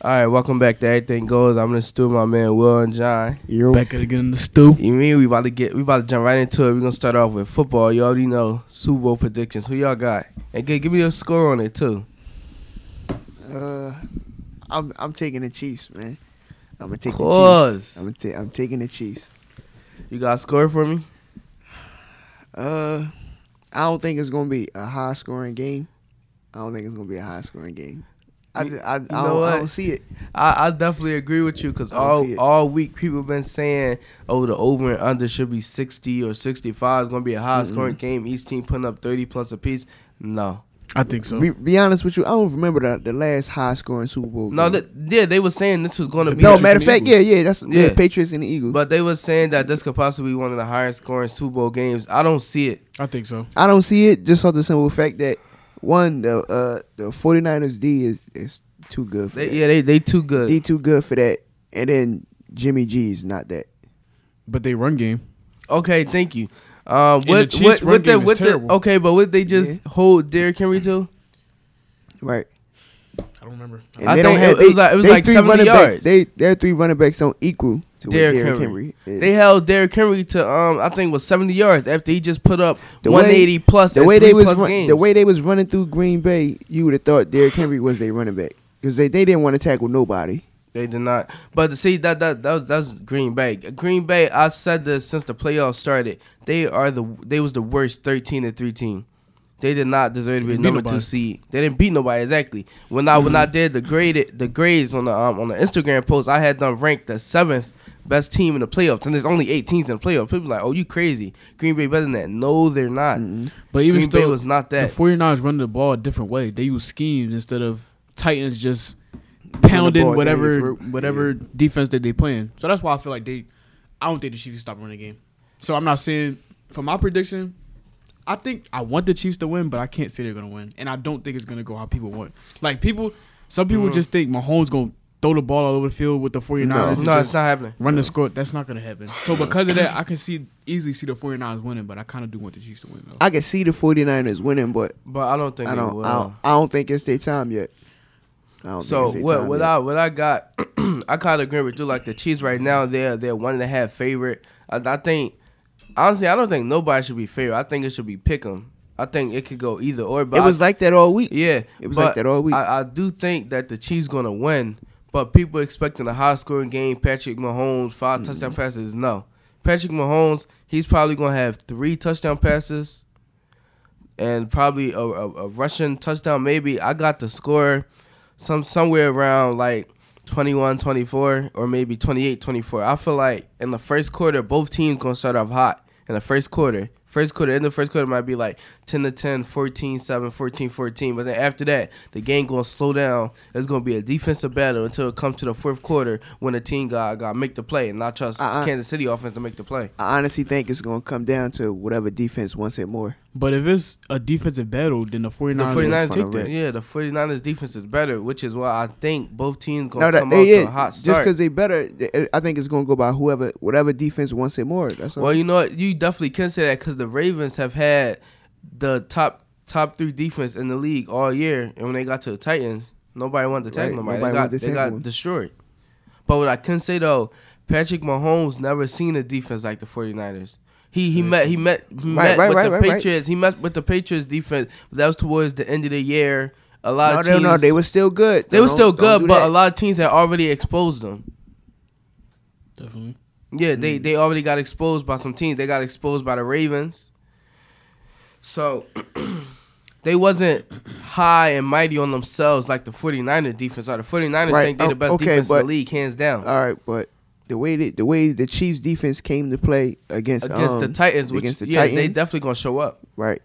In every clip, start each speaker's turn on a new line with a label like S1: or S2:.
S1: All right, welcome back to Everything Goes. I'm in the studio, my man Will and John.
S2: You're
S3: Back at again in the stew.
S1: You mean we about to get we about to jump right into it. We're gonna start off with football. You already know Super Bowl predictions. Who y'all got? And g- give me your score on it too.
S2: Uh, I'm I'm taking the Chiefs, man. I'm gonna take the
S1: Course.
S2: Chiefs. I'm gonna ta- I'm taking the Chiefs.
S1: You got a score for me?
S2: Uh, I don't think it's gonna be a high scoring game. I don't think it's gonna be a high scoring game. I, ju- I, I,
S1: know
S2: don't, I
S1: what?
S2: don't see it.
S1: I, I definitely agree with you because
S2: I don't see
S1: all
S2: it.
S1: all week people been saying, oh, the over and under should be 60 or 65. It's going to be a high scoring game. Each team putting up 30 plus apiece. No.
S3: I think so.
S2: Be, be honest with you, I don't remember the, the last high scoring Super Bowl.
S1: No,
S2: game.
S1: th- yeah, they were saying this was going to be.
S2: no.
S3: Patriots
S2: Matter
S3: and
S2: of fact, yeah,
S3: Eagles.
S2: yeah, that's yeah.
S1: Yeah.
S2: Patriots and the Eagles.
S1: But they were saying that this could possibly be one of the highest scoring Super Bowl games. I don't see it.
S3: I think so.
S2: I don't see it just off the simple fact that one the uh the 49ers D is is too good for
S1: They,
S2: that.
S1: yeah, they they too good.
S2: D too good for that, and then Jimmy G is not that.
S3: But they run game.
S1: Okay, thank you. Um,
S3: the
S1: what
S3: Chiefs'
S1: what
S3: run
S1: what the
S3: game is
S1: what the,
S3: terrible.
S1: okay, but what they just hold Derrick Henry to?
S2: Right.
S3: I don't remember.
S2: And
S1: I
S2: they
S1: think
S2: don't have,
S1: it
S2: they,
S1: was like- it was
S2: they
S1: like
S2: three
S1: 70
S2: running
S1: yards.
S2: Backs, they their three running backs don't equal to
S1: Derrick
S2: what Derrick
S1: Henry.
S2: Henry. is.
S1: They held Derrick Henry to um I think was 70 yards after he just put up
S2: The way-
S1: 180 plus
S2: the
S1: in
S2: way
S1: three
S2: they was
S1: plus
S2: run,
S1: games.
S2: the way they was running through Green Bay, you would have thought Derrick Henry was their running back because they, they didn't want to tackle nobody.
S1: They did not. But to see that that that was that's Green Bay. Green Bay. I said this since the playoffs started. They are the they was the worst thirteen and three team. They did not deserve to be
S3: They
S1: a
S3: beat
S1: number
S3: nobody.
S1: two seed. They didn't beat nobody exactly. When I when I did the graded the grades on the um, on the Instagram post, I had them ranked the seventh best team in the playoffs, and there's only eight teams in the playoffs. People like, oh, you crazy? Green Bay better than that? No, they're not.
S3: But even
S1: Green
S3: still,
S1: Bay was not that.
S3: the 49ers run the ball a different way. They use schemes instead of Titans just pounding
S2: ball down your
S3: whatever
S2: throat.
S3: whatever defense that they playing. So that's why I feel like they. I don't think the Chiefs stop running the game. So I'm not saying for my prediction. I think I want the Chiefs to win, but I can't say they're gonna win, and I don't think it's gonna go how people want. Like people, some people just think Mahomes gonna throw the ball all over the field with the 49ers. and
S1: Mm. no,
S3: just-
S1: it's not happening.
S3: Run the score. That's not gonna happen. So because of that, I can see easily see the 49ers winning, but I kind of do want the Chiefs to win though.
S2: I can see the 49ers winning, but
S1: But I don't think
S2: I
S1: they
S2: don't
S1: will.
S2: I don't, I don't think it's their time yet. I don't
S1: So
S2: think it's
S1: what
S2: their Oh, time
S1: what
S2: yet.
S1: I what I got, I kind of agree with you. Like the Chiefs right now, they're they're one and a half favorite. I, I think honestly, I don't think nobody should be favorite. I think it should be pick 'em. I think it could go either or. But
S2: it was
S1: I,
S2: like that all week.
S1: yeah,
S2: it was
S1: but
S2: like that all week.
S1: I, I do think that the Chiefs gonna win, but people expecting a high scoring game. Patrick Mahomes five
S2: Mm-hmm.
S1: touchdown passes. No, Patrick Mahomes he's probably gonna have three touchdown passes, and probably a, a, a rushing touchdown. Maybe I got the score some somewhere around like 21 24 or maybe 28 24 i feel like in the first quarter both teams gonna start off hot in the first quarter first quarter in the first quarter might be like 10 to 10 14 7 14 14 but then after that the game gonna slow down it's gonna be a defensive battle until it comes to the fourth quarter when the team got got make the play and i trust
S2: Uh-uh.
S1: kansas city offense to make the play
S2: I honestly think it's gonna come down to whatever defense wants it more.
S3: But if it's a defensive battle, then the
S1: the
S3: 49ers,
S1: 49ers,
S3: will take that.
S1: yeah, the 49ers defense is better, which is why I think both teams
S2: No,
S1: gonna
S2: that
S1: come out
S2: they
S1: to
S2: is
S1: a hot
S2: just
S1: start.
S2: because they better. th- I think it's gonna go by whoever, whatever defense wants it more. That's all.
S1: Well, you know what? You definitely can say that because the Ravens have had the top top three defense in the league all year, and when they got to the Titans, nobody wanted to tackle
S2: Right,
S1: nobody.
S2: nobody
S1: They got
S2: wanted to
S1: they
S2: tackle
S1: got
S2: them.
S1: destroyed. But what I can say though, Patrick Mahomes never seen a defense like the 49ers. He he met he met, he met
S2: Mm-hmm. right,
S1: with
S2: right,
S1: the
S2: right, right.
S1: Patriots. He met with the Patriots defense, but that was towards the end of the year. A lot
S2: no,
S1: of
S2: no,
S1: teams
S2: no, they were still good.
S1: they were
S2: Don't-
S1: still good,
S2: don't do
S1: but a
S2: that.
S1: lot of teams had already exposed them.
S3: Definitely.
S1: Yeah, they
S2: Mm.
S1: they already got exposed by some teams. They got exposed by the Ravens. So they wasn't high and mighty on themselves like the 49er defense are. The 49ers
S2: Right,
S1: think they're the
S2: o-
S1: best
S2: okay,
S1: defense in
S2: but- uh,
S1: the league, hands down.
S2: All right, but the way that the way the Chiefs defense came to play against
S1: against
S2: um,
S1: the Titans, which
S2: against the
S1: yeah, they
S2: Titans,
S1: definitely gonna show up.
S2: right,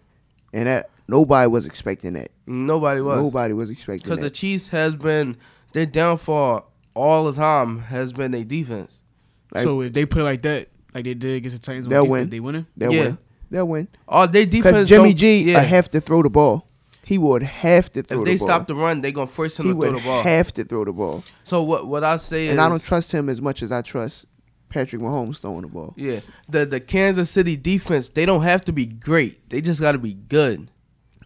S2: and that nobody was expecting that.
S1: Nobody was.
S2: Nobody was expecting
S1: Because the
S2: that.
S1: Chiefs has been their downfall all the time has been their defense.
S2: Like-
S3: so if they play like that, like they did against the Titans, on
S2: They'll
S3: defense,
S2: win.
S3: They winning.
S2: They'll
S1: yeah.
S2: win. They'll win.
S1: All their
S2: Because
S1: defense
S2: Jimmy
S1: don't-
S2: G,
S1: yeah,
S2: I have to throw the ball. He would have to throw
S1: if
S2: the
S1: they
S2: ball.
S1: stop the run, they gonna force him
S2: he
S1: to throw
S2: would
S1: the ball.
S2: have to throw the ball.
S1: so what what I say is
S2: And I don't trust him as much as I trust Patrick Mahomes throwing the ball.
S1: Yeah, the the Kansas City defense they don't have to be great. They just got to be good.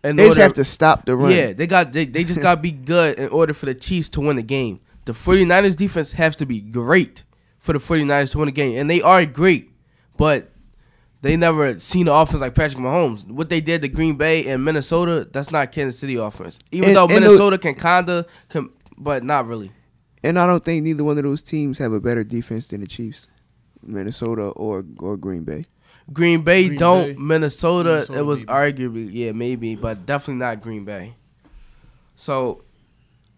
S1: And
S2: They just have to stop the run.
S1: Yeah, they got they, they just got to be good in order for the Chiefs to win the game. the 49ers defense has to be great for the 49ers to win the game. And they are great, but they never seen an offense like Patrick Mahomes. What they did to Green Bay and Minnesota, that's not Kansas City offense. Even
S2: And-
S1: though
S2: and
S1: Minnesota can kinda can, but not really.
S2: And I don't think neither one of those teams have a better defense than the Chiefs, Minnesota or or Green Bay.
S1: Green Bay
S3: Green
S1: don't
S3: Bay.
S1: Minnesota,
S3: Minnesota,
S1: it was
S3: maybe.
S1: arguably yeah, maybe, but definitely not Green Bay. So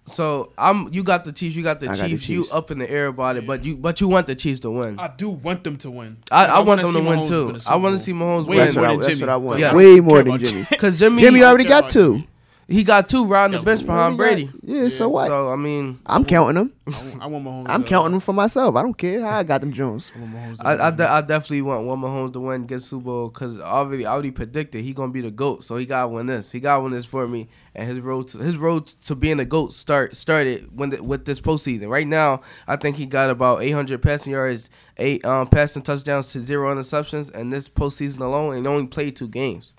S1: so I'm you got the Chiefs, you got the,
S2: I
S1: Chiefs,
S2: got the
S1: you
S2: Chiefs.
S1: up in the air about it, but you but you want the Chiefs to win.
S3: I do want them to win.
S1: I- I want
S3: wanna
S1: them to
S3: see
S1: win,
S3: Mahomes
S1: too.
S3: win a
S1: I
S3: Super
S1: wanna
S3: Bowl.
S1: see Mahomes
S3: Way
S1: win.
S2: That's
S3: more
S2: what I-
S3: than
S2: that's
S3: Jimmy.
S2: what I want.
S3: Like,
S1: Yeah.
S2: Way
S3: don't
S2: more
S3: care
S2: than
S3: about
S2: Jimmy.
S1: Cause Jimmy,
S2: Jimmy already
S3: don't care
S2: got
S3: about
S2: two.
S1: he got two round the
S3: Yeah.
S1: bench behind
S2: Already
S1: Brady.
S2: got- Yeah, so what?
S1: So I mean,
S2: I'm counting them.
S3: I want- I want Mahomes.
S2: I'm
S3: to-
S2: counting them for myself. I don't care how I got them Jones.
S3: I want Mahomes. to
S1: I I,
S3: win.
S1: de- I definitely want one Mahomes to win, get Super Bowl, cause already I already predicted he gonna be the goat. So he gotta win this. He gotta win this for me, and his road to his road to being the goat start started when the, with this postseason. Right now, I think he got about 800 passing yards, eight um, passing touchdowns to zero interceptions, and this postseason alone, and only played two games.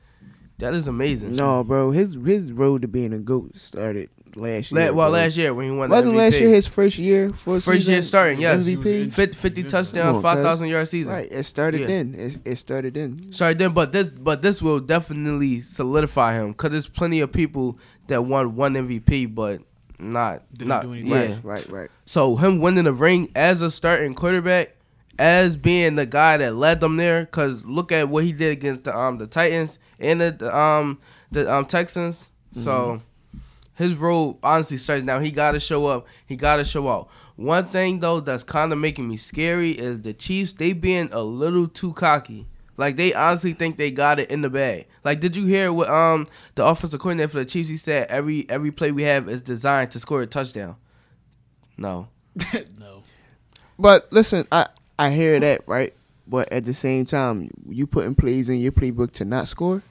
S1: That is amazing.
S2: No, bro, his his road to being a goat started last
S1: La-
S2: year.
S1: well,
S2: bro.
S1: last year when he won, the
S2: wasn't last
S1: MVP.
S2: year his first year for a
S1: First year
S2: season?
S1: starting, yes.
S2: MVP.
S1: 50, 50 touchdowns,
S2: Come on,
S1: five thousand yard season.
S2: Right, it started
S1: Yeah.
S2: then. It, it started then.
S1: Sorry, then, but this, but this will definitely solidify him because there's plenty of people that won one MVP, but not,
S3: Didn't
S1: not,
S3: do anything.
S1: yeah.
S2: Right, right, right.
S1: So him winning the ring as a starting quarterback, as being the guy that led them there, because look at what he did against the um the Titans and the, the um the um Texans. So his role honestly starts now. He got to show up. He got to show out. One thing though that's kind of making me scary is the Chiefs. They being a little too cocky. Like they honestly think they got it in the bag. Like, did you hear what um the offensive coordinator for the Chiefs? He said every every play we have is designed to score a touchdown. No,
S3: no.
S2: But listen, I I hear that right, but at the same time, you putting plays in your playbook to not score.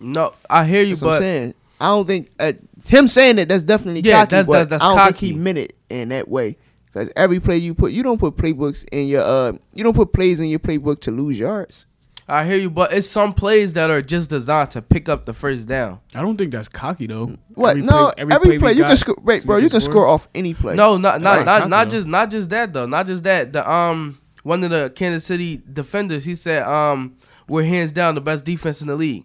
S1: No, I hear you,
S2: That's what I'm
S1: but
S2: saying. I don't think uh, him saying it. That's definitely
S1: Yeah,
S2: cocky.
S1: that's-
S2: but
S1: that's- that's
S2: I don't think
S1: cocky.
S2: he meant it in that way. Because every play you put, you don't put playbooks in your uh, you don't put plays in your playbook to lose yards.
S1: I hear you, but it's some plays that are just designed to pick up the first down.
S3: I don't think that's cocky though.
S2: What?
S3: Every
S2: no,
S3: play-
S2: every play,
S3: we
S2: you can
S3: got,
S2: score. Wait,
S3: we
S2: bro, you can score off any play.
S1: No, not not
S3: Right.
S1: not, not
S3: Cocky,
S1: just not just that though. Not just that. The um one of the Kansas City defenders, he said um we're hands down the best defense in the league.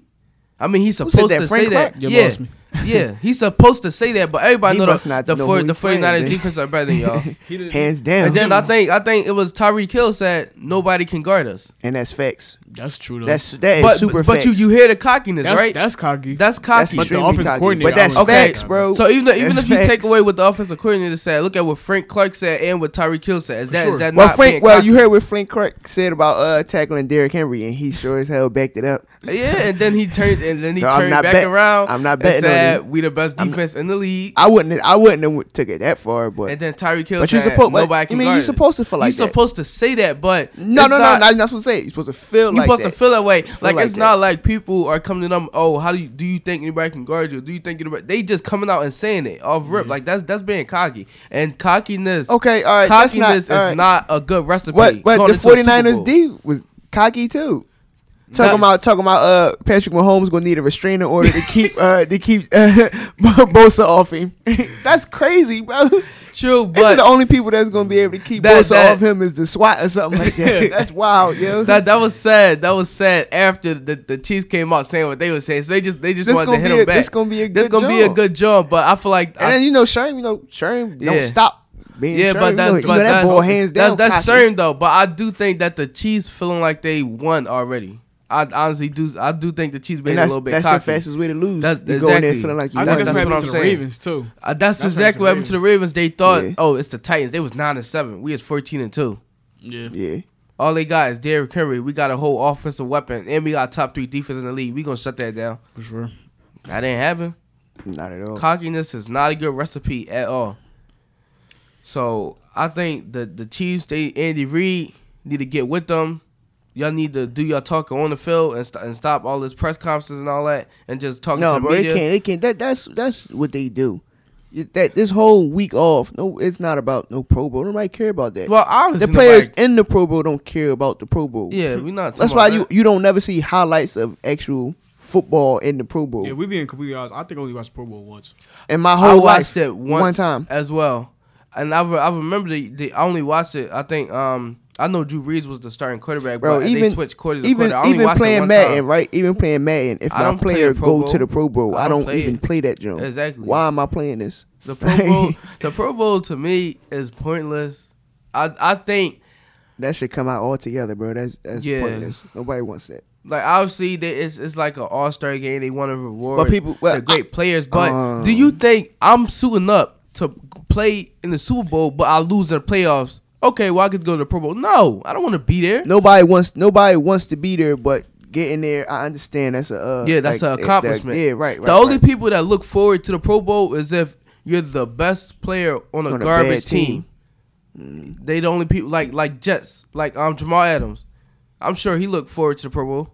S1: I mean, he's
S2: said
S1: supposed
S2: that?
S1: to
S2: Frank
S1: say that.
S2: Clark?
S3: You
S1: yeah.
S3: lost me.
S1: yeah, he's supposed to say that, but everybody
S2: He
S1: know
S2: must
S1: the,
S2: not
S1: the,
S2: know
S1: four,
S2: who
S1: the
S2: he
S1: 49ers
S2: playing, man.
S1: defense are better than y'all.
S3: He didn't-
S2: hands down.
S1: and then I think I think it was Tyreek Hill said nobody can guard us.
S2: and that's facts.
S3: That's true though.
S2: That's that is
S1: But
S2: super.
S1: but you
S2: facts.
S1: you hear the cockiness,
S3: that's,
S1: right?
S3: That's cocky.
S1: That's
S2: that's
S1: cocky.
S3: But the
S2: extremely
S3: offensive
S2: cocky.
S3: coordinator,
S2: But that's
S1: I would say-
S2: facts, bro.
S1: So even though, even
S2: That's
S1: if you take
S2: facts.
S1: away what the offensive coordinator said, look at what Frank Clark said and what Tyreek Hill said. Is that is
S3: sure.
S1: that
S2: Well,
S1: not
S2: Frank.
S1: being
S2: Well,
S1: cocky?
S2: you heard what Frank Clark said about uh tackling Derrick Henry, and he sure as hell backed it up.
S1: yeah, and then he turned and then he
S2: So I'm
S1: turned
S2: not
S1: back
S2: bet-
S1: around.
S2: I'm not
S1: and
S2: betting on
S1: said
S2: it.
S1: we the best defense in the league.
S2: I wouldn't. I wouldn't have took it that far, but
S1: and then Tyreek Hill
S2: But you
S1: said
S2: supposed.
S1: nobody
S2: Like, I
S1: can
S2: mean,
S1: guard
S2: you
S1: us."
S2: supposed to feel like
S1: you
S2: that.
S1: supposed to say that, but
S2: No,
S1: it's
S2: no, no,
S1: not-
S2: no. You're not supposed to say. It. You're supposed to feel
S1: You
S2: like
S1: supposed
S2: that.
S1: to feel that way. Like,
S2: like
S1: it's
S2: that.
S1: not like people are coming to them. Oh, how do you do you think anybody can guard you? Do you think anybody? They just coming out and saying it off
S2: Mm-hmm.
S1: rip. Like that's that's being cocky and cockiness.
S2: okay, all right. That's not,
S1: cockiness
S2: all
S1: is
S2: right.
S1: not a good recipe.
S2: What? But
S1: going
S2: the
S1: into a Super
S2: 49ers
S1: Bowl.
S2: D was cocky too. Talking about talking about uh Patrick Mahomes gonna need a restraining order to keep uh to keep uh, Bosa off him. that's crazy, bro.
S1: True,
S2: These are
S1: but
S2: the only people that's gonna be able to keep
S1: That-
S2: Bosa
S1: that-
S2: off him is the SWAT or something like that. that's wild, yo.
S1: that that was sad. That was sad after the, the Chiefs came out saying what they were saying. So they just they just
S2: This
S1: wanted to
S2: gonna
S1: hit
S2: be
S1: him
S2: a-
S1: back.
S2: this gonna be a
S1: This
S2: good
S1: gonna be a
S2: jump.
S1: good jump, but I feel like
S2: and
S1: I-
S2: then you know Sherm, you know Sherm
S1: Yeah.
S2: don't stop being
S1: yeah,
S2: Sherm.
S1: but that's
S2: you
S1: but
S2: know, you know that
S1: that's,
S2: ball hands
S1: that's
S2: down.
S1: that's
S2: cocky.
S1: certain though. But I do think that the Chiefs feeling like they won already. I honestly do. I do think the Chiefs being
S2: And
S1: a
S2: that's,
S1: little bit
S2: that's the
S1: cocky.
S2: fastest way to lose.
S1: That's-
S2: you go in there
S1: exactly.
S2: feeling like you
S3: I
S1: that's-
S3: think
S1: that's
S3: that's,
S1: what
S3: what
S1: I'm
S3: I'm to the
S1: saying.
S3: Ravens too.
S1: Uh, that's,
S3: That's what
S1: exactly what happened to the Ravens. They thought,
S2: Yeah.
S1: oh, it's the Titans. They was nine and seven. We is fourteen and two.
S3: Yeah.
S2: Yeah.
S1: All they got is Derrick Henry. We got a whole offensive weapon, and we got top three defense in the league. We gonna shut that down.
S3: For sure.
S1: That ain't happen.
S2: Not at all.
S1: Cockiness is not a good recipe at all. So I think the the Chiefs, they Andy Reid need to get with them. Y'all need to do your talking on the field and, st- and stop all this press conferences and all that, and just talk to
S2: no,
S1: the
S2: bro,
S1: media.
S2: they can't. They can't. That, that's that's what they do. You- That this whole week off. No, it's not about no Pro Bowl. Nobody care about that.
S1: Well, obviously
S2: the players
S1: nobody-
S2: in the Pro Bowl don't care about the Pro Bowl.
S1: yeah, we're not.
S2: that's
S1: talking
S2: why
S1: about
S2: you
S1: that.
S2: you don't never see highlights of actual football in the Pro Bowl.
S3: Yeah, we being completely honest. I think I only watched Pro Bowl once.
S2: in my
S1: I
S2: whole
S1: watched
S2: life,
S1: it once
S2: one time.
S1: as well. and I, re- I remember they, they I only watched it. I think um I know Drew Brees was the starting quarterback, but
S2: Bro,
S1: they
S2: even-
S1: switched quarter to
S2: Even
S1: quarter. I only
S2: even
S1: watched it
S2: playing
S1: one
S2: Madden,
S1: time.
S2: right? Even playing Madden. If
S1: I
S2: my
S1: don't play
S2: player
S1: a Pro
S2: go to
S1: Bowl.
S2: the Pro Bowl,
S1: I
S2: I
S1: don't
S2: don't,
S1: play
S2: even
S1: it.
S2: play that joint.
S1: Exactly.
S2: Why am I playing this?
S1: The Pro Bowl, the Pro Bowl to me is pointless. I I think
S2: That should come out all together, bro. That's that's
S1: Yeah.
S2: pointless. Nobody wants that.
S1: like obviously they, it's it's like an All Star game. They want to reward
S2: But people- well,
S1: the great players. But
S2: Um.
S1: do you think I'm suiting up to play in the Super Bowl, but I lose in the playoffs? Okay, well I could go to the Pro Bowl. No, I don't want to be there.
S2: Nobody wants nobody wants to be there, but getting there, I understand that's a uh,
S1: Yeah, that's
S2: like,
S1: an
S2: that-
S1: accomplishment.
S2: yeah, right. right
S1: the only
S2: right.
S1: people that look forward to the Pro Bowl is if you're the best player on a
S2: On a
S1: garbage
S2: bad
S1: team.
S2: team. Mm.
S1: They the only people like like Jets, like um Jamal Adams. I'm sure he looked forward to the Pro Bowl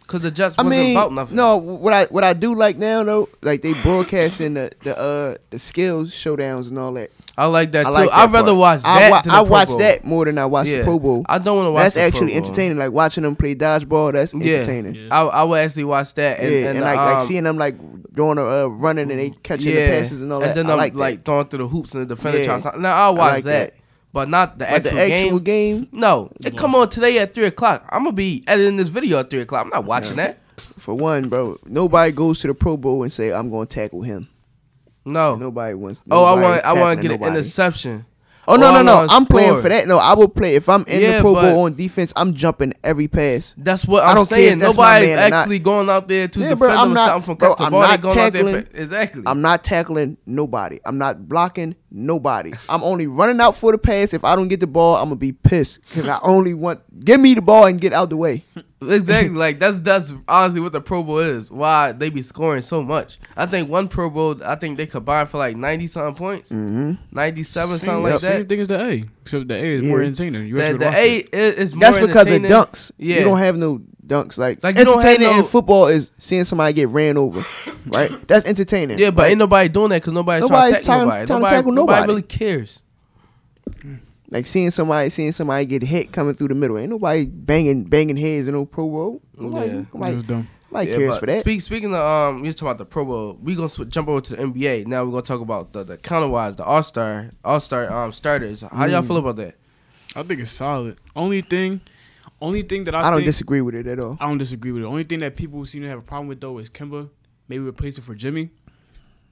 S1: because the Jets
S2: I
S1: wasn't
S2: mean,
S1: about nothing.
S2: no. What I what I do like now though, like they broadcasting the the uh the skills showdowns and all that.
S1: I like that
S2: I
S1: too.
S2: like
S1: I'd
S2: that
S1: rather
S2: part.
S1: watch that.
S2: I, wa-
S1: than the
S2: I
S1: Pro
S2: watch
S1: Bowl.
S2: that more than I watch
S1: Yeah.
S2: the Pro Bowl.
S1: I don't want to watch.
S2: that's
S1: the Pro
S2: actually
S1: Bowl.
S2: entertaining. Like watching them play dodgeball, that's
S1: Yeah.
S2: entertaining. Yeah,
S3: Yeah.
S1: I, I would actually watch that and, and,
S2: and like,
S1: um,
S2: like seeing them like doing a uh, running and they catching the passes and all that.
S1: then
S2: I
S1: I'm
S2: like, that.
S1: like throwing through the hoops and the defender
S2: Yeah.
S1: tries to- Now I'll
S2: I
S1: watch
S2: like
S1: that,
S2: that.
S1: but not the,
S2: But
S1: actual,
S2: the actual
S1: game.
S2: game,
S1: No, it come on today at three o'clock. I'm gonna be editing this video at three o'clock. I'm not watching that.
S2: for one, bro, nobody goes to the Pro Bowl and say I'm going to tackle him.
S1: No.
S2: Nobody wants.
S1: oh, I
S2: nobody's
S1: want. I want to
S2: tackling
S1: get an
S2: nobody.
S1: interception.
S2: Oh no
S1: or I
S2: no no!
S1: wanna
S2: I'm playing
S1: score.
S2: for that. No, I will play if I'm in
S1: Yeah,
S2: the Pro
S1: but-
S2: Bowl on defense. I'm jumping every pass.
S1: That's what
S2: I
S1: I'm
S2: don't care if
S1: saying.
S2: that's my
S1: Nobody's
S2: man or not.
S1: actually going out there to
S2: Yeah,
S1: defend
S2: bro, I'm
S1: them,
S2: not-
S1: stop them from
S2: bro,
S1: catching the
S2: I'm
S1: ball. They
S2: not
S1: going out there
S2: tackling.
S1: for, exactly.
S2: I'm not tackling nobody. I'm not blocking nobody. I'm only running out for the pass. If I don't get the ball, I'm gonna be pissed because I only want give me the ball and get out the way.
S1: Exactly. like that's that's honestly what the Pro Bowl is. Why they be scoring so much. I think one Pro Bowl, I think they combined for like ninety something points,
S2: Mm-hmm.
S1: ninety seven something
S3: same,
S1: like
S3: Same
S1: that.
S3: thing as the A, except the A is
S2: Yeah.
S3: more entertaining. You
S1: The,
S3: actually
S1: the
S3: watch
S1: A
S3: it.
S1: is, is more
S2: That's because of
S1: entertaining.
S2: dunks.
S1: Yeah.
S2: You don't have no dunks like,
S1: Like, you don't have
S2: entertaining
S1: no-
S2: in football is seeing somebody get ran over, right? That's entertaining.
S1: Yeah, but
S2: right?
S1: ain't nobody doing that because nobody's,
S2: Nobody's
S1: trying to tackle
S2: trying-
S1: nobody.
S2: trying to
S1: nobody,
S2: tackle
S1: nobody
S2: nobody.
S1: really cares.
S2: like seeing somebody seeing somebody get hit coming through the middle. Ain't nobody banging banging heads in no Pro Bowl. Nobody,
S1: Yeah.
S3: It was
S2: nobody,
S3: dumb.
S2: nobody
S1: Yeah,
S2: cares
S1: but
S2: for that.
S1: Speak, speaking of, um, you talking about the Pro Bowl. We gonna sw- jump over to the NBA. Now we're gonna talk about the the counterwise, the All Star, All Star um starters. How
S2: Mm.
S1: y'all feel about that?
S3: I think it's solid. Only thing, only thing that I,
S2: I, don't
S3: think,
S2: disagree with it at all.
S3: I don't disagree with it. Only thing that people seem to have a problem with though is Kimba. Maybe replace it for Jimmy.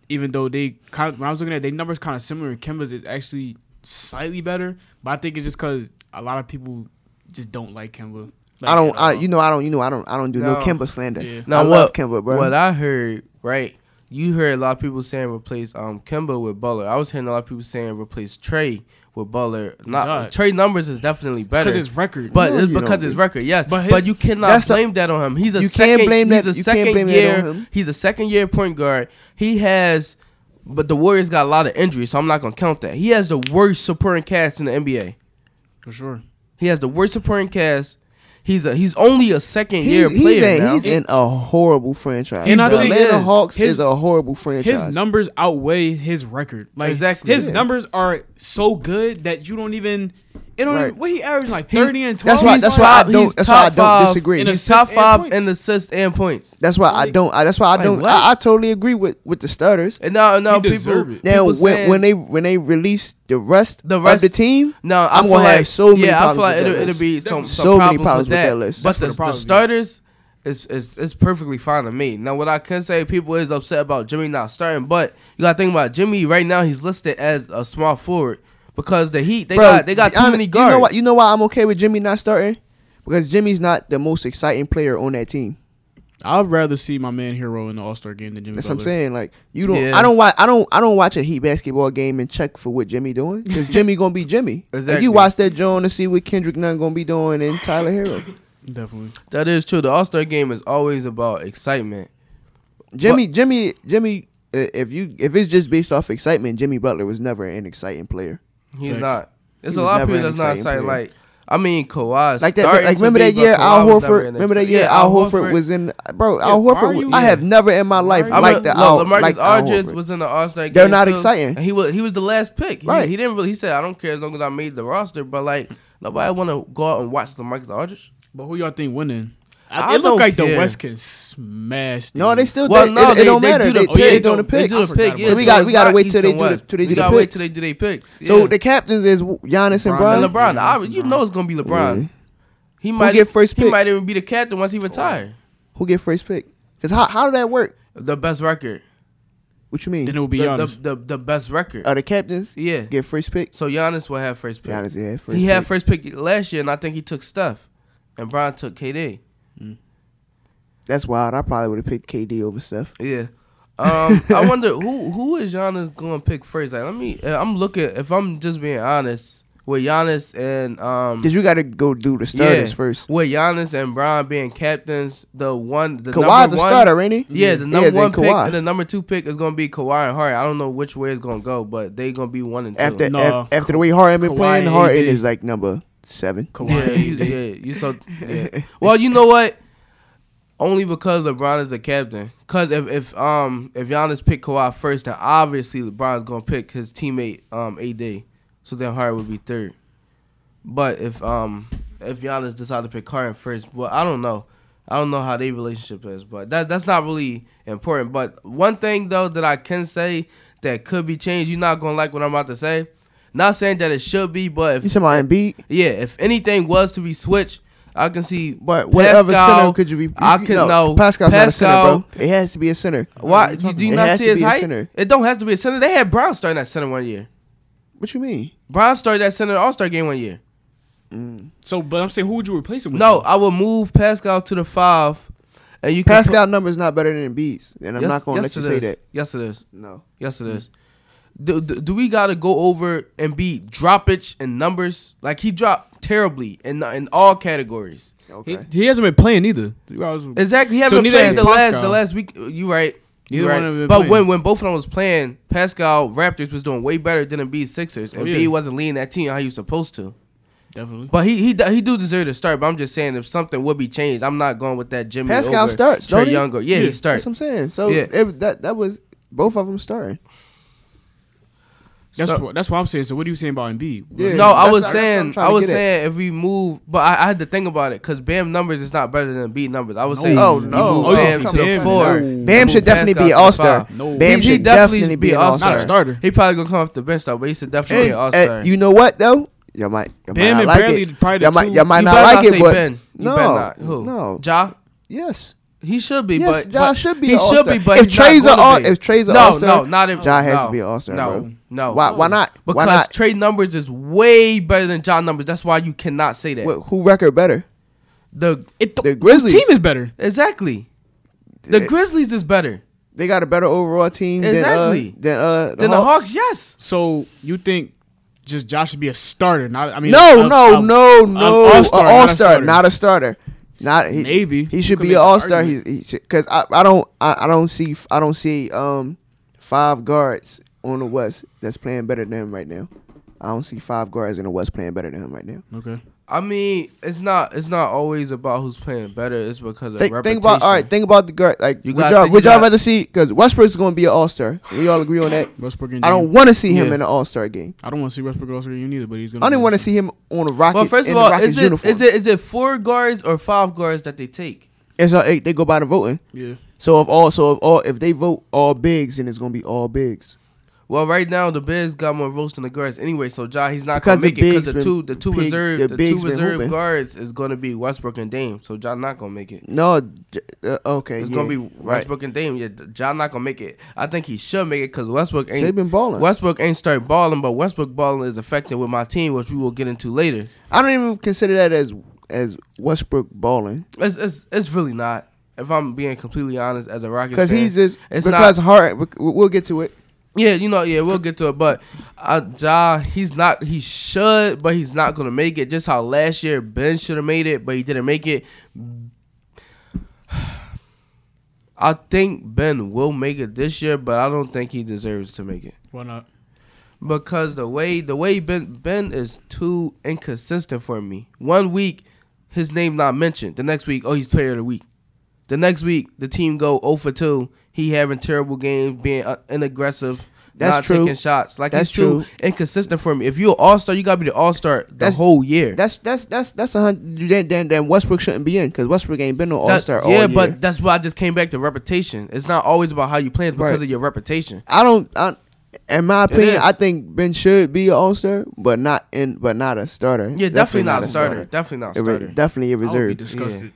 S3: Even though they kind of, when I was looking at their numbers kind of similar, and Kimba's is actually slightly better. But I think it's just because a lot of people just don't like Kimba. Like,
S2: I don't.
S3: at
S2: I,
S3: all.
S2: you know. I don't. You know. I don't. I don't do no,
S1: uh, No.
S2: Kimba slander.
S3: Yeah.
S2: I
S1: Now,
S2: love Kimba, bro.
S1: What I heard, right? You heard a lot of people saying replace um Kimba with Butler. I was hearing a lot of people saying replace Trey with Butler. Not
S3: God.
S1: Trey numbers is definitely better.
S3: because it's record.
S1: but
S2: No,
S1: it's
S2: you don't
S1: because his
S2: do.
S1: record, yes. But,
S3: But his-
S1: you cannot
S2: That's the-
S1: blame that on him. He's a
S2: You can't
S1: 2nd
S2: blame
S1: he's
S2: that-
S1: a
S2: you can't
S1: second
S2: blame that on
S1: year.
S2: him.
S1: He's a second year point guard. He has, but the Warriors got a lot of injuries, so I'm not gonna count that. He has the worst supporting cast in the NBA.
S3: for sure.
S1: He has the worst supporting cast. He's a he's only a second
S2: He-
S1: year
S2: he's
S1: player
S2: in,
S1: now.
S2: he's in a horrible franchise.
S3: And I
S2: the
S3: think
S2: Atlanta
S1: is-
S2: Hawks
S3: his-
S2: is a horrible franchise.
S3: His numbers outweigh his record. Like
S1: Exactly.
S3: his
S1: Yeah.
S3: numbers are so good that you don't even. It don't.
S2: Right.
S3: Even, what he averaged like
S1: He-
S3: thirty and twelve.
S2: That's why-
S1: He's
S2: that's why I
S1: top-
S2: don't-
S1: he's
S2: that's why I
S1: top
S2: don't
S1: five
S2: disagree.
S1: in
S3: In
S1: He's
S3: assists
S1: top
S3: and
S1: five
S3: points.
S1: in assists and points.
S2: That's why I don't. I, that's why I
S1: Like,
S2: don't.
S1: what?
S2: I, I totally agree with with the starters.
S1: And now, now
S3: He
S1: people,
S3: deserve it.
S2: Now
S1: people
S2: when
S1: saying-
S2: when they when they release the rest,
S1: The rest-
S2: of the team,
S1: no, I
S2: I'm
S1: feel
S2: gonna
S1: like,
S2: have so many
S1: Yeah, I feel
S2: problems
S1: like
S2: with
S1: it'll,
S2: that
S1: it'll be some,
S3: Definitely.
S1: some
S2: So many
S1: problems,
S2: problems
S1: with
S2: with
S1: that.
S2: that list.
S1: But
S3: That's
S1: the,
S3: what the
S1: the
S3: problem is.
S1: starters is, is is perfectly fine to me. Now, what I can say, people is upset about Jimmy not starting, but you got to think about Jimmy right now. He's listed as a small forward because the Heat they
S2: Bro,
S1: got they got
S2: be
S1: too
S2: honest-
S1: many guards.
S2: You know, why, you know why I'm okay with Jimmy not starting? Because Jimmy's not the most exciting player on that team.
S3: I'd rather see my man Hero in the All Star game than Jimmy.
S2: That's what I'm
S3: Butler.
S2: saying. Like you don't.
S1: Yeah.
S2: I don't watch. I don't. I don't watch a Heat basketball game and check for what Jimmy doing because Jimmy gonna be Jimmy. Like,
S1: Exactly.
S2: you watch that John and see what Kendrick Nunn gonna be doing and Tyler Hero.
S3: Definitely.
S1: that is true. The All Star game is always about excitement.
S2: Jimmy, Jimmy, Jimmy. uh, If you if it's just based off excitement, Jimmy Butler was never an exciting player.
S1: He's
S3: Facts.
S1: not. There's
S2: He
S1: a
S2: was
S1: lot of
S2: never
S1: people
S2: an
S1: that's not
S2: exciting
S1: excited.
S2: player.
S1: Like, I mean, Kawhi.
S2: Like that.
S1: starting
S2: Like
S1: to
S2: remember
S1: be,
S2: that
S1: but
S2: year
S1: Kawhi
S2: Al
S1: was never
S2: Horford.
S1: an
S2: Remember that
S1: exciting-
S2: year
S1: Yeah,
S2: Al Horford was in. Bro, Al
S3: why
S2: Horford.
S3: are you-
S2: I have never in my life
S3: I
S1: I
S2: liked
S1: mean,
S2: the Al.
S1: look, LaMarcus
S2: Like
S1: Aldridge
S2: Al
S1: was in the All Star game.
S2: They're not
S1: too,
S2: exciting.
S1: and he was he was the last pick. He-
S2: Right.
S1: He, didn't really. He said, "I don't care as long as I made the roster." But like nobody want to go out and watch LaMarcus Aldridge.
S3: But who y'all think winning?
S1: I
S3: it
S1: don't
S3: looked like the
S1: care.
S3: West can smash.
S2: No, they
S3: these.
S2: still.
S1: Well,
S2: they-
S1: no,
S2: it,
S1: they,
S2: it don't
S1: they
S2: matter.
S1: do the
S2: they,
S1: pick.
S2: they doing the
S1: They
S2: picks.
S1: do the pick.
S3: I
S1: Yeah, so
S3: forgot about
S2: we got-
S1: it's
S2: we gotta
S1: not
S2: wait till
S1: East
S2: they
S1: and
S2: do the-
S1: West.
S2: till they do
S1: We
S2: the
S1: gotta wait
S2: picks.
S1: till they do their picks.
S2: So
S1: yeah.
S2: the captains is Giannis and
S3: LeBron.
S1: And
S2: Bron.
S1: LeBron,
S3: Yeah,
S1: I, you
S3: LeBron.
S1: know it's gonna be LeBron.
S2: Yeah.
S1: He might
S2: get first
S1: He
S2: pick?
S1: might even be the captain once he retire.
S2: Who get first pick? Cause how how did that work?
S1: The best record.
S2: What you mean?
S3: Then it will be
S1: The, the,
S3: Giannis.
S1: the, the best record.
S2: Are the captains
S1: yeah.
S2: get first pick?
S1: So Giannis will have first pick.
S2: Uh, Giannis yeah, first
S1: he
S2: pick.
S1: had first pick last year, and I think he took Steph, and Brian took KD.
S2: That's wild. I probably would have picked KD over Steph.
S1: Yeah. Um, I wonder who who is Giannis going to pick first. Like, let me. uh, I'm looking. If I'm just being honest with Giannis and um,
S2: Cause you got to go do the starters first.
S1: with Giannis and Brian being captains, the one the
S2: Kawhi's
S1: number
S2: a
S1: one,
S2: starter, ain't he?
S1: Yeah, the number
S2: then
S1: one pick
S2: Kawhi.
S1: and the number two pick is going to be Kawhi and Harden. I don't know which way it's going to go, but they going to be one and two.
S2: after
S3: No.
S2: af- after the way Harden been
S3: Kawhi
S2: playing,
S3: and
S2: Harden
S3: AD.
S2: is like number seven.
S3: Kawhi.
S1: Yeah, you,
S3: AD.
S1: yeah, you so. Yeah. Well, you know what? Only because LeBron is a captain. Cause if if um if Giannis picked Kawhi first, then obviously LeBron's gonna pick his teammate um AD. So then Harden would be third. But if um if Giannis decided to pick Harden first, well I don't know. I don't know how their relationship is, but that that's not really important. But one thing though that I can say that could be changed, you're not gonna like what I'm about to say. Not saying that it should be, but if
S2: You talking about Embiid?
S1: yeah, if anything was to be switched, I can see.
S2: But what other center
S1: Pascal-
S2: could you be?
S1: I
S2: you
S1: can
S2: know,
S1: know
S2: Pascal's not a
S1: Pascal-
S2: center, bro. It has to be a center.
S1: Why do do you
S2: about? It
S1: not
S2: has
S1: see
S2: to
S1: his
S2: be a
S1: height?
S2: center.
S1: It don't have to be a center. They had Brown starting at center one year.
S2: What you mean?
S1: Brown started at center All Star game one year. Mm.
S3: So, but I'm saying, who would you replace him with?
S1: No,
S2: Mm-hmm.
S1: I will move Pascal to the five, and you can
S2: Pascal number is not better than Embiid's, and I'm
S1: Yes-
S2: not going to
S1: yes
S2: let you
S1: it
S2: say
S1: is.
S2: that. Mm-hmm.
S1: Yes, it is.
S2: No.
S1: Yes, it is. Do, do, do we gotta go over and be droppage in numbers? Like he dropped terribly in in all categories.
S2: Okay.
S3: he, he hasn't been playing either. I was-
S1: Exactly. He
S3: So
S1: haven't
S3: neither
S1: played
S3: has
S1: the last
S3: Pascal.
S1: the last week. uh, You right. You
S3: Neither one
S1: right.
S3: of them
S1: but
S3: playing.
S1: when when both of them was playing, Pascal Raptors was doing way better than Embiid Sixers, and
S3: Oh, yeah.
S1: B wasn't leading that team how he was supposed to.
S3: Definitely.
S1: But he he do- he do deserve to start. But I'm just saying if something would be changed, I'm not going with that Jimmy.
S2: Pascal
S1: over
S2: starts,
S1: Trey
S2: don't he?
S1: Young. Go. Yeah, he
S3: Yeah,
S1: starts.
S2: That's what I'm saying. So
S1: Yeah.
S2: it, that that was both of them starting.
S3: That's
S1: So-
S3: what that's what I'm saying. So, what are you saying about Embiid?
S2: Yeah.
S1: no, I was
S2: That's what- that's what I'm
S1: saying
S2: trying
S1: I
S2: to
S1: was
S2: get at.
S1: saying if we move, but I, I had to think about it because Bam numbers is not better than Embiid numbers. I was
S3: No.
S1: saying
S2: Oh,
S1: you
S2: no.
S1: move
S2: Oh,
S3: yeah,
S1: Bam to the
S3: Bam.
S1: four.
S3: No.
S1: you
S2: Bam
S1: move
S2: should
S1: Pascal
S2: definitely be
S1: to
S2: an
S1: the
S2: all-star.
S1: five.
S3: No,
S2: Bam
S1: he,
S2: should
S1: he definitely,
S2: definitely
S1: should
S2: be
S1: be
S2: an
S1: an all star.
S3: Not a starter.
S1: He probably gonna come off the bench though, but he should definitely be
S2: And,
S1: an all star.
S2: and you know what though? Y'all might, y'all might
S3: Bam
S2: not
S3: and
S2: like
S3: Bradley
S2: it.
S3: probably the
S2: Y'all might,
S3: two-
S2: y'all might
S1: You
S2: not
S1: better
S2: like it,
S1: say
S2: but
S1: Ben. You
S2: no,
S1: better not. Who?
S2: no,
S1: Ja.
S2: yes,
S1: He should be,
S2: yes,
S1: but
S2: Ja
S1: but-
S2: should be.
S1: He
S2: an
S1: should
S2: all-star.
S1: be, but
S2: if
S1: he's not
S2: Trey's
S1: gonna
S2: a all,
S1: be.
S2: if Trey's an
S1: no,
S2: all-star,
S1: no, not if
S2: Ja has
S1: no,
S2: to be an all-star,
S1: No,
S2: bro.
S1: no.
S2: Why, why not? why
S1: Because
S2: not?
S1: Trey numbers is way better than John numbers. That's why you cannot say that.
S2: Wh- who record better?
S1: the
S3: It,
S2: The Grizzlies.
S3: team is better.
S1: exactly. The Grizzlies is better
S2: They got a better overall team
S1: Exactly.
S2: than uh, than uh, the
S1: than the Hawks. Yes.
S3: So you think just Josh should be a starter? Not I mean
S2: No,
S3: a-
S2: no,
S3: a-
S2: no,
S3: a-
S2: no. All
S3: all-star,
S2: star,
S3: not a starter.
S2: not a starter. Not he,
S3: Maybe.
S2: he should
S3: Could
S2: be
S3: make
S2: an
S3: an
S2: all star. He
S3: argument.
S2: because I, I don't I, I don't see I don't see um five guards on the West that's playing better than him right now. I don't see five guards in the West playing better than him right now.
S3: Okay.
S1: I mean, it's not it's not always about who's playing better. It's because of
S2: Think,
S1: repetition.
S2: think about all right. Think about the guard. Like
S1: You
S2: would
S1: gotta
S2: y'all
S1: think-
S2: would
S1: you
S2: y'all
S1: gotta-
S2: rather see because Westbrook's going to be an all star. We all agree on that.
S3: Westbrook. And
S2: I don't want to see him
S1: Yeah.
S2: in an all star game.
S3: I don't want to see Westbrook also you neither, but he's gonna.
S2: I don't
S3: be-
S2: want to see him on a Rockets.
S1: Well, first of
S2: in
S1: all,
S2: the Rockets
S1: is it
S2: uniform.
S1: is it is it four guards or five guards that they take?
S2: It's uh, they go by the voting.
S3: Yeah.
S2: So if all so if all if they vote all bigs, then it's gonna be all bigs.
S1: Well, right now the bigs got more votes than the guards anyway, so Ja he's not
S2: Because
S1: gonna make
S2: the
S1: it because
S2: bigs
S1: the
S2: been
S1: two the two
S2: big-
S1: reserve the,
S2: the
S1: two
S2: bigs been
S1: reserve
S2: hooping.
S1: guards is gonna be Westbrook and Dame, so Ja not gonna make it.
S2: No, j- uh, okay,
S1: It's
S2: yeah,
S1: gonna be
S2: right.
S1: Westbrook and Dame. Yeah, Ja not gonna make it. I think he should make it because Westbrook
S2: So they've
S1: ain't
S2: been balling.
S1: Westbrook ain't start balling, but Westbrook balling is affecting with my team, which we will get into later.
S2: I don't even consider that as as Westbrook balling
S1: It's it's, it's really not. If I'm being completely honest, as a Rockets
S2: because
S1: fan.
S2: he's just
S1: It's
S2: because hard. We'll get to it.
S1: Yeah, you know, yeah, we'll get to it. But uh, Ja, he's not, he should, but he's not going to make it. Just how last year Ben should have made it, but he didn't make it. I think Ben will make it this year, but I don't think he deserves to make it
S3: Why not?
S1: because the way the way Ben Ben is too inconsistent for me. One week, his name not mentioned. The next week, oh, he's player of the week. oh The next week, the team go 0 for 2. He having terrible games, being uh, inaggressive,
S2: That's
S1: not
S2: true.
S1: taking shots. Like
S2: That's
S1: he's too
S2: true.
S1: inconsistent for me. If you're an all star, you gotta be the all star the
S2: That's-
S1: whole year.
S2: That's that's that's that's a hundred. Then, then then Westbrook shouldn't be in because Westbrook ain't been no
S1: That-
S2: All Star.
S1: yeah,
S2: all year.
S1: but that's why I just came back to reputation. It's not always about how you play, it's because
S2: Right.
S1: of your reputation.
S2: I don't. I, in my
S1: It
S2: opinion,
S1: is.
S2: I think Ben should be an All Star, but not in, but not a starter.
S1: Yeah, definitely, not a starter. Definitely not a
S2: A re-
S1: starter.
S2: Definitely a
S3: I would be
S2: reserve.
S3: disgusted.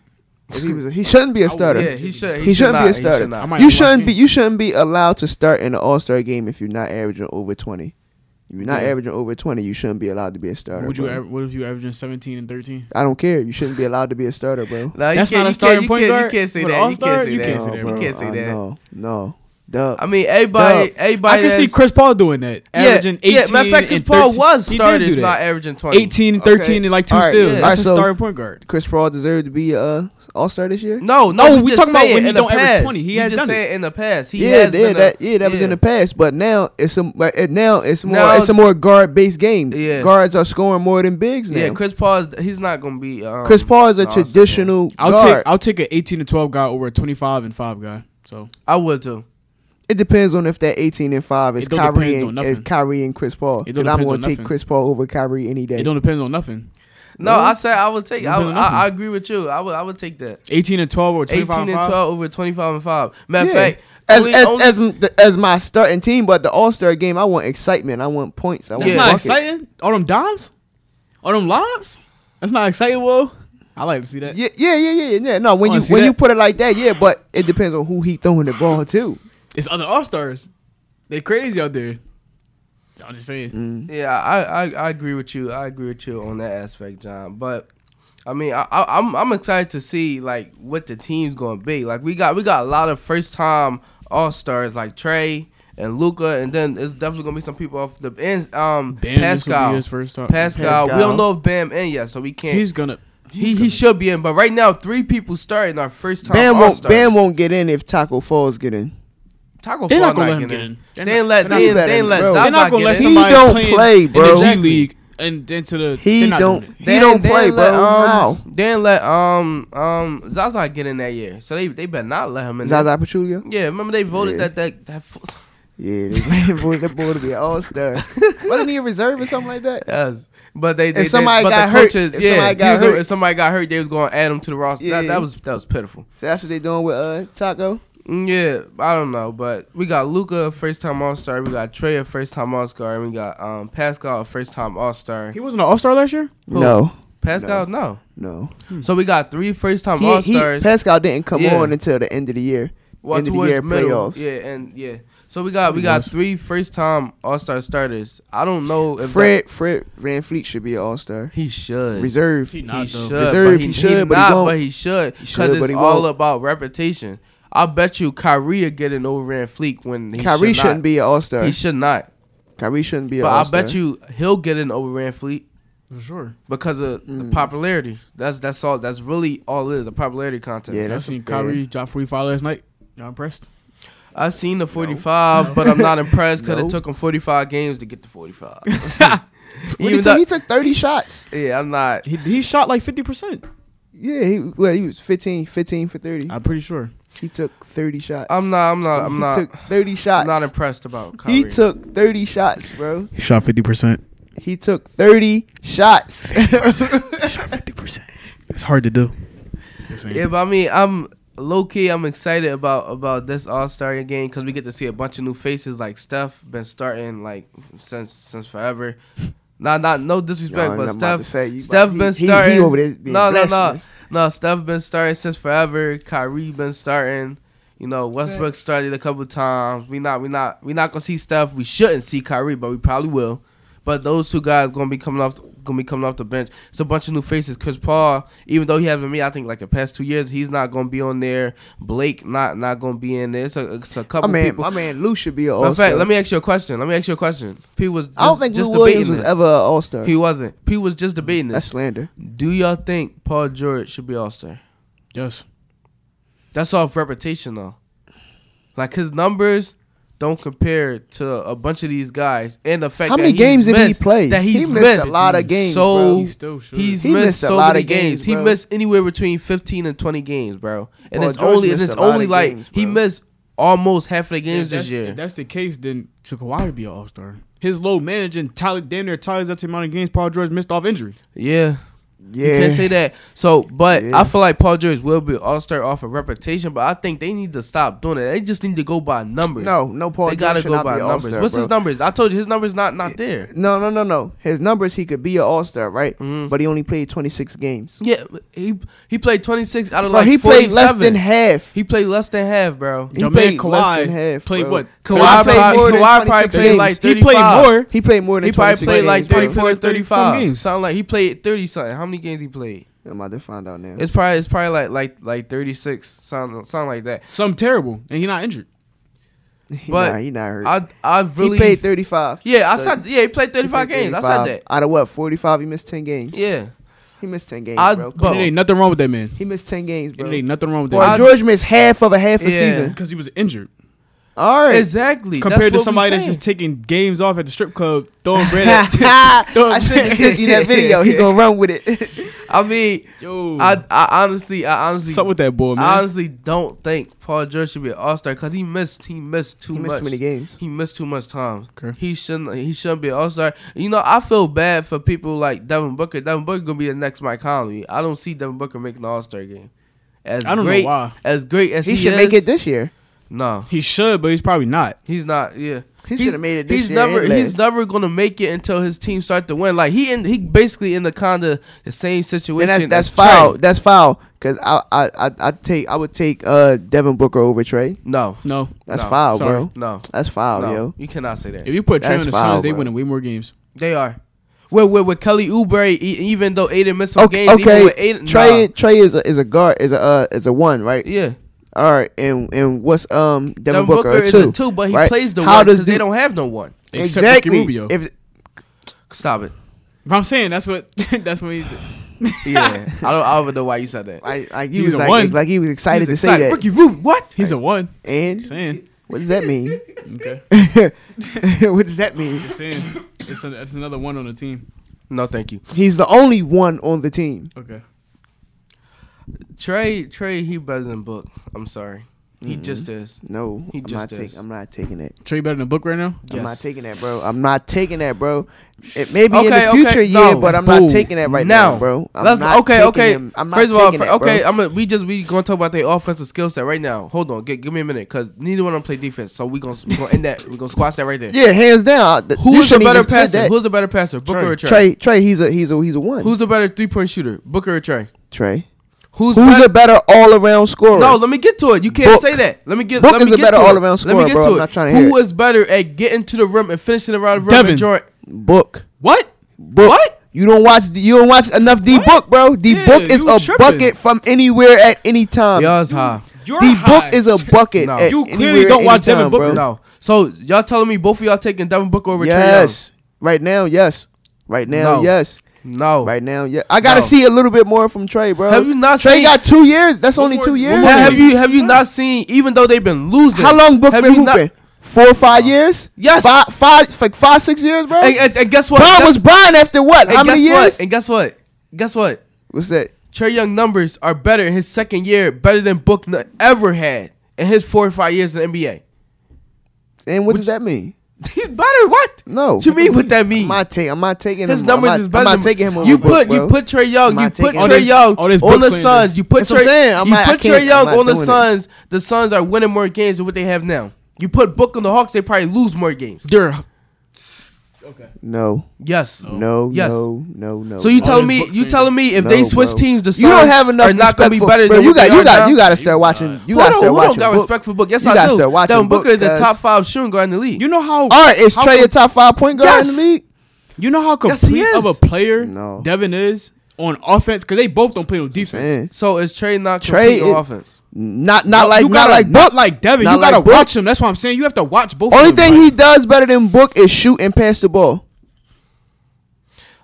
S2: If he, was a- he shouldn't be a
S3: would-
S2: starter.
S1: Yeah, he should.
S2: He shouldn't be a
S1: not. should
S2: starter.
S1: not.
S3: I might
S2: you
S3: watch
S2: shouldn't be.
S3: him.
S2: You shouldn't be allowed to start in an All Star game if you're not averaging over twenty. If you're not
S1: Yeah.
S2: averaging over twenty, you shouldn't be allowed to be a starter.
S3: Would you?
S2: bro.
S3: Ever, what if you averaging seventeen and thirteen?
S2: I don't care. You shouldn't be allowed to be a starter, bro.
S1: Nah, you can't-
S3: That's not a
S1: you can't-
S3: starting
S1: you
S3: point
S1: can't-
S3: guard?
S1: You can't say
S3: For the
S1: that. You
S3: all-star?
S1: can't say
S3: You
S1: that.
S3: can't say that,
S1: You
S3: bro.
S1: can't say
S2: I
S1: that.
S2: No, no. Duh.
S1: I mean, everybody,
S2: Dub.
S1: everybody.
S3: I can see
S1: that's-
S3: Chris Paul doing that. Averaging
S1: yeah,
S3: 18
S1: yeah. Matter of fact, Chris
S3: and
S1: Paul
S3: 13.
S1: was
S3: He did
S1: started,
S3: do
S1: not
S3: that.
S1: averaging twenty.
S3: 18 and 13
S2: Okay.
S3: and like two
S2: All right,
S3: steals.
S1: yeah.
S3: That's
S2: All right, so-
S3: a starting point guard.
S2: Chris Paul deserved to be uh All Star this year.
S1: No, no.
S3: Oh,
S1: we
S3: we
S1: just
S3: talking about
S1: say it
S3: when he
S1: in the
S3: don't average
S1: past.
S3: 20. He
S1: We
S3: has
S1: just
S3: done
S1: say it in the past. He
S2: yeah,
S1: has
S2: yeah,
S1: been a-
S2: that yeah, that was in the past, but now it's some like, it, now it's more
S1: Now-
S2: it's a more guard based game.
S1: Yeah.
S2: guards are scoring more than bigs now.
S1: Yeah,
S2: Chris,
S1: Chris Paul. is- He's not gonna be. Um,
S2: Paul is a
S1: no, I'm sorry.
S2: traditional
S3: I'll
S2: guard.
S3: take I'll take an 18 and 12 guy over a 25 and 5 guy. So
S1: I would too.
S2: it depends on if that eighteen and five is
S3: It don't
S2: Kyrie
S3: depends on
S2: and,
S3: nothing.
S2: is Kyrie and Chris Paul.
S3: It
S2: Because
S3: don't
S2: I'm
S3: depends
S2: gonna
S3: on
S2: take
S3: nothing.
S2: Chris Paul over Kyrie any day.
S3: it don't depend on nothing.
S1: No, I said I would take. I,
S3: Depends on nothing.
S1: I, I agree with you. I would. I would take that.
S3: 18 and 12 or 25
S1: 18 and 12 over 25 and 5. Matter of
S2: Yeah.
S1: fact,
S2: As,
S1: only-
S2: as,
S1: only-
S2: as, m- the- as my starting team, but the All Star game, I want excitement. I want points. I
S3: That's
S2: want
S1: Yeah.
S3: not
S2: buckets.
S3: exciting. All them dimes? All them lobs? That's not exciting, whoa. I like to see that.
S2: Yeah, yeah, yeah, yeah, yeah. No, when you
S3: Wanna see
S2: when
S3: that?
S2: you put it like that, yeah, but it depends on who he throwing the ball to.
S3: It's other All Stars. They crazy out there. I'm just saying.
S2: Mm.
S1: yeah, I, I I agree with you. I agree with you on that aspect, John. But I mean, I, I I'm I'm excited to see like what the team's going to be. Like we got we got a lot of first time all-stars like Trey and Luca and then it's definitely going to be some people off the end um
S3: Bam, this will
S1: Pascal.
S3: be his first time.
S1: Pascal. We
S2: Pascal.
S1: don't know if Bam in yet, so we can't.
S3: He's gonna.
S1: he he should be in, but right now three people starting our first time
S2: Bam won't
S1: all-stars.
S2: Bam won't get in if Taco Falls get in.
S1: Taco
S3: They're not
S1: Fall
S3: gonna
S1: not
S3: let him
S1: getting in.
S3: get in.
S1: They
S3: They're
S1: ain't
S3: not-
S1: let
S2: they're
S1: they ain't
S2: not
S1: they ain't let
S2: gonna
S1: Zaza
S3: They're not gonna
S1: get
S3: let
S1: in.
S2: He
S3: somebody
S2: don't
S3: play
S2: play,
S3: in-
S2: bro.
S3: In the G
S1: Exactly.
S3: League and into the.
S2: He
S3: they're not doing
S2: don't
S3: it.
S2: he don't
S1: they
S2: play,
S1: ain't let,
S2: bro.
S1: um,
S2: How?
S1: They didn't let um um Zaza get in that year, so they they better not let him in. there.
S2: Zaza Pachulia?
S1: Yeah, remember they voted
S2: Yeah.
S1: that that that. F-
S2: Yeah, they voted that boy to be an all star. Wasn't he a reserve or something like that?
S1: yes. But they, they
S2: If somebody
S1: they, but
S2: got
S1: the
S2: hurt-
S1: coaches,
S2: if
S1: yeah,
S2: somebody
S1: he
S2: got
S1: was-
S2: hurt-
S1: if somebody got hurt, they was going to add him to the roster. That,
S2: Yeah.
S1: that was that was pitiful.
S2: So that's what they doing with uh Taco.
S1: Mm, Yeah, I don't know, but we got Luca, first time All Star. We got Trey, a first time All Star. And we got um Pascal, a first time All Star.
S3: He wasn't an All Star last year.
S1: Who?
S2: No,
S1: Pascal, no.
S2: no. Hmm.
S1: So we got three first time
S2: He,
S1: All
S2: he
S1: Stars.
S2: Pascal didn't come
S1: Yeah.
S2: on until the end of the year.
S1: well,
S2: end of the
S1: towards
S2: year
S1: middle,
S2: playoffs.
S1: yeah, and yeah. So we got we got three first time All Star starters. I don't know if
S2: Fred Fred Van Fleet should be an all star.
S1: that, he should.
S2: Reserve.
S3: He
S1: He
S3: not
S1: should,
S3: though.
S2: Reserve,
S1: but he,
S2: he should, but he
S1: not,
S2: won't.
S1: but he should,
S2: He should,
S1: because
S2: but
S1: it's
S2: he
S1: all
S2: won't.
S1: about reputation. I bet you Kyrie will get an over Van Fleek when he
S2: Kyrie
S1: should
S2: shouldn't
S1: not.
S2: be an all star.
S1: He should not.
S2: Kyrie shouldn't be an
S1: But
S2: all
S1: I
S2: star.
S1: bet you he'll get an over Van Fleek
S3: For sure.
S1: because of the
S2: Mm.
S1: popularity. That's that's all. That's really all it is. The popularity contest.
S2: Yeah,
S3: I
S2: that's
S3: seen
S2: a bad-
S3: Kyrie drop 45 last night. Y'all impressed?
S1: I've seen the 45, but I'm not impressed because
S2: No.
S1: it took him 45 games to get to 45.
S2: When
S1: Even
S2: he,
S1: though,
S2: took, he took thirty shots.
S1: yeah, I'm not.
S3: He, he shot like 50. percent
S2: Yeah, he well he was 15, 15 for thirty.
S3: I'm pretty sure.
S2: He took thirty shots.
S1: I'm not. I'm not. I'm
S2: he
S1: not.
S2: took thirty shots.
S1: I'm not impressed about Kyrie.
S2: he took thirty shots, bro.
S3: He shot 50 percent.
S2: He took thirty shots.
S3: Shot 50 percent. It's hard to do.
S1: Yeah, but I mean, I'm low key. I'm excited about about this All Star game because we get to see a bunch of new faces. Like Steph, been starting like since since forever. Not not no disrespect,
S2: Y'all, I'm
S1: but
S2: about to
S1: Steph.
S2: say, you
S1: Steph
S2: about-
S1: been
S2: he- he-
S1: starting.
S2: He, over there being
S1: No, no, no,
S2: blasphemous.
S1: no. Steph been starting since forever. Kyrie been starting. You know, Westbrook started a couple times. We not we not we not gonna see Steph. We shouldn't see Kyrie, but we probably will. But those two guys gonna be coming off gonna be coming off the bench. It's a bunch of new faces. Chris Paul, even though he hasn't been, I think like the past two years, he's not gonna be on there. Blake not not gonna be in there. It's a, it's a
S2: My
S1: couple
S2: man,
S1: people.
S2: my man, Lou should be an all
S1: Matter of
S2: star.
S1: fact, let me ask you a question. Let me ask you a question. P was just,
S2: I don't think
S1: just
S2: Lou Williams
S1: debating
S2: was
S1: this.
S2: ever an all star.
S1: He wasn't. P was just debating
S2: That's
S1: this.
S2: slander.
S1: Do y'all think Paul George should be All Star?
S3: Yes.
S1: That's off reputation though. Like his numbers don't compare to a bunch of these guys, and the fact
S2: How
S1: that
S2: many
S1: he's
S2: games did he
S1: missed-
S2: play?
S1: That he's
S2: he missed,
S1: missed,
S2: a lot of games.
S1: So
S2: bro.
S3: still should.
S1: He's
S2: He
S1: missed,
S2: missed a
S1: so
S2: lot
S1: many
S2: of
S1: games.
S2: games,
S1: He
S2: bro.
S1: missed anywhere between 15 and 20 games, bro. And
S2: Paul
S1: it's
S2: George
S1: only
S2: missed
S1: and it's
S2: a lot
S1: only
S2: of
S1: like
S2: games,
S1: he
S2: bro.
S1: missed almost half of the games
S3: if
S1: this
S3: that's-
S1: year.
S3: If that's the case, then should Kawhi be an All Star? His low managing tally damn near tallies up to the amount of games Paul George missed off injury.
S1: yeah.
S2: Yeah.
S1: You can't say that. So, but
S2: Yeah.
S1: I feel like Paul George will be all star off of reputation, but I think they need to stop doing it. They just need to go by numbers.
S2: No, no, Paul.
S1: they gotta
S2: George should
S1: go
S2: not
S1: by
S2: be an
S1: numbers.
S2: all-star,
S1: What's
S2: bro.
S1: his numbers? I told you his numbers not not there.
S2: No, no, no, no. His numbers, he could be an all star, right?
S1: Mhm.
S2: But he only played 26 games.
S1: Yeah, he he played twenty six out of
S2: Bro,
S1: like
S2: he played less
S1: 47.
S2: than half.
S1: He played less than half, bro.
S2: He
S3: Your
S2: played
S3: man
S2: less than half,
S3: played
S2: bro.
S3: what?
S1: Kawhi,
S2: played
S1: probably-
S2: more than
S1: Kawhi probably
S2: 26
S1: played
S2: games.
S1: like
S3: He
S1: 35.
S3: played more.
S2: He played more than
S1: He probably
S2: 26
S1: played like
S2: games, bro.
S1: 34,
S3: Like 30 some
S1: 35.
S3: games.
S1: Sound like he played 30 something. How many games he played?
S2: I'm about to find out now.
S1: It's probably it's probably like like like 36 sound sound like that.
S3: Some terrible, and he not injured.
S1: but
S2: nah, he not hurt.
S1: I I really
S2: he played 35.
S1: Yeah, I
S2: So
S1: said yeah, he played 35
S2: He played
S1: games. I
S2: 35.
S1: said that.
S2: Out of what? 45. He missed 10 games.
S1: Yeah.
S2: He missed 10 games,
S1: I-
S2: bro. Come
S1: but-
S2: on.
S3: And it ain't nothing wrong with that man.
S2: He missed 10 games,
S3: And
S2: Oh. bro.
S3: it ain't nothing wrong with
S2: Boy,
S1: I-
S3: that man.
S2: George missed half of a half a
S1: Yeah.
S2: season.
S3: Because he was injured.
S2: All right.
S1: Exactly.
S3: Compared to
S1: That's what we
S3: somebody that's
S1: saying.
S3: just taking games off at the strip club, throwing bread at throwing
S2: I should have
S3: bread-
S2: sent you that video. He gonna run with it.
S1: I mean,
S3: Yo,
S1: I I honestly I honestly
S3: something with that boy, man.
S1: I honestly don't think Paul George should be an All Star because he missed he missed too
S2: he missed
S1: much.
S2: too many games.
S1: He missed too much time.
S3: Okay.
S1: He shouldn't. He shouldn't be an all star. You know, I feel bad for people like Devin Booker. Devin Booker gonna be the next Mike Conley. I don't see Devin Booker making the all star game. As
S3: I don't know
S1: great,
S3: why.
S1: As great as
S2: He,
S1: he,
S2: should
S1: is,
S2: make it this year.
S1: no,
S3: he should, but he's probably not.
S1: he's not. Yeah,
S2: He
S1: He's-
S2: should have made it this
S1: he's
S2: year.
S1: never.
S2: and
S1: He's
S2: last.
S1: never gonna make it until his team start to win. Like he in. He basically in the kind of the same
S2: And
S1: situation. as
S2: that's, that's foul.
S1: Trey.
S2: That's foul. Cause I I I I'd take I would take uh Devin Booker over Trey.
S1: No,
S3: No,
S2: That's
S1: No,
S2: foul,
S3: sorry.
S2: bro.
S1: no,
S2: That's foul,
S1: no.
S2: Oh, yo.
S1: You cannot say that.
S3: if you put Trey
S2: That's
S3: on the
S2: foul,
S3: Suns, they
S2: bro.
S3: winning way more games.
S1: They are. With with, with Kelly Oubre, e- even though Aiden missed some
S2: Okay,
S1: games, even
S2: okay.
S1: with Aiden,
S2: Trey
S1: nah.
S2: Trey is a, is a guard is a uh, is a one right.
S1: yeah.
S2: All right, and and what's um Devin,
S1: Devin
S2: Booker, a
S1: is
S2: two?
S1: a two, but he
S2: right?
S1: plays the
S2: How
S1: one
S2: does
S1: because they
S2: the-
S1: don't have no one.
S3: Except Ricky Rubio.
S2: If
S1: Stop it.
S3: But I'm saying that's what that's what he.
S1: Yeah, I don't. I don't even know why you said that.
S2: like, like he,
S3: He
S2: was,
S3: was
S2: like,
S3: a one.
S2: like he was
S1: He was
S2: excited to
S1: excited.
S2: say that.
S1: Ricky Rubio, what?
S3: He's a one.
S2: And
S3: Saying
S2: what does that mean?
S3: okay,
S2: what does that mean?
S3: just saying it's, a, it's another one on the team.
S1: No, thank you.
S2: He's the only one on the team.
S3: Okay,
S1: Trey, Trey, he better than Book. I'm sorry, he
S2: Mm-hmm.
S1: just is.
S2: No,
S1: He
S2: I'm
S1: just
S2: not
S1: is.
S2: taking. I'm not taking it.
S3: Trey better than Book right now.
S1: Yes.
S2: I'm not taking that, bro. I'm not taking that, bro. It may be
S1: Okay,
S2: in the
S1: okay,
S2: future, yeah,
S1: no.
S2: but I'm not
S3: Boom.
S2: taking that right now,
S1: Now,
S2: bro. I'm
S1: Let's
S2: not
S1: okay,
S2: taking
S1: okay.
S2: him. I'm not
S1: First of all,
S2: taking
S1: fir-
S2: that, bro.
S1: okay, uh, I'm gonna we just we gonna talk about their offensive skill set right now. Hold on, gi- give me a minute because neither one of them play defense, so we gonna we gonna end that. We gonna squash that right there.
S2: Yeah, hands down. Th- you
S1: Who's a
S2: shouldn't
S1: better
S2: even said
S1: passer?
S2: that.
S1: Who's a better passer, Booker
S3: Trey.
S1: or Trey?
S2: Trey? Trey, he's a he's a he's a one.
S1: Who's a better three point shooter, Booker or Trey?
S2: Trey?
S1: Who's,
S2: Who's
S1: better?
S2: a better all around scorer?
S1: No, let me get to it. You can't
S2: Book.
S1: say that. Let me get.
S2: Book
S1: let me
S2: is a
S1: get
S2: better
S1: to it.
S2: all-around
S1: Let
S2: scorer,
S1: me get
S2: bro.
S1: to
S2: I'm
S1: it.
S2: not trying to
S1: Who
S2: hear it.
S1: is better at getting to the rim and finishing around the rim?
S3: Devin.
S1: And drawing?
S2: book.
S3: What?
S2: Book.
S3: What?
S2: You don't watch. You don't watch enough D book, bro. D
S3: Yeah,
S2: book is
S3: you
S2: a
S3: tripping.
S2: bucket from anywhere at any time.
S1: Y'all's high.
S3: Your
S2: D book is a bucket.
S1: No.
S2: at
S3: You
S2: anywhere
S3: clearly
S2: at
S3: don't
S2: any
S3: watch Devin
S2: time, bro.
S3: Booker,
S1: No. So y'all telling me both of y'all taking Devin Booker over
S2: Yes. Right now, yes. Right now,
S1: No.
S2: yes.
S1: Trey Young? No.
S2: Right now, yeah. I gotta
S1: No.
S2: see a little bit more from Trey, bro.
S1: Have you not
S2: Trey
S1: seen-
S2: got two years. That's only
S3: more-
S2: two
S3: one
S2: years.
S3: more
S1: Ha- Have
S3: Really?
S1: you have you not seen? Even though they've been losing,
S2: How long Book
S1: have
S2: been
S1: you not-
S2: hooping? Four or five years?
S1: Yes.
S2: Five, five, like five, six years, bro.
S1: And, and- and guess what?
S2: Brian
S1: Guess-
S2: was Brian after what?
S1: and
S2: How
S1: guess
S2: many years?
S1: What? And guess what? Guess what?
S2: What's that?
S1: Trey Young numbers are better in his second year, better than Book n- ever had in his four or five years in the NBA.
S2: And what does that mean?
S1: He's better. What?
S2: No.
S1: What you mean? What that mean?
S2: I'm not, take, I'm not taking
S1: His
S2: him.
S1: numbers
S2: I'm not,
S1: is better.
S2: I'm
S1: than-
S2: not taking him. Over
S1: you
S2: Book,
S1: put
S2: bro.
S1: you put Trey
S2: I'm
S1: Young, you
S2: not
S1: put
S2: taking him.
S1: Trey
S3: All this-
S1: Young
S3: all this
S1: on
S3: Book
S1: the
S3: slander.
S1: Suns. You put
S2: That's what
S1: Trey
S2: I'm saying. I'm
S1: you
S2: not- I
S1: put Trey
S2: can't- I'm
S1: Young
S2: not
S1: on the
S2: doing it.
S1: Suns. The Suns are winning more games than what they have now. You put Book on the Hawks, they probably lose more games.
S3: They're okay.
S2: No,
S1: Yes.
S2: no,
S1: Yes.
S2: no, no, no.
S1: So you
S3: All
S1: telling
S3: this
S1: me
S3: Book
S1: you
S3: slander.
S1: telling me if
S2: No,
S1: they switch
S2: bro.
S1: teams, the Suns
S2: you don't have enough.
S1: are not
S2: going
S1: gonna be
S2: to
S1: better
S2: bro,
S1: than
S2: you
S1: what
S2: got.
S1: they
S2: You
S1: are
S2: got.
S1: now?
S2: You got to start watching. You got
S1: Hold on,
S2: to start
S1: who don't
S2: watching.
S1: got
S2: Book.
S1: respect for Book? Yes,
S2: You
S1: I
S2: gotta
S1: do.
S2: start watching
S1: Devin Booker
S2: Book,
S1: is the
S2: cuz-
S1: top five shooting guard in the league.
S3: You know how?
S2: All right, is
S3: how
S2: Trey a
S3: com-
S2: top five point guard in
S1: Yes.
S2: the league?
S3: You know how
S1: Yes, he
S3: complete of a
S1: is.
S3: player
S2: No.
S3: Devin is on offense because they both don't play on defense.
S2: Man,
S1: so is Trey not
S2: Trey
S1: Trey on
S2: is-
S1: offense?
S2: not not
S3: You
S2: like
S3: gotta-
S2: not like
S3: not
S2: Book.
S3: like Devin.
S2: Not
S3: you gotta
S2: like Book.
S3: watch him. That's what I'm saying. You have to watch both.
S2: Only
S3: of them,
S2: thing
S3: like-
S2: he does better than Book is shoot and pass the ball.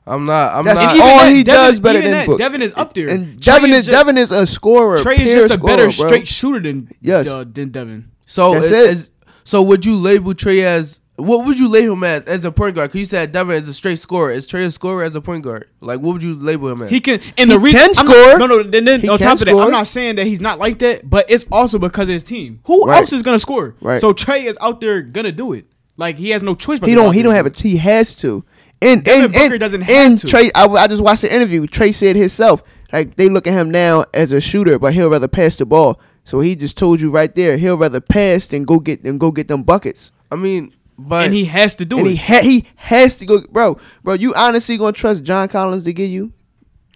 S1: I'm not. I'm
S2: That's
S1: not.
S2: all
S3: that
S2: he
S3: Devin-
S2: does better
S3: even
S2: than
S3: that,
S2: Book.
S3: Devin is up there.
S2: And
S3: Trey
S2: Devin is
S3: just-
S2: Devin is a scorer.
S3: Trey is
S2: pure
S3: just a better
S2: scorer, bro.
S3: straight shooter than
S2: Yes.
S3: uh, than Devin.
S1: So
S2: That's
S1: is,
S2: it.
S1: is- so would you label Trey as What would you label him as as a point guard? Because you said Devin is a straight scorer. Is Trey a scorer as a point guard? Like, what would you label him as?
S3: He can and
S2: He
S3: the reason
S2: can
S3: I'm
S2: score.
S3: Not, no, no. Then, then
S2: He
S3: on
S2: can
S3: top of that,
S2: score.
S3: I'm not saying that he's not like that, but it's also because of his team. Who
S2: Right.
S3: else is gonna score?
S2: Right.
S3: So Trey is out there gonna do it. Like he has no choice. But
S2: He
S3: to go out
S2: don't. He
S3: there
S2: don't have
S3: and
S2: a. He has to. And
S3: Devin
S2: and,
S3: Booker
S2: and,
S3: doesn't have
S2: and
S3: to.
S2: Trey, I, I just watched the interview. Trey said himself, like they look at him now as a shooter, but he'll rather pass the ball. So he just told you right there, he'll rather pass than go get than go get them buckets.
S1: I mean,
S3: do it.
S1: but
S3: and he has to do
S2: and
S3: it.
S2: he ha- he has to go, bro, bro. You honestly gonna trust John Collins to get you?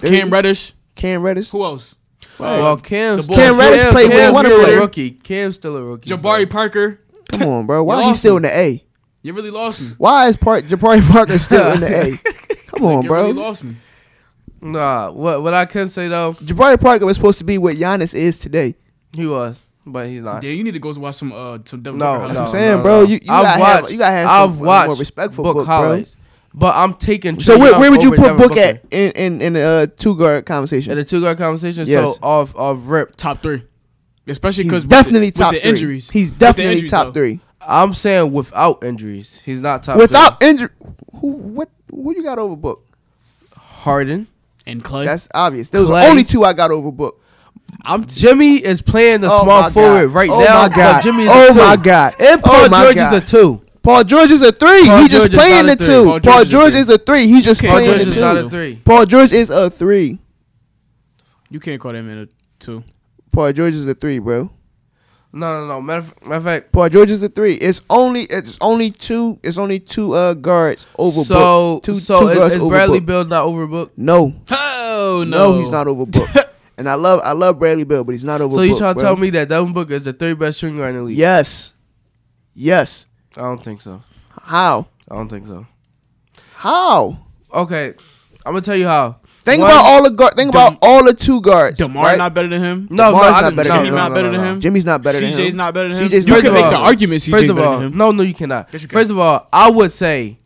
S3: Cam Reddish.
S2: Cam Reddish.
S3: Who else?
S1: well,
S3: Uh,
S1: Cam's
S3: the Cam
S2: Reddish played with
S1: Cam's
S2: one
S1: still
S2: player.
S1: a rookie. Cam's still a rookie.
S3: Jabari
S1: so.
S3: Parker.
S2: Come on, bro.
S3: You
S2: Why he
S3: lost
S2: still
S3: him.
S2: in the A?
S3: You really lost me.
S2: Why is Park Jabari Parker still in the A? Come on,
S3: you
S2: bro.
S3: really lost me.
S1: Nah, what what I can say though,
S2: Jabari Parker was supposed to be what Giannis is today.
S1: he was, but he's not.
S3: Yeah, you need to go watch some uh some Devin
S1: No,
S3: Booker
S2: That's
S1: no,
S2: what I'm
S3: highlights.
S2: saying,
S1: no,
S2: bro.
S1: no.
S2: You, you
S1: I've
S2: gotta
S1: watched.
S2: have, you gotta have
S1: I've
S2: some
S1: watched
S2: more respect for
S1: book,
S2: Book, bro.
S1: highlights, but I'm taking.
S2: So
S1: Trae
S2: where,
S1: Young
S2: where would you
S1: over
S2: put
S1: Devin
S2: Book
S1: Booker.
S2: at in in in a two guard conversation?
S1: in the two guard conversation?
S2: Yes.
S1: So off off rip,
S3: top three, especially
S2: He's
S3: because
S2: definitely
S3: the,
S2: top
S3: with the
S2: three.
S3: injuries.
S2: He's
S3: With the
S2: definitely
S3: injuries,
S2: top
S3: though.
S2: three.
S1: I'm saying without injuries, he's not top.
S2: Without injury, who what who you got over Book?
S1: three. Harden,
S3: and Clay.
S2: That's obvious. Those are
S1: Clay.
S2: only two I got over Book.
S1: I'm Jimmy is playing the
S2: Oh my
S1: small
S2: God.
S1: forward right
S2: Oh
S1: now.
S2: my
S1: but
S2: God.
S1: Jimmy is
S2: Oh
S1: a two.
S2: my God.
S1: And
S2: Oh
S1: Paul
S2: my
S1: George
S2: God.
S1: is a two.
S2: Paul George is a three.
S1: Paul
S2: he just
S1: George is
S2: playing the
S1: not a
S2: two.
S1: three.
S2: Paul George, is a three. He's just
S3: Paul
S1: Paul
S2: playing
S1: George
S2: the
S1: is
S2: two.
S1: not a three.
S2: Paul George is a three.
S3: you can't call that man a two.
S2: Paul George is a three, bro.
S1: No, no, no. Matter of, matter of fact,
S2: Paul George is a three. It's only it's only two. It's only two uh guards over
S1: so
S2: Book. Two,
S1: so
S2: two
S1: is,
S2: guards
S1: is
S2: over
S1: Bradley
S2: Book.
S1: Bill not overbooked?
S2: No,
S3: Oh
S2: no, he's not overbooked. and I love I love Bradley Bill, but he's not overbooked.
S1: So you trying to
S2: bro.
S1: tell me that Devin Booker is the third best shooting guard in the league?
S2: Yes, yes.
S1: I don't think so.
S2: How?
S1: I don't think so.
S2: How?
S1: Okay, I'm gonna tell you how.
S2: Think
S1: One-
S2: about all the guard. Think about
S3: Dem-
S2: all the two guards.
S3: Demar
S2: right?
S3: not better than him.
S1: No, no,
S2: Demar's not
S1: I didn't-
S2: better
S1: no,
S2: than
S1: no,
S2: him.
S1: no,
S3: Not
S1: no,
S3: better
S1: no,
S3: than
S1: no.
S3: him.
S2: Jimmy's not better
S3: CJ's
S2: than him.
S3: not better than him.
S2: CJ's
S3: you
S2: not
S3: can
S1: better
S3: make the
S1: than him.
S3: argument CJ's
S1: First of
S3: better
S1: all,
S3: than him.
S1: no, no, you cannot.
S3: Yes, you can.
S1: First of all, I would say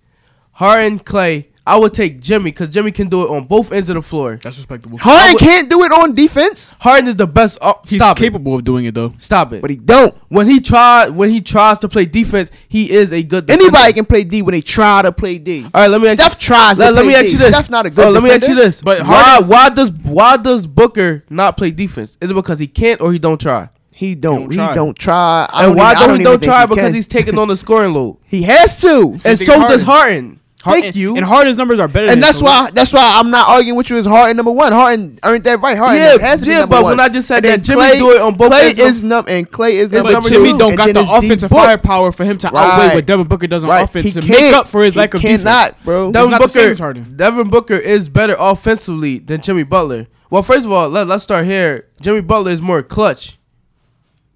S1: Harden, Clay. I would take Jimmy because Jimmy can do it on both ends of the floor.
S3: That's respectable.
S2: Harden can't do it on defense,
S1: Harden is the best. o-
S3: He's
S1: stop it.
S3: capable of doing it though.
S1: Stop it.
S2: but he don't.
S1: when he try when he tries to play defense, he is a good. defender.
S2: Anybody can play D when they try to play D.
S1: All right, let me ask
S2: Steph
S1: you.
S2: tries.
S1: Let,
S2: to
S1: let
S2: play
S1: me ask
S2: D.
S1: you this.
S2: Steph not a good.
S1: Oh, let me ask you
S2: defender.
S1: this.
S3: But
S1: But why
S3: Harden's-
S1: why does why does Booker not play defense? Is it because he can't or he don't try?
S2: He don't.
S3: don't
S2: he
S3: try.
S2: don't try. I
S1: And why
S2: even- I
S1: don't, he
S2: even
S1: don't
S2: think
S1: try?
S2: he
S1: because
S2: can.
S1: he's taking on the scoring load,
S2: he has to.
S1: and
S3: thing
S1: so
S3: with
S1: does Harden.
S3: Harden-
S1: Thank you.
S3: And Harden's numbers are better.
S2: And
S3: than him,
S2: that's
S3: so
S2: why that's why I'm not arguing with you. Is Harden number one? Harden earned that right. Harden
S1: Yeah,
S2: has to be
S1: yeah,
S2: number
S1: but
S2: one.
S1: when I just said
S2: And then
S1: that Jimmy do it on both
S2: Clay
S1: ends of-
S2: is num and Clay is number
S3: But
S1: number
S2: two.
S3: Jimmy
S1: two,
S3: don't
S2: and
S3: got
S2: then
S3: the
S2: it's D
S3: offensive
S2: Book.
S3: firepower for him to outweigh what Devin Booker does on
S2: Right.
S3: offense
S2: He
S3: to make
S2: can't.
S3: up for his
S2: He
S3: lack of defense.
S2: cannot, bro.
S3: That-
S1: Devin
S3: not the same
S1: Booker,
S3: as Harden.
S1: Devin Booker is better offensively than Jimmy Butler. Well, first of all, let, let's start here. Jimmy Butler is more clutch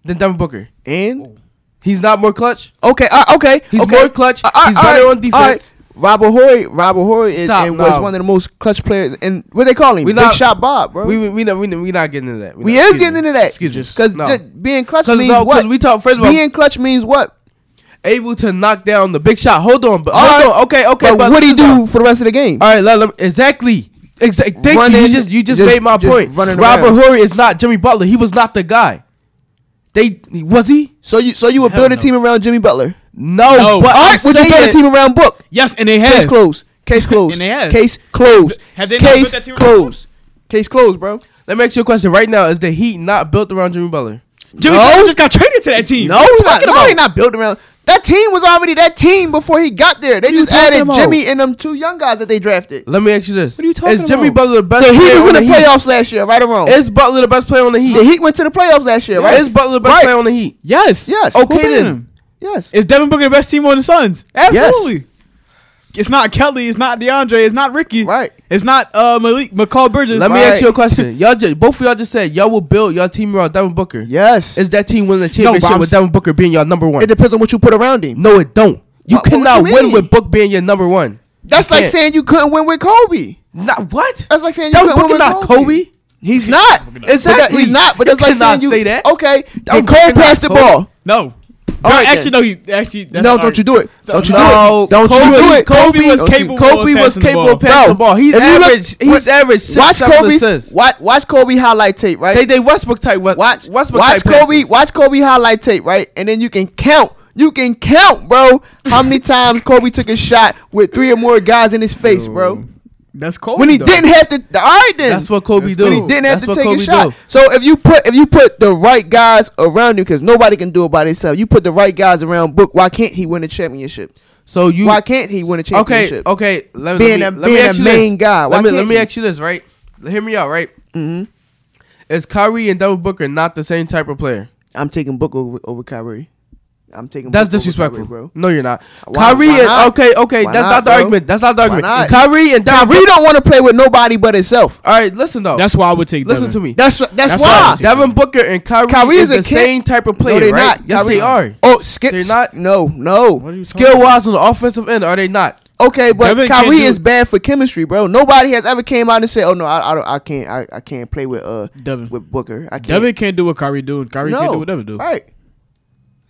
S1: than Devin Booker.
S2: and
S1: He's not more clutch.
S2: okay, uh, okay,
S1: He's
S2: okay.
S1: more clutch.
S2: Uh, uh,
S1: He's
S2: all
S1: better
S2: right,
S1: on
S2: all right.
S1: defense.
S2: Robert Horry, Robert Horry is
S1: Stop
S2: and was
S1: now.
S2: one of the most clutch players. And what they call him?
S1: We
S2: Big
S1: not-
S2: shot Bob, bro.
S1: We we we, not- we, we not getting into that.
S2: We
S1: not-
S2: is
S1: excuse
S2: getting
S1: me.
S2: into that.
S1: Excuse me.
S2: Because
S1: No.
S2: being clutch
S1: Cause
S2: means
S1: no, 'cause
S2: what?
S1: we talk first of all,
S2: being clutch means what?
S1: able to knock down the big shot. Hold on, but
S2: All
S1: hold
S2: right.
S1: on. Okay, okay,
S2: But what do you
S1: listen Uh,
S2: do
S1: now.
S2: for the rest of the game?
S1: All right, let, let, exactly. Exactly. Thank you. You
S2: Running,
S1: just you just,
S2: just-
S1: made my
S2: just
S1: point.
S2: running
S1: Robert
S2: around.
S1: Horry is not Jimmy Butler. He was not the guy. They was he?
S2: So you so you would
S3: Hell
S2: build a
S3: no.
S2: team around Jimmy Butler.
S1: No,
S3: No.
S1: but
S2: All
S1: I'm
S2: right, would you build a
S1: saying-
S2: team around Book?
S3: Yes, and they
S2: Case
S3: have.
S2: closed. Case closed.
S3: they have.
S2: Case closed.
S3: Have they not built
S2: Case
S3: that team around
S2: closed. Case closed, bro.
S1: Let me ask you a question right now. Is the Heat not built around Jimmy Butler?
S3: Jimmy
S2: No.
S3: Butler just got traded to that team.
S2: No, he's not, no, he not built around. That team was already that team before he got there. They
S3: you
S2: just
S3: talking
S2: added
S3: about?
S2: Jimmy and them two young guys that they drafted.
S1: Let me ask you this:
S3: What are you talking
S1: Is Jimmy
S3: about?
S1: Butler the best?
S2: The Heat
S1: player
S2: was in
S1: on
S2: the
S1: Heat?
S2: playoffs last year, right or wrong?
S1: Is Butler the best player on the Heat?
S2: the Heat went to the playoffs last year, right?
S1: Is Butler the best
S2: Right.
S1: player on the Heat?
S3: Yes.
S2: Yes.
S3: Who
S1: Okay,
S3: better
S1: then.
S3: than him?
S2: Yes.
S3: Is Devin Booker the best team on the Suns? Absolutely. It's not Kelly. It's not DeAndre. It's not Ricky.
S2: Right.
S3: It's not uh, Malik McCall Bridges.
S1: Let me
S2: Right.
S1: ask you a question. Y'all, just, both of y'all just said y'all will build your team around Devin Booker.
S2: Yes.
S1: Is that team winning the
S3: but
S1: championship
S3: I'm
S1: with
S3: s-
S1: Devin Booker being your number one?
S2: It depends on what you put around him.
S1: no, it don't. You
S2: Wha- what- what
S1: cannot
S2: you mean?
S1: win with Book being your number one.
S2: That's
S1: You
S2: like
S1: can't.
S2: saying you couldn't win with Kobe.
S1: not what.
S2: That's like saying you
S1: Devin
S2: couldn't
S1: Booker
S2: win
S1: not
S2: with Kobe.
S1: Kobe.
S2: He's not.
S3: Booker
S2: But
S3: not.
S2: that-
S1: Exactly.
S2: He's not. But that's
S1: You
S2: like saying
S1: cannot
S2: you
S1: say that.
S2: Okay.
S1: Devin
S2: And Cole
S1: Booker not
S2: passed the
S1: Kobe.
S2: ball.
S3: No.
S2: All
S3: No,
S2: right,
S3: actually,
S2: then.
S3: no. He actually. That's
S2: no, don't
S3: an
S2: you
S3: argument.
S2: do it.
S3: So-
S2: don't you
S1: No,
S2: do it. Don't you
S1: Kobe-
S2: do it.
S1: Kobe
S2: Don't
S3: was
S2: you-
S3: capable
S1: Kobe
S3: of
S1: was
S3: passing the
S1: capable
S3: ball.
S1: of passing the ball. He's
S2: if you look-
S1: average. he's
S2: wa-
S1: average six,
S2: watch
S1: seven
S2: Kobe,
S1: assists.
S2: Watch, watch Kobe highlight tape, right?
S1: They they Westbrook type.
S2: watch
S1: Westbrook
S2: watch
S1: type
S2: Kobe
S1: passes.
S2: watch Kobe highlight tape, right? And then you can count You can count, bro. How many times Kobe took a shot with three or more guys in his face, bro?
S3: That's cold.
S2: When he didn't have to. All right, then.
S1: That's what Kobe
S3: That's
S1: do.
S2: When he didn't have
S1: That's
S2: to
S1: what
S2: take
S1: Kobe
S2: a shot.
S1: do.
S2: So if you put if you put the right guys around you, because nobody can do it by themselves. You put the right guys around Book. Why can't he win a championship?
S1: So you
S2: why can't he win a championship?
S1: okay? Okay, let,
S2: Being
S1: let
S2: a-
S1: me, let me
S2: being
S1: ask
S2: a
S1: you this.
S2: main guy, why
S1: Let me let
S2: can't
S1: me
S2: he?
S1: ask you this, right? Hear me out, right?
S2: hmm
S1: Is Kyrie and Devin Booker not the same type of player?
S2: I'm taking Book over, over Kyrie. I'm taking.
S1: That's
S2: Book over
S1: disrespectful,
S2: Kyrie, bro.
S1: No, you're not.
S2: Why-
S1: Kyrie
S2: why
S1: is
S2: not?
S1: okay. Okay,
S2: Why
S1: that's
S2: not,
S1: not the
S2: bro?
S1: argument. That's not the
S2: Why
S1: argument.
S2: not?
S1: Kyrie and Devin.
S2: Kyrie
S1: Booker-
S2: don't want to play with nobody but himself.
S1: All right, listen though.
S3: That's why I would take.
S1: listen
S3: Devin.
S1: to me.
S2: That's that's, that's
S3: That's
S2: why.
S3: why.
S1: Devin Booker and Kyrie,
S2: Kyrie
S1: is,
S2: is a
S1: the
S2: kid.
S1: same type of player,
S2: no, they're
S1: right?
S2: not.
S1: Yes,
S2: Kyrie-
S1: they are.
S2: Oh, skip.
S1: They're not.
S2: No,
S3: What are
S2: no.
S3: you talking
S1: Skill
S3: about?
S1: wise on the offensive end, are they not?
S2: Okay, but
S3: Devin can't
S2: Kyrie
S3: do
S2: is
S3: it.
S2: bad for chemistry, bro. Nobody has ever came out and said, "Oh no, I, I don't, I can't, I, I can't play with uh
S3: Devin.
S2: with Booker. I can't."
S3: Devin can't do what Kyrie do, and Kyrie can't do what Devin do.
S2: Right?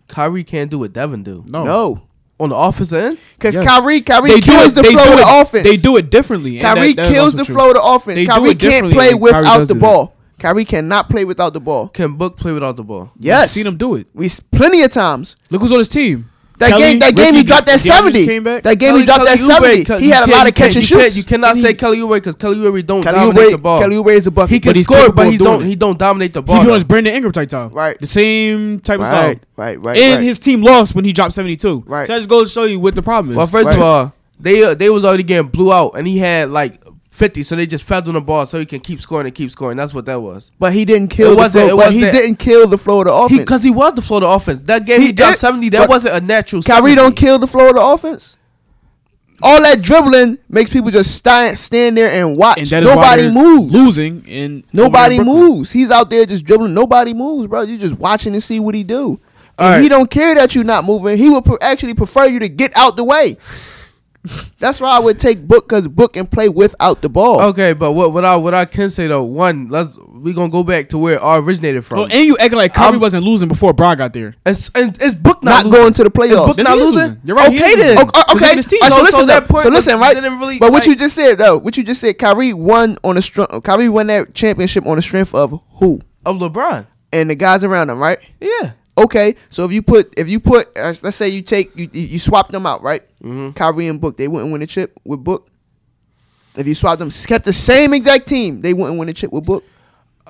S1: Kyrie can't do what Devin do
S3: No,
S2: No,
S1: on the offensive end.
S2: because
S3: Yes.
S2: Kyrie, Kyrie kills the
S3: they
S2: flow
S3: do
S2: of the
S3: it-
S2: offense.
S3: They do it differently. and
S2: Kyrie
S3: that- that is
S2: kills
S3: also
S2: the
S3: true.
S2: flow of the offense.
S3: They do
S2: Kyrie
S3: it
S2: can't
S3: differently,
S2: play
S3: and Kyrie
S2: without
S3: does
S2: the
S3: do that.
S2: ball. Kyrie cannot play without the ball.
S1: Can Book play without the ball?
S2: Yes,
S3: Seen him do it.
S2: We s- plenty of times.
S3: Look who's on his team.
S2: That
S3: Kelly,
S2: game, that game, he
S3: Ricky,
S2: dropped that
S3: Giannis
S2: seventy.
S3: Came back.
S2: That game,
S1: Kelly-
S2: he dropped that
S1: Kelly Oubre,
S2: seventy.
S1: Ke-
S2: he
S1: you
S2: had a
S1: can't-
S2: lot
S1: you
S2: of catch
S1: can't-
S2: and
S1: you can't-
S2: shoots.
S1: You cannot
S3: And
S1: say
S3: he-
S1: Kelly Oubre because Kelly Oubre don't
S2: Kelly
S1: dominate
S2: Oubre,
S1: the ball.
S2: Kelly Oubre is a bucket.
S1: he can
S3: he's
S1: score,
S3: capable
S1: but he
S3: of doing
S1: don't.
S3: it.
S1: He don't dominate the
S3: he
S1: ball.
S3: doing his
S1: though.
S3: Brandon Ingram type style.
S2: Right.
S3: The same type of style.
S2: right, right, right,
S3: and
S2: right.
S3: his team lost when he dropped 72.
S2: Right.
S3: So that just goes to show you what the problem is.
S1: Well, first of
S2: Right.
S1: all, they uh, they was already getting blew out, and he had like fifty, so they just fed him the ball so he can keep scoring and keep scoring. That's what that was.
S2: But he didn't kill.
S1: It
S2: the
S1: wasn't-
S2: flow,
S1: it
S2: but he
S1: wasn't-
S2: didn't kill the flow of the offense.
S1: Because he, was the flow of the offense. That game he,
S2: He
S1: dropped
S2: did,
S1: seventy.
S2: but
S1: That wasn't a natural.
S2: Kyrie
S1: 70.
S2: don't kill the flow of the offense. All that dribbling makes people just stand stand there and watch.
S3: and that is
S2: Nobody
S3: why they're
S2: moves.
S3: Losing and
S2: Nobody
S3: over in Brooklyn.
S2: moves. He's out there just dribbling. Nobody moves, bro. You just watching and see what he do. And
S1: Alright.
S2: he don't care that you're not moving. He would pr- actually prefer you to get out the way. That's why I would take Book because Book can play without the ball.
S1: Okay, but what what I what I can say though, one, let's we gonna go back to where it originated from.
S3: Well, and you acting like Kyrie
S1: I'm-
S3: wasn't losing before Bron got there.
S1: it's, and it's book
S2: Not
S1: not,
S2: going to the
S1: Is
S2: playoffs.
S1: book
S3: This
S1: not
S3: is
S1: losing.
S3: losing. You're right, he
S1: Okay
S3: is
S1: then.
S3: losing.
S2: O- o-
S3: He's
S2: okay.
S3: on his team.
S2: Uh,
S1: So-
S2: so,
S1: so
S2: listen,
S1: that
S2: though.
S1: point
S2: so listen,
S1: doesn't-
S2: right?
S1: didn't really,
S2: but what
S1: like-
S2: you just said though, what you just said, Kyrie won on a strength. Kyrie won that championship on the strength of who
S1: of LeBron.
S2: and the guys around him, right?
S1: Yeah.
S2: Okay, so if you put if you put uh, let's say you take you you swap them out, right?
S1: Mm-hmm.
S2: Kyrie and Book, they wouldn't win a chip with Book. If you swap them, kept the same exact team, they wouldn't win a chip with Book.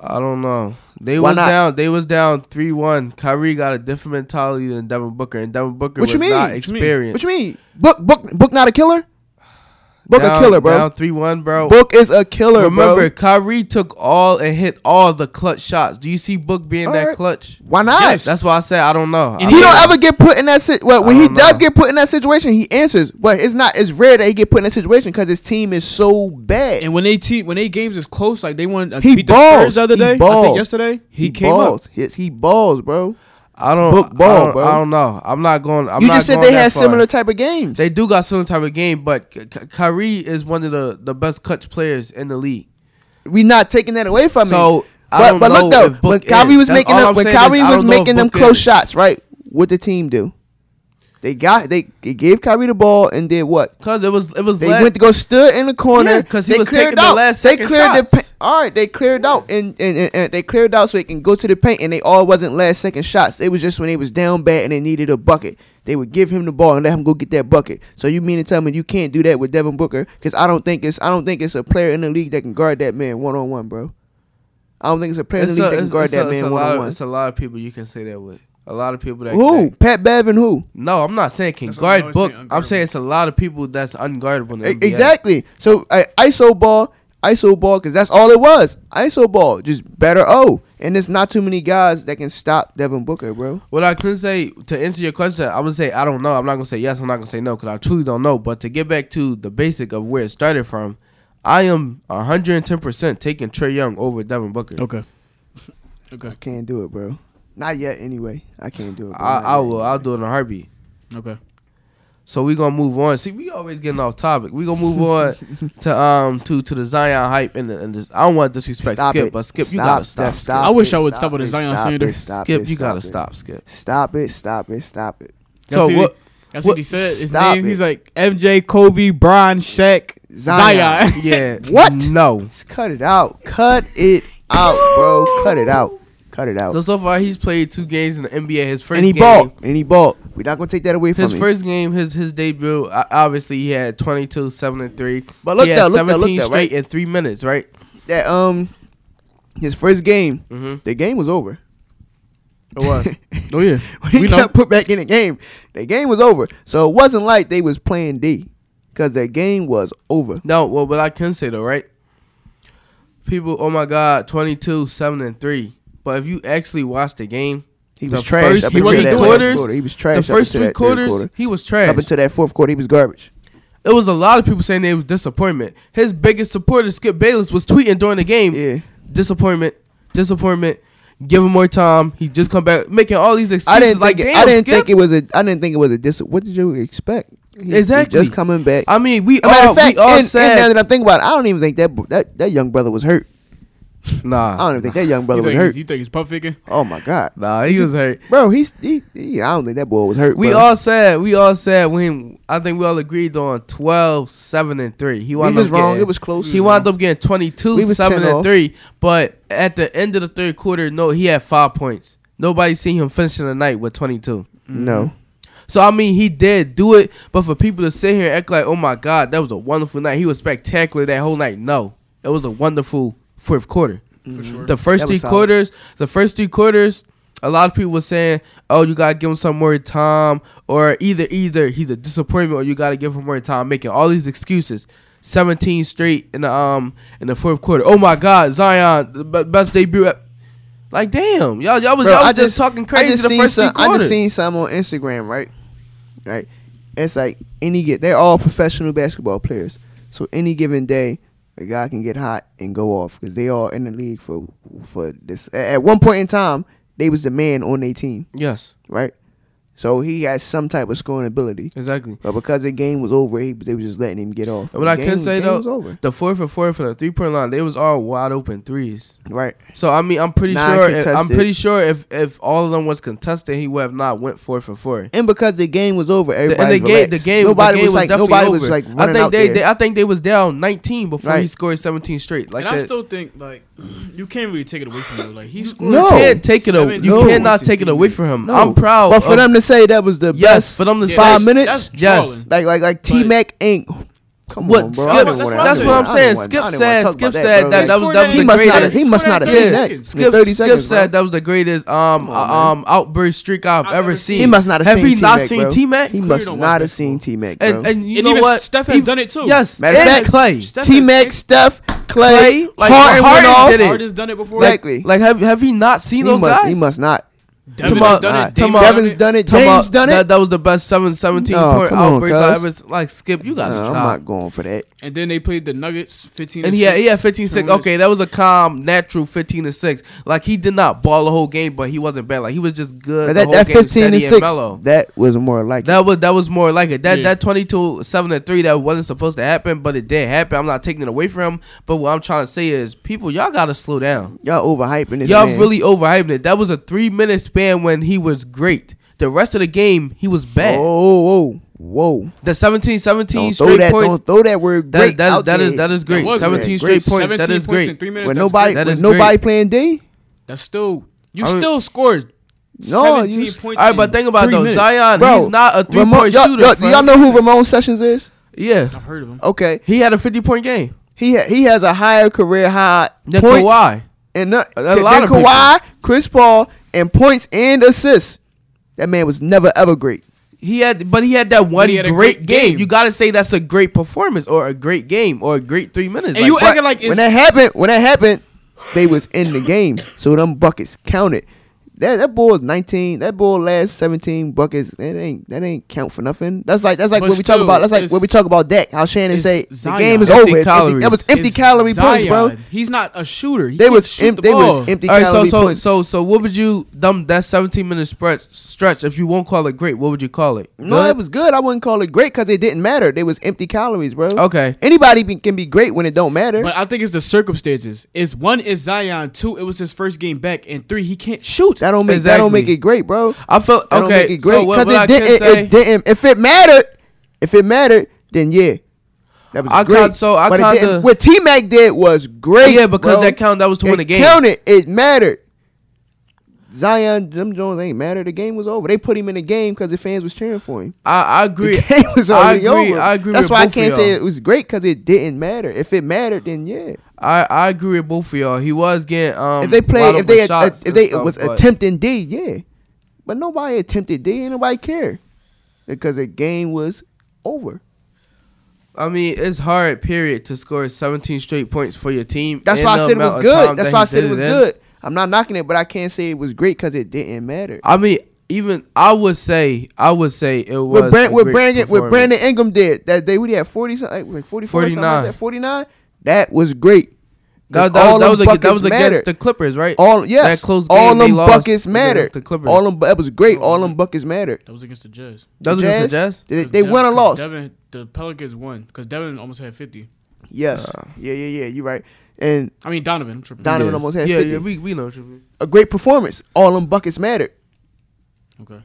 S1: I don't know. They
S2: Why
S1: was
S2: not?
S1: down. They was down three one. Kyrie got a different mentality than Devin Booker, and Devin Booker
S2: What you
S1: was
S2: mean?
S1: not
S2: What
S3: you mean?
S1: experienced.
S2: What you mean? Book Book Book not a killer? Book
S1: Down-
S2: a killer, bro.
S1: Down three one, bro.
S2: Book is a killer,
S1: Remember,
S2: bro.
S1: Kyrie took all and hit all the clutch shots. Do you see Book being that
S2: Alright.
S1: clutch?
S2: Why not?
S3: Yes.
S1: That's why I said I don't know. I
S3: And
S2: He
S3: Yeah.
S2: don't ever get put in that sit. Well, when
S1: I
S2: he
S1: don't
S2: does
S1: know.
S2: get put in that situation, he answers. But it's not. It's rare that he get put in that situation because his team is so bad.
S3: And when they team, when they games is close, like they won. Uh,
S2: He
S3: beat
S2: balls.
S3: the Spurs the other
S2: He
S3: day. I
S2: balls.
S3: think yesterday he, came
S2: balls.
S3: up.
S2: He, he balls, bro.
S1: I don't.
S2: Book
S1: I
S2: ball,
S1: don't-
S2: bro.
S1: I don't know. I'm not going. I'm
S2: you
S1: not
S2: just said
S1: going
S2: they
S1: that
S2: had
S1: far.
S2: similar type of games.
S1: They do got similar type of game, but Ky- Ky- Kyrie is one of the the best clutch players in the league.
S2: we not taking that away from him.
S1: So I
S2: But,
S1: don't
S2: but
S1: know
S2: look though,
S1: if
S2: when
S1: Book
S2: Kyrie
S1: is.
S2: was
S1: That's
S2: making
S1: all
S2: them,
S1: I'm
S2: when
S1: saying is
S2: Kyrie
S1: I
S2: was
S1: don't know if
S2: making them
S1: Book
S2: close
S1: is.
S2: shots, right? What the team do? They got they, they gave Kyrie the ball and did what?
S1: Cause it was it was
S2: They
S1: last-
S2: went to go stood in the corner
S1: Yeah, 'cause he
S2: They
S1: was
S2: cleared
S1: taking the
S2: out.
S1: last
S2: They
S1: second
S2: cleared the
S1: shots.
S2: pa- all right. They cleared out and, and, and, and they cleared out so it can go to the paint and they all wasn't last second shots. It was just when they was down bad and they needed a bucket. They would give him the ball and let him go get that bucket. So you mean to tell me you can't do that with Devin Booker? Because I don't think it's I don't think it's a player in the league that can guard that man one on one, bro. I don't think it's a player
S1: It's
S2: in the
S1: a,
S2: league that
S1: it's,
S2: can guard
S1: it's a-
S2: that
S1: it's a
S2: man one
S1: lot
S2: on
S1: of,
S2: one.
S1: it's a lot of people you can say that with. A lot of people that
S2: Who?
S1: that-
S2: Pat Bev and who?
S1: no, I'm not saying can
S3: That's what I'm
S1: guard
S3: always saying,
S1: book. I'm saying
S3: unguardable.
S1: it's a lot of people that's unguardable. In the
S2: E-
S1: NBA.
S2: Exactly. So I ISO ball, ISO ball, because that's all it was. ISO ball, just better O. And there's not too many guys that can stop Devin Booker, bro.
S1: What I can say to answer your question, I'm gonna say I don't know. I'm not gonna say yes. I'm not gonna say no because I truly don't know. But to get back to the basic of where it started from, I am 110 percent taking Trey Young over Devin Booker.
S3: Okay. Okay.
S2: I can't do it, bro. Not yet, anyway. I can't do it. Bro.
S1: I,
S2: Not
S1: I
S2: yet,
S1: will. I'll
S2: anyway.
S1: do it in a heartbeat.
S3: Okay.
S1: So we gonna move on. See, we always getting off topic. We gonna move on to um to to the Zion hype and, the, and this, I don't want to disrespect
S2: Stop
S1: Skip,
S2: it.
S1: but Skip, you
S2: Stop,
S1: gotta
S2: stop,
S1: stop.
S2: stop
S3: I
S2: it,
S3: wish I would stop
S2: it,
S3: with a Zion
S2: stop
S3: slander.
S2: it, stop
S1: Skip,
S2: it,
S1: you gotta
S2: it.
S1: stop. Skip.
S2: Stop it. Stop it. Stop it.
S1: So
S3: see
S1: what?
S3: That's
S1: What-
S3: what he said. His
S2: Stop
S3: name.
S2: it.
S3: He's like MJ, Kobe, Bron, Shaq,
S2: Zion.
S3: Zion.
S1: Yeah.
S2: What?
S1: No.
S2: Just cut it out. Cut it out, bro. Cut it out. Cut it out.
S1: So so far he's played two games in the NBA. His first
S2: and he
S1: game,
S2: bought. And he bought. We're not gonna take that away from
S1: His
S2: him.
S1: first game, his his debut, o- obviously he had 22, 7 and 3.
S2: But look
S1: he had
S2: though, look though, look
S1: 17
S2: though,
S1: straight
S2: right?
S1: in 3 minutes, right?
S2: That um, his first game,
S1: Mhm.
S2: the game was over.
S1: It was.
S3: Oh yeah,
S2: when he
S3: we know.
S2: got put back in the game, the game was over. So it wasn't like they was playing D, because the game was over.
S1: no, well, but I can say though, right? People, oh my god, 22, 7 and 3. But if you actually watch the game,
S2: He
S1: The
S2: was trash
S1: first
S2: up
S1: three
S2: until that
S1: quarters-
S2: last quarter. He was trash.
S1: the
S2: up
S1: first three
S2: until that third
S1: quarters,
S2: quarter.
S1: he was trash.
S2: up until that fourth quarter, he was garbage.
S1: it was a lot of people saying they was disappointment. His biggest supporter, Skip Bayless, was tweeting during the game,
S2: Yeah,
S1: disappointment, disappointment. Give him more time. He just come back making all these excuses.
S2: I didn't
S1: like,
S2: think it,
S1: damn,
S2: I didn't
S1: Skip.
S2: think it was a I didn't think it was a dis. What did you expect? He- he
S1: Exactly.
S2: just coming back.
S1: I mean, we
S2: a matter
S1: all
S2: of fact,
S1: we all
S2: and, and now
S1: said
S2: that I'm thinking about it, I don't even think that bo- that that young brother was hurt.
S1: nah.
S2: I don't even think that young
S3: You
S2: brother was
S3: think, he's,
S2: hurt.
S3: you think he's puff faking?
S2: Oh my god,
S1: Nah, he was hurt.
S2: bro, he's he, he- I don't think that boy was hurt.
S1: We
S2: bro.
S1: all said we all said when I think we all agreed on 12, 7, and three. He
S2: we
S1: wound
S2: was
S1: up
S2: wrong.
S1: Getting,
S2: It was close.
S1: he wound up getting twenty two,
S2: We was
S1: seven
S2: 10
S1: and
S2: off.
S1: three. But at the end of the third quarter, no, he had five points. Nobody seen him finishing the night with twenty two.
S2: No,
S1: So I mean, he did do it, but for people to sit here and act like, "Oh my God, that was a wonderful night. He was spectacular that whole night." No, it was a wonderful fourth quarter.
S3: For sure.
S1: The first
S2: That
S1: three
S2: was solid.
S1: quarters, the first three quarters, a lot of people were saying, "Oh, you gotta give him some more time," or either either he's a disappointment, or you gotta give him more time, making all these excuses. 17 straight in the um in the fourth quarter. Oh my God, Zion, the be- best debut. e- Like damn, y'all y'all was,
S2: Bro,
S1: y'all was
S2: I
S1: just,
S2: just-
S1: talking
S2: I
S1: crazy
S2: just
S1: the
S2: seen
S1: first
S2: some.
S1: three
S2: I
S1: quarters.
S2: just seen some on Instagram. Right, right. It's like any get. They're all professional basketball players. So any given day, a guy can get hot and go off because they all in the league for for this. At at one point in time, they was the man on their team.
S1: yes,
S2: Right. So he has some type of scoring ability.
S1: exactly.
S2: But because the game was over, he, they were just letting him get off.
S1: What I
S2: The
S1: can
S2: game-
S1: say
S2: game
S1: though,
S2: was over.
S1: the four for four for the three point line, they was all wide open threes.
S2: right?
S1: So I mean, I'm pretty
S2: Nah,
S1: sure. If, I'm
S2: contested.
S1: pretty sure if if all of them was contested, he would have not went four for four.
S2: And because the game was over,
S1: The, and
S2: everybody
S1: the game,
S2: was
S1: the
S2: relaxed.
S1: game,
S2: nobody
S1: the game
S2: was like,
S1: definitely
S2: nobody
S1: over.
S2: was like running
S1: I think
S2: out
S1: they,
S2: there.
S1: they, I think they was down 19 before he
S2: Right.
S1: scored 17 straight. Like
S3: and I
S1: that.
S3: still think like you can't really take it away from him. Like he scored.
S1: you
S2: No.
S1: can't take it. Away.
S3: seven
S1: You
S2: no.
S1: cannot take it away from him.
S2: No.
S1: I'm proud.
S2: But for
S1: of-
S2: them to say that was the
S1: yes,
S2: best,
S1: for them to
S3: Yeah,
S1: say-
S2: five
S3: that's-
S2: minutes?
S3: That's
S1: Yes.
S3: drawling.
S2: like like like T Mac ain't. Come
S1: What
S2: on, bro. I
S1: Skip?
S2: didn't
S1: That's,
S2: wanna-
S3: what
S2: I didn't
S1: what I'm
S2: wanna- I
S1: saying.
S2: didn't
S1: Skip
S2: wanna- I didn't wanna
S1: said.
S2: talk
S1: Skip
S2: about
S1: said
S2: bro.
S1: that that
S3: Like,
S1: was
S3: scored
S1: that was
S2: he
S1: the
S2: must not have,
S1: greatest.
S2: he must not have
S1: Yeah.
S2: seen that. in
S1: Skip,
S2: 30 seconds,
S1: Skip said that was the greatest um
S2: Come on,
S1: uh, um outburst streak I've,
S3: I've
S1: ever
S3: never
S1: seen.
S2: He must not have
S1: have
S2: seen
S1: he not
S2: T-Mac,
S1: seen
S2: bro.
S1: T Mac?
S2: he
S3: Clear
S2: must
S3: don't watch
S2: not have
S3: this
S2: seen
S3: fool.
S2: T Mac, bro.
S1: And and you
S3: and
S1: know
S3: even
S1: what?
S3: Steph
S1: He-
S3: has done it too.
S1: Yes,
S2: Matter of
S1: and
S2: fact,
S1: Clay.
S3: Steph
S2: T Mac,
S3: has-
S2: Steph, Clay,
S1: Clay, like
S2: Hart
S1: Draymond
S2: went off.
S1: did it.
S3: Hart has done it before.
S2: Exactly.
S1: Like have have he not seen
S2: He
S1: those
S2: must.
S1: guys?
S2: He must not.
S3: Devin
S1: Tomorrow-
S3: has done
S2: Not.
S3: it. Damon
S1: tomorrow-
S3: has
S2: Devin's done it.
S1: Talking
S2: James
S1: about
S2: done
S1: That,
S2: it.
S1: that was the best 7 17
S2: No,
S1: point
S2: come on,
S1: outburst I
S2: cuz.
S1: ever s- like Skip, you gotta
S2: No, I'm
S1: stop.
S2: not going for that.
S3: And then they played the Nuggets 15.
S1: and
S3: to
S1: he had,
S3: six.
S1: he had 15 6.
S3: Tony was-
S1: Okay, that was a calm, natural 15 to 6. Like, he did not ball the whole game, but he wasn't bad. Like, he was just good. the
S2: But that
S1: whole
S2: that
S1: game,
S2: 15
S1: steady
S2: to
S1: and
S2: six,
S1: mellow.
S2: that was more like it.
S1: That was that was more like it. That
S3: Yeah.
S1: that 22 7 and 3 that wasn't supposed to happen, but it did happen. I'm not taking it away from him, but what I'm trying to say is people, y'all got to slow down.
S2: y'all overhyping this.
S1: y'all
S2: man.
S1: really overhyping it. That was a 3 minute span when he was great. The rest of the game, he was bad.
S2: Oh, Whoa, whoa, whoa!
S1: The 17 17
S2: Don't throw
S1: straight
S2: that.
S1: points.
S2: Don't throw that word
S1: That
S2: great
S1: that
S2: out
S1: that
S2: there.
S1: is that is great.
S3: was
S1: Seventeen
S2: great.
S1: straight
S2: Great.
S1: points. That
S3: 17
S1: is
S3: points
S1: great.
S3: in three minutes.
S2: When
S3: that's
S2: nobody,
S3: great.
S1: That
S2: when
S1: is
S2: nobody playing D.
S3: that's still you
S1: I mean-
S3: still scored.
S2: No,
S3: 17
S2: you-
S1: All
S3: points.
S1: right, but
S3: in
S1: think about it
S3: three
S1: though.
S3: minutes.
S1: Zion,
S2: Bro,
S1: he's not a three
S2: Ramon,
S1: point
S2: y'all,
S1: shooter.
S2: y'all, do
S1: fam.
S2: y'all know who Ramon Sessions is?
S1: Yeah,
S3: I've heard of him.
S2: Okay,
S1: he had a fifty point game.
S2: he ha- he has a higher career high
S1: Then
S2: points
S1: Kawhi.
S2: and not,
S1: A
S2: a
S1: lot
S2: lot
S1: of people.
S2: Kawhi, Chris Paul, and points and assists. That man was never ever great.
S1: He had, but he had that one
S3: But he had a
S1: great,
S3: great
S1: game.
S3: game.
S1: You gotta say that's a great performance, or a great game, or a great three minutes.
S3: And you
S1: but-
S3: acting like it's
S2: when that happened, when that happened, they was in the game. So them buckets counted. That that ball was nineteen. That ball last seventeen buckets. That ain't that ain't count for nothing. That's like that's like
S3: But
S2: when we talk
S3: still,
S2: about that's like when
S3: it's-
S2: we talk about Dak. How Shannon
S3: it's
S2: say the
S3: Zion.
S2: game is
S1: Empty
S2: over. It's empty- that was
S1: calories.
S2: empty
S3: It's
S2: calorie points, bro.
S3: Zion. He's not a shooter. He
S2: They
S3: can't
S2: was
S3: shoot
S2: em-
S3: the
S2: they
S3: ball.
S2: was empty
S1: all right, so
S2: calorie
S1: so
S2: points.
S1: so so what would you dumb that seventeen minute stretch stretch? If you won't call it great, what would you call it?
S2: no,
S1: Good?
S2: it was good. I wouldn't call it great because it didn't matter. They was empty calories, bro.
S1: okay.
S2: Anybody be, can be great when it don't matter.
S3: But I think it's the circumstances. Is one is Zion, two it was his first game back, and three he can't shoot.
S2: that don't make that don't
S1: Exactly.
S2: make it great, bro.
S1: I felt
S2: That don't
S1: okay.
S2: make it great
S1: so what,
S2: because
S1: what I
S2: it didn't.
S1: can
S2: It,
S1: say,
S2: it didn't. If it mattered, if it mattered, then yeah, that was
S1: I
S2: great.
S1: can't- so I
S2: But it
S1: kinda-
S2: didn't- what T Mac did was great.
S1: yeah, because
S2: bro.
S1: that count that was to win
S2: it
S1: the game.
S2: counted. It mattered. Zion, them Jones ain't matter. The game was over. They put him in the game because the fans was cheering for him.
S1: I, I agree.
S2: The game was
S1: I
S2: already
S1: agree.
S2: over.
S1: I agree.
S2: That's
S1: with
S2: why I
S1: both of
S2: can't say
S1: y'all.
S2: it was great because it didn't matter. If it mattered, then yeah.
S1: I, I agree with both of y'all. He was getting um.
S2: if they
S1: wild
S2: played, if
S1: open
S2: they had,
S1: shots
S2: if
S1: and
S2: they
S1: stuff,
S2: was
S1: but
S2: attempting D, yeah. But nobody attempted D, and nobody cared because the game was over.
S1: I mean, it's hard. Period to score 17 straight points for your team.
S2: That's
S1: in
S2: why I
S1: the
S2: said it was
S1: amount of time
S2: good. That's
S1: that
S2: why
S1: he
S2: I said
S1: did
S2: it was
S1: in.
S2: good. I'm not knocking it, but I can't say it was great because it didn't matter.
S1: I mean, even I would say, I would say it was
S2: What Brand,
S1: a
S2: what
S1: great
S2: Brandon, what
S1: performance.
S2: Brandon Ingram did that day, we had 40 something, like 44 49.
S1: 49.
S2: that, 49. That was great.
S1: That,
S2: all
S1: that, that
S2: them
S1: was against, that
S2: buckets
S1: was against
S2: mattered.
S1: the Clippers, right?
S2: All yes,
S1: that close
S2: all
S1: game they
S2: them
S1: lost
S2: buckets
S1: against
S2: mattered.
S1: the Clippers.
S2: all them, that was great. All them buckets mattered.
S3: That was against the Jazz.
S1: that was against the Jazz.
S2: They,
S3: Because
S2: they
S3: Devin-
S2: won or
S3: because
S2: lost.
S3: Devin, the Pelicans won because Devin almost had fifty.
S2: Yes.
S1: Uh.
S2: yeah, yeah, yeah. You're right. And
S3: I mean Donovan. I'm tripping.
S2: Donovan
S1: yeah.
S2: almost had
S1: yeah,
S2: 50.
S1: yeah, we we know. What you mean.
S2: a great performance. All them buckets mattered. Oh.
S3: Okay.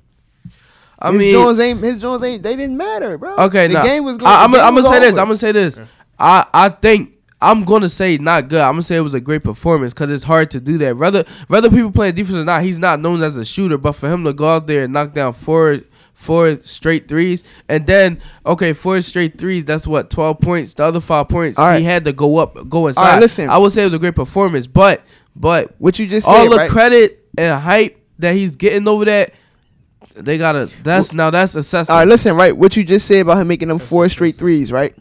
S1: I
S2: his
S1: mean,
S2: Jones ain't his Jones ain't. They didn't matter, bro.
S1: Okay,
S2: the
S1: nah.
S2: game was.
S1: I, am
S2: the game
S1: gonna
S2: was
S1: say this.
S2: over.
S1: I'm gonna say this.
S3: Okay.
S1: I I think I'm gonna say not good. I'm gonna say it was a great performance because it's hard to do that. Whether whether people playing defense or not, he's not known as a shooter. But for him to go out there and knock down four four straight threes, and then okay, four straight threes. That's what twelve points. The other five points,
S2: All right.
S1: he had to go up, go inside.
S2: listen.
S1: I would say it was a great performance, but but
S2: what you just said.
S1: all the
S2: right?
S1: credit and hype that he's getting over that. They gotta. That's now. That's assessing.
S2: All right, listen, right? What you just said about him making them four straight threes, right?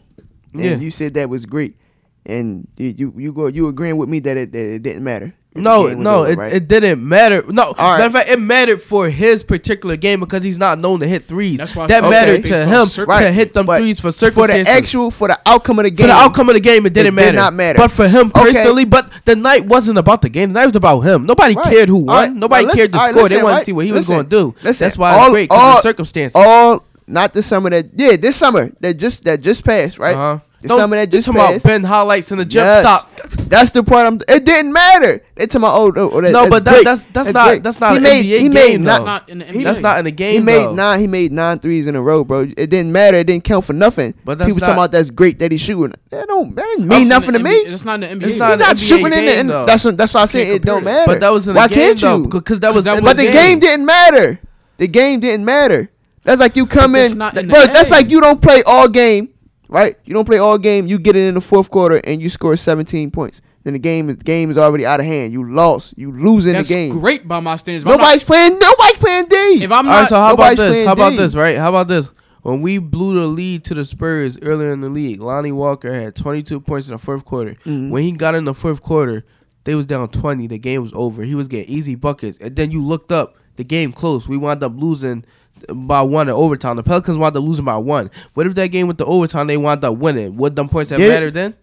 S2: And
S1: Yeah.
S2: you said that was great, and you you, you go you agreeing with me that it, that it didn't matter. that the
S1: No,
S2: game was
S1: no,
S2: over,
S1: it,
S2: right?
S1: it didn't matter. No,
S2: right.
S1: matter of fact, it mattered for his particular game because he's not known to hit threes.
S3: That's why I
S1: that
S3: said
S1: mattered
S3: based
S1: to
S3: on
S1: him to
S3: circumstances.
S1: hit them
S2: But
S1: threes for
S2: for
S1: circumstances.
S2: the actual for the outcome of the
S1: for
S2: game.
S1: the outcome of the game, it didn't
S2: It did
S1: matter.
S2: not matter.
S1: But for him
S2: Okay.
S1: personally, but the night wasn't about the game. The night was about him. Nobody
S2: Right.
S1: cared who won.
S2: All right.
S1: Nobody
S2: Now, listen-
S1: cared the
S2: all right,
S1: score. they
S2: listen,
S1: wanted to
S2: right?
S1: see what he was
S2: Listen.
S1: going to do.
S2: Listen.
S1: That's why
S2: All-
S1: it's great because
S2: all-
S1: of circumstances.
S2: all not the summer that yeah this summer that just that just passed right.
S1: Uh-huh.
S2: The
S1: Don't-
S2: summer that
S1: you're
S2: just
S1: talking about
S2: passed.
S1: Ben highlights in the jump
S2: Yes.
S1: stop.
S2: That's the part. I'm. It didn't matter. They talking about oh, oh, oh that,
S1: No,
S2: that's
S1: but that-
S2: great.
S1: that's- that's not-
S2: great.
S1: that's not
S2: He
S1: an
S2: made
S1: NBA
S2: he
S1: game,
S2: made
S1: though.
S2: nine,
S3: That's not in the NBA.
S1: That's not in the game.
S2: he made
S1: though.
S2: nine. He made nine threes in a row, bro. It didn't matter. It didn't count for nothing.
S1: But that's
S2: people
S1: not-
S2: talking about that's great that he's shooting. That don't. That didn't
S3: That's
S2: mean
S3: in
S2: nothing
S3: the
S2: to
S3: NBA.
S2: me.
S3: It's not in the
S1: It's
S3: NBA.
S1: not
S2: You're
S1: in the
S2: not
S1: NBA
S2: shooting in
S1: game,
S2: the.
S1: though.
S2: In, that's what- that's why I said it
S3: compare
S2: don't
S3: that.
S2: matter.
S1: But that was in the
S2: why
S1: game
S2: can't
S1: though,
S2: you?
S1: because that was
S3: that
S1: in
S2: But the
S3: game.
S2: game didn't matter. The game didn't matter. That's like you come
S3: But that's
S2: in,
S3: not
S2: th-
S3: in the
S2: bro. That's
S3: game.
S2: like you don't play all game, right? You don't play all game. You get it in the fourth quarter and you score 17 points. Then the game, the game is already out of hand. You lost. You losing
S3: That's
S2: the game.
S3: great by my standards. but I'm not-
S2: Nobody's playing. Nobody's playing D.
S3: If I'm
S1: All right,
S3: not,
S1: so how about
S2: nobody's
S1: this?
S2: playing
S1: How about
S2: D.
S1: this, right? How about this? When we blew the lead to the Spurs earlier in the league, Lonnie Walker had 22 points in the fourth quarter.
S2: Mhm.
S1: When he got in the fourth quarter, they was down 20. The game was over. He was getting easy buckets. And then you looked up, the game close. We wound up losing by one in overtime. The Pelicans wound up losing by one. What if that game went to overtime? They wound up winning. Would them points have
S2: Did it?
S1: mattered then?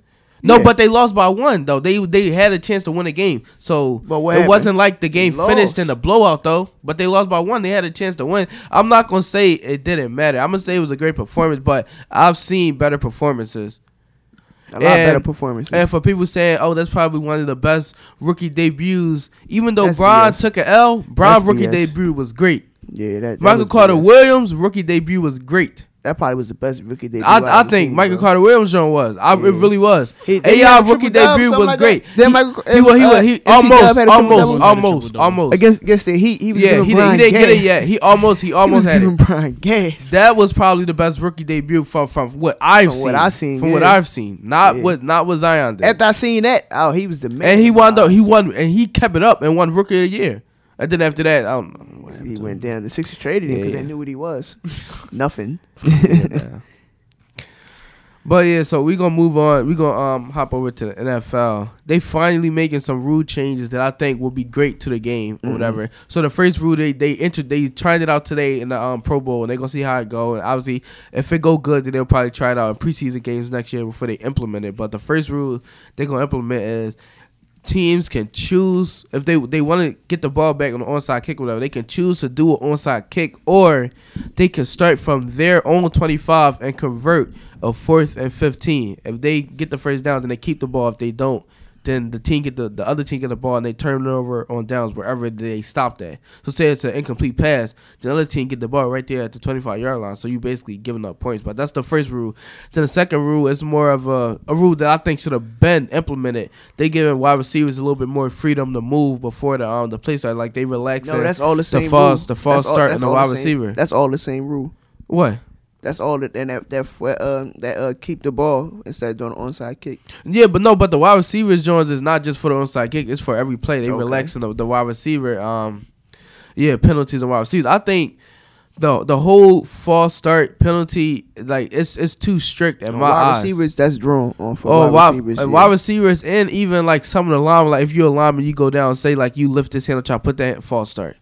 S1: No,
S2: Yeah.
S1: but they lost by one though. They they had a chance to win a game, so
S2: But what
S1: it
S2: happened?
S1: wasn't like the game
S2: They
S1: finished
S2: lost.
S1: in a blowout though. But they lost by one. They had a chance to win. I'm not gonna say it didn't matter. I'm gonna say it was a great performance, but I've seen better performances.
S2: a lot better
S1: and-
S2: performances.
S1: And for people saying, "Oh, that's probably one of the best rookie debuts," even though
S2: That's
S1: Bron
S2: BS.
S1: took an L, Bron's
S2: That's
S1: rookie
S2: BS.
S1: debut was great.
S2: yeah, that, that
S1: Michael
S2: was
S1: Carter
S2: BS.
S1: Williams rookie debut was great.
S2: That probably was the best rookie debut. I've
S1: I, I
S2: ever
S1: think
S2: seen,
S1: Michael
S2: bro.
S1: Carter Williams John was. I, It
S2: Yeah.
S1: really was.
S2: He-
S1: AI
S2: he had a
S1: rookie
S2: triple double,
S1: debut
S2: something
S1: was
S2: like that.
S1: great.
S2: Then
S1: He-
S2: Michael,
S1: He was, he was, he
S2: MC Dub
S1: almost,
S2: had a triple
S1: almost,
S2: double.
S3: double.
S1: almost, almost.
S2: against against the Heat. He was
S1: yeah,
S2: giving
S1: he, didn't- he
S2: Brian
S1: didn't get it
S2: gas.
S1: yet. He almost, he
S2: He was
S1: almost had
S2: giving
S1: it.
S2: Brian gas.
S1: That was probably the best rookie debut from from what I've
S2: From
S1: seen.
S2: what I seen,
S1: from what
S2: yeah.
S1: I've seen. Not
S2: Yeah.
S1: what, not what Zion did.
S2: After I seen that, oh, he was the man.
S1: and he wound up, he won, and he kept it up and won rookie of the year. And then after that, I don't know. What happened
S2: He
S1: to
S2: went
S1: him.
S2: down. The Sixers traded him
S1: Yeah,
S2: because
S1: yeah.
S2: they knew what he was. Nothing.
S1: Yeah. But yeah, so we gonna move on. we gonna um hop over to the NFL. They finally making some rule changes that I think will be great to the game or
S2: Mhm.
S1: whatever. So the first rule they they entered they tried it out today in the um Pro Bowl and they gonna see how it go. And obviously if it go good then they'll probably try it out in preseason games next year before they implement it. But the first rule they gonna implement is teams can choose if they they want to get the ball back on the onside kick or whatever. They can choose to do an onside kick, or they can start from their own twenty five and convert a fourth and fifteen. If they get the first down, then they keep the ball. If they don't, then the team get the, the other team get the ball and they turn it over on downs wherever they stopped at. So say it's an incomplete pass, the other team get the ball right there at the twenty five yard line. So you basically giving up points. But that's the first rule. Then the second rule is more of a, a rule that I think should have been implemented. They giving wide receivers a little bit more freedom to move before the um the play start. Like they relax.
S2: No, that's all the same.
S1: false-
S2: rule.
S1: the false
S2: That's all-
S1: start
S2: that's
S1: and the
S2: all
S1: wide
S2: same-
S1: receiver.
S2: That's all the same rule.
S1: what?
S2: That's all that and that that fre- uh, that uh, keep the ball instead of doing an onside kick.
S1: Yeah, but no, but the wide receivers joins is not just for the onside kick; it's for every play. They
S2: Okay.
S1: relaxing the, the wide receiver. Um, yeah, penalties on wide receivers. I think the the whole false start penalty like it's it's too strict in
S2: On
S1: my
S2: wide
S1: eyes.
S2: receivers, that's drawn on for
S1: Oh,
S2: wide, receivers.
S1: and
S2: yeah.
S1: wide receivers, and even like some of the linemen. Like if you're a lineman, you go down. Say like you lift this hand and try to put that false start.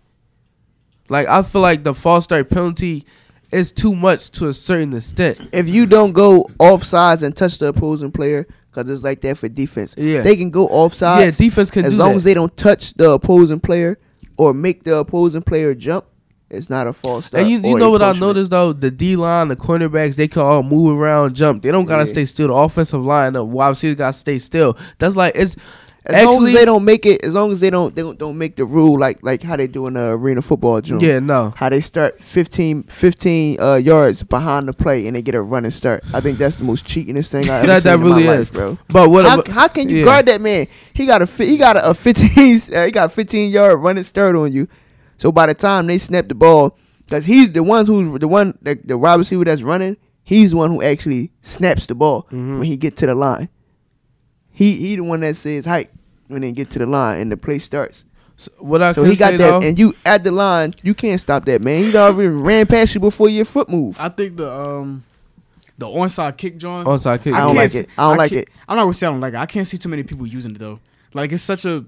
S1: Like I feel like the false start penalty is too much to a certain extent.
S2: if you don't go off sides and touch the opposing player, because it's like that for defense.
S1: Yeah,
S2: They can go off
S1: yeah.
S2: sides
S1: Defense can
S2: as
S1: do
S2: long
S1: that.
S2: as they don't touch the opposing player or make the opposing player jump. It's not a false start.
S1: And you, you
S2: or
S1: know
S2: a
S1: what I
S2: punishment.
S1: noticed though? The D line, the cornerbacks, they can all move around, jump. They don't gotta
S2: Yeah.
S1: stay still. The offensive line, the wide receivers gotta stay still. That's like it's
S2: As long
S1: actually
S2: as they don't make it, as long as they don't they don't, don't make the rule like like how they do in the arena football gym.
S1: Yeah, no.
S2: How they start 15, 15 uh, yards behind the play and they get a running start. I think that's the most cheatingest thing I ever
S1: That-
S2: that,
S1: that
S2: seen
S1: really
S2: in my
S1: is.
S2: life, bro.
S1: But what
S2: How,
S1: about
S2: how can you
S1: yeah.
S2: guard that man? He got a fi- he got a, a fifteen uh, he got fifteen yard running start on you. So by the time they snap the ball, because he's the one who's the one that the wide receiver that's running, he's the one who actually snaps the ball
S1: Mhm.
S2: when he get to the line. He he the one that says hike when they get to the line and the play starts.
S1: what I
S2: So
S1: can
S2: he
S1: say
S2: got that,
S1: though?
S2: and you at the line, you can't stop that man. He already ran past you before your foot move.
S3: I think the um the onside kick, John.
S1: Onside kick.
S2: I don't
S3: can't
S1: yeah.
S2: like
S3: see-
S2: it. I don't like
S3: can't-
S2: it.
S3: I'm not gonna say I don't like it. I can't see too many people using it though. Like it's such a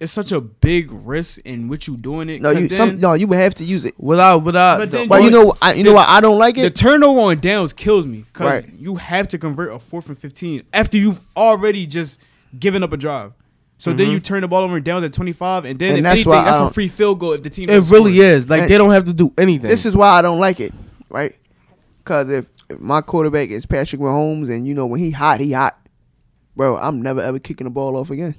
S3: it's such a big risk in what you doing it.
S2: No,
S3: 'cause
S2: you
S3: then
S2: some, no, you would have to use it.
S1: Without without
S3: But
S1: the-
S3: then
S2: But you know, I, you know
S3: The-
S2: why I don't like
S3: the
S2: it.
S3: turnover on downs kills me because
S2: Right.
S3: you have to convert a fourth and fifteen after you've already just given up a drive. So then you turn the ball over and downs at 25, and then
S2: Mm-hmm. And
S3: if
S2: that's
S3: anything,
S2: why I
S3: that's a
S2: don't-
S3: free field goal if the team.
S1: it really is. Like
S2: And-
S1: they don't have to do anything.
S2: This is why I don't like it, right? Because if, if my quarterback is Patrick Mahomes, and you know when he hot, he hot, bro. I'm never ever kicking the ball off again.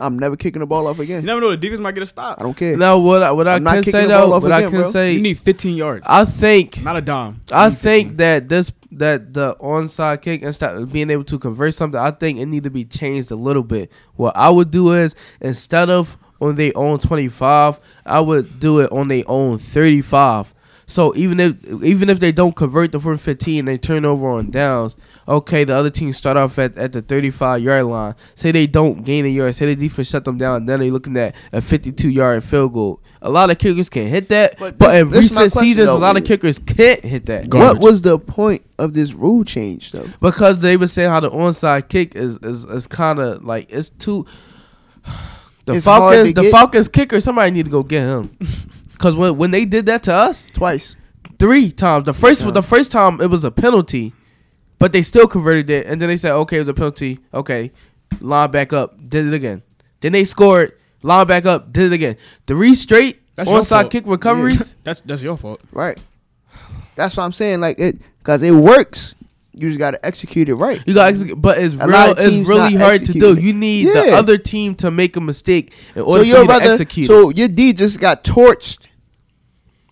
S2: I'm never kicking the ball off
S3: You
S2: again.
S3: never know the defense might get a
S2: I
S3: stop.
S2: don't care.
S1: now what I, what I
S2: I'm not
S1: can
S2: kicking
S1: say
S2: the ball
S1: though.
S2: off
S1: What I
S2: again,
S1: can
S2: bro.
S1: say,
S3: You need 15 yards,
S1: I think
S3: not a dime. You
S1: I
S3: need
S1: think
S3: 15.
S1: that this that the onside kick instead of being able to convert something, I think it need to be changed a little bit. What I would do is instead of on their own twenty five, I would do it on their own thirty five. So even if even if they don't convert the fourth fifteen, they turn over on downs. Okay, the other team start off at, at the thirty five yard line. Say they don't gain a yard. Say the defense shut them down. Then they looking at a fifty two yard field goal. A lot of kickers can hit that, but,
S2: But this-
S1: in
S2: this is my
S1: recent
S2: question,
S1: seasons, a
S2: though.
S1: lot of kickers can't hit that.
S2: What was the point of this rule change, though?
S1: Because they were saying how the onside kick is is, is kind of like it's too. The
S2: It's hard
S1: Falcons,
S2: to
S1: the
S2: get-
S1: Falcons kicker, somebody need to go get him. Cause when when they did that to us
S2: Twice.
S1: three times, the first
S2: Yeah.
S1: the first time it was a penalty, but they still converted it, and then they said okay it was a penalty, okay, line back up, did it again. Then they scored, line back up, did it again. Three straight
S3: That's your
S1: onside
S3: fault.
S1: kick recoveries.
S3: that's that's your fault.
S2: Right. That's what I'm saying. Like it, because it works. You just gotta execute it right.
S1: You got, execute, but it's
S2: Mm-hmm. A
S1: real.
S2: lot of
S1: It's
S2: teams
S1: really
S2: not
S1: hard to do.
S2: executing it.
S1: You need the
S2: Yeah.
S1: other team to make a mistake in
S2: So
S1: order for
S2: your
S1: you to
S2: rather,
S1: execute. it.
S2: so your D just got torched.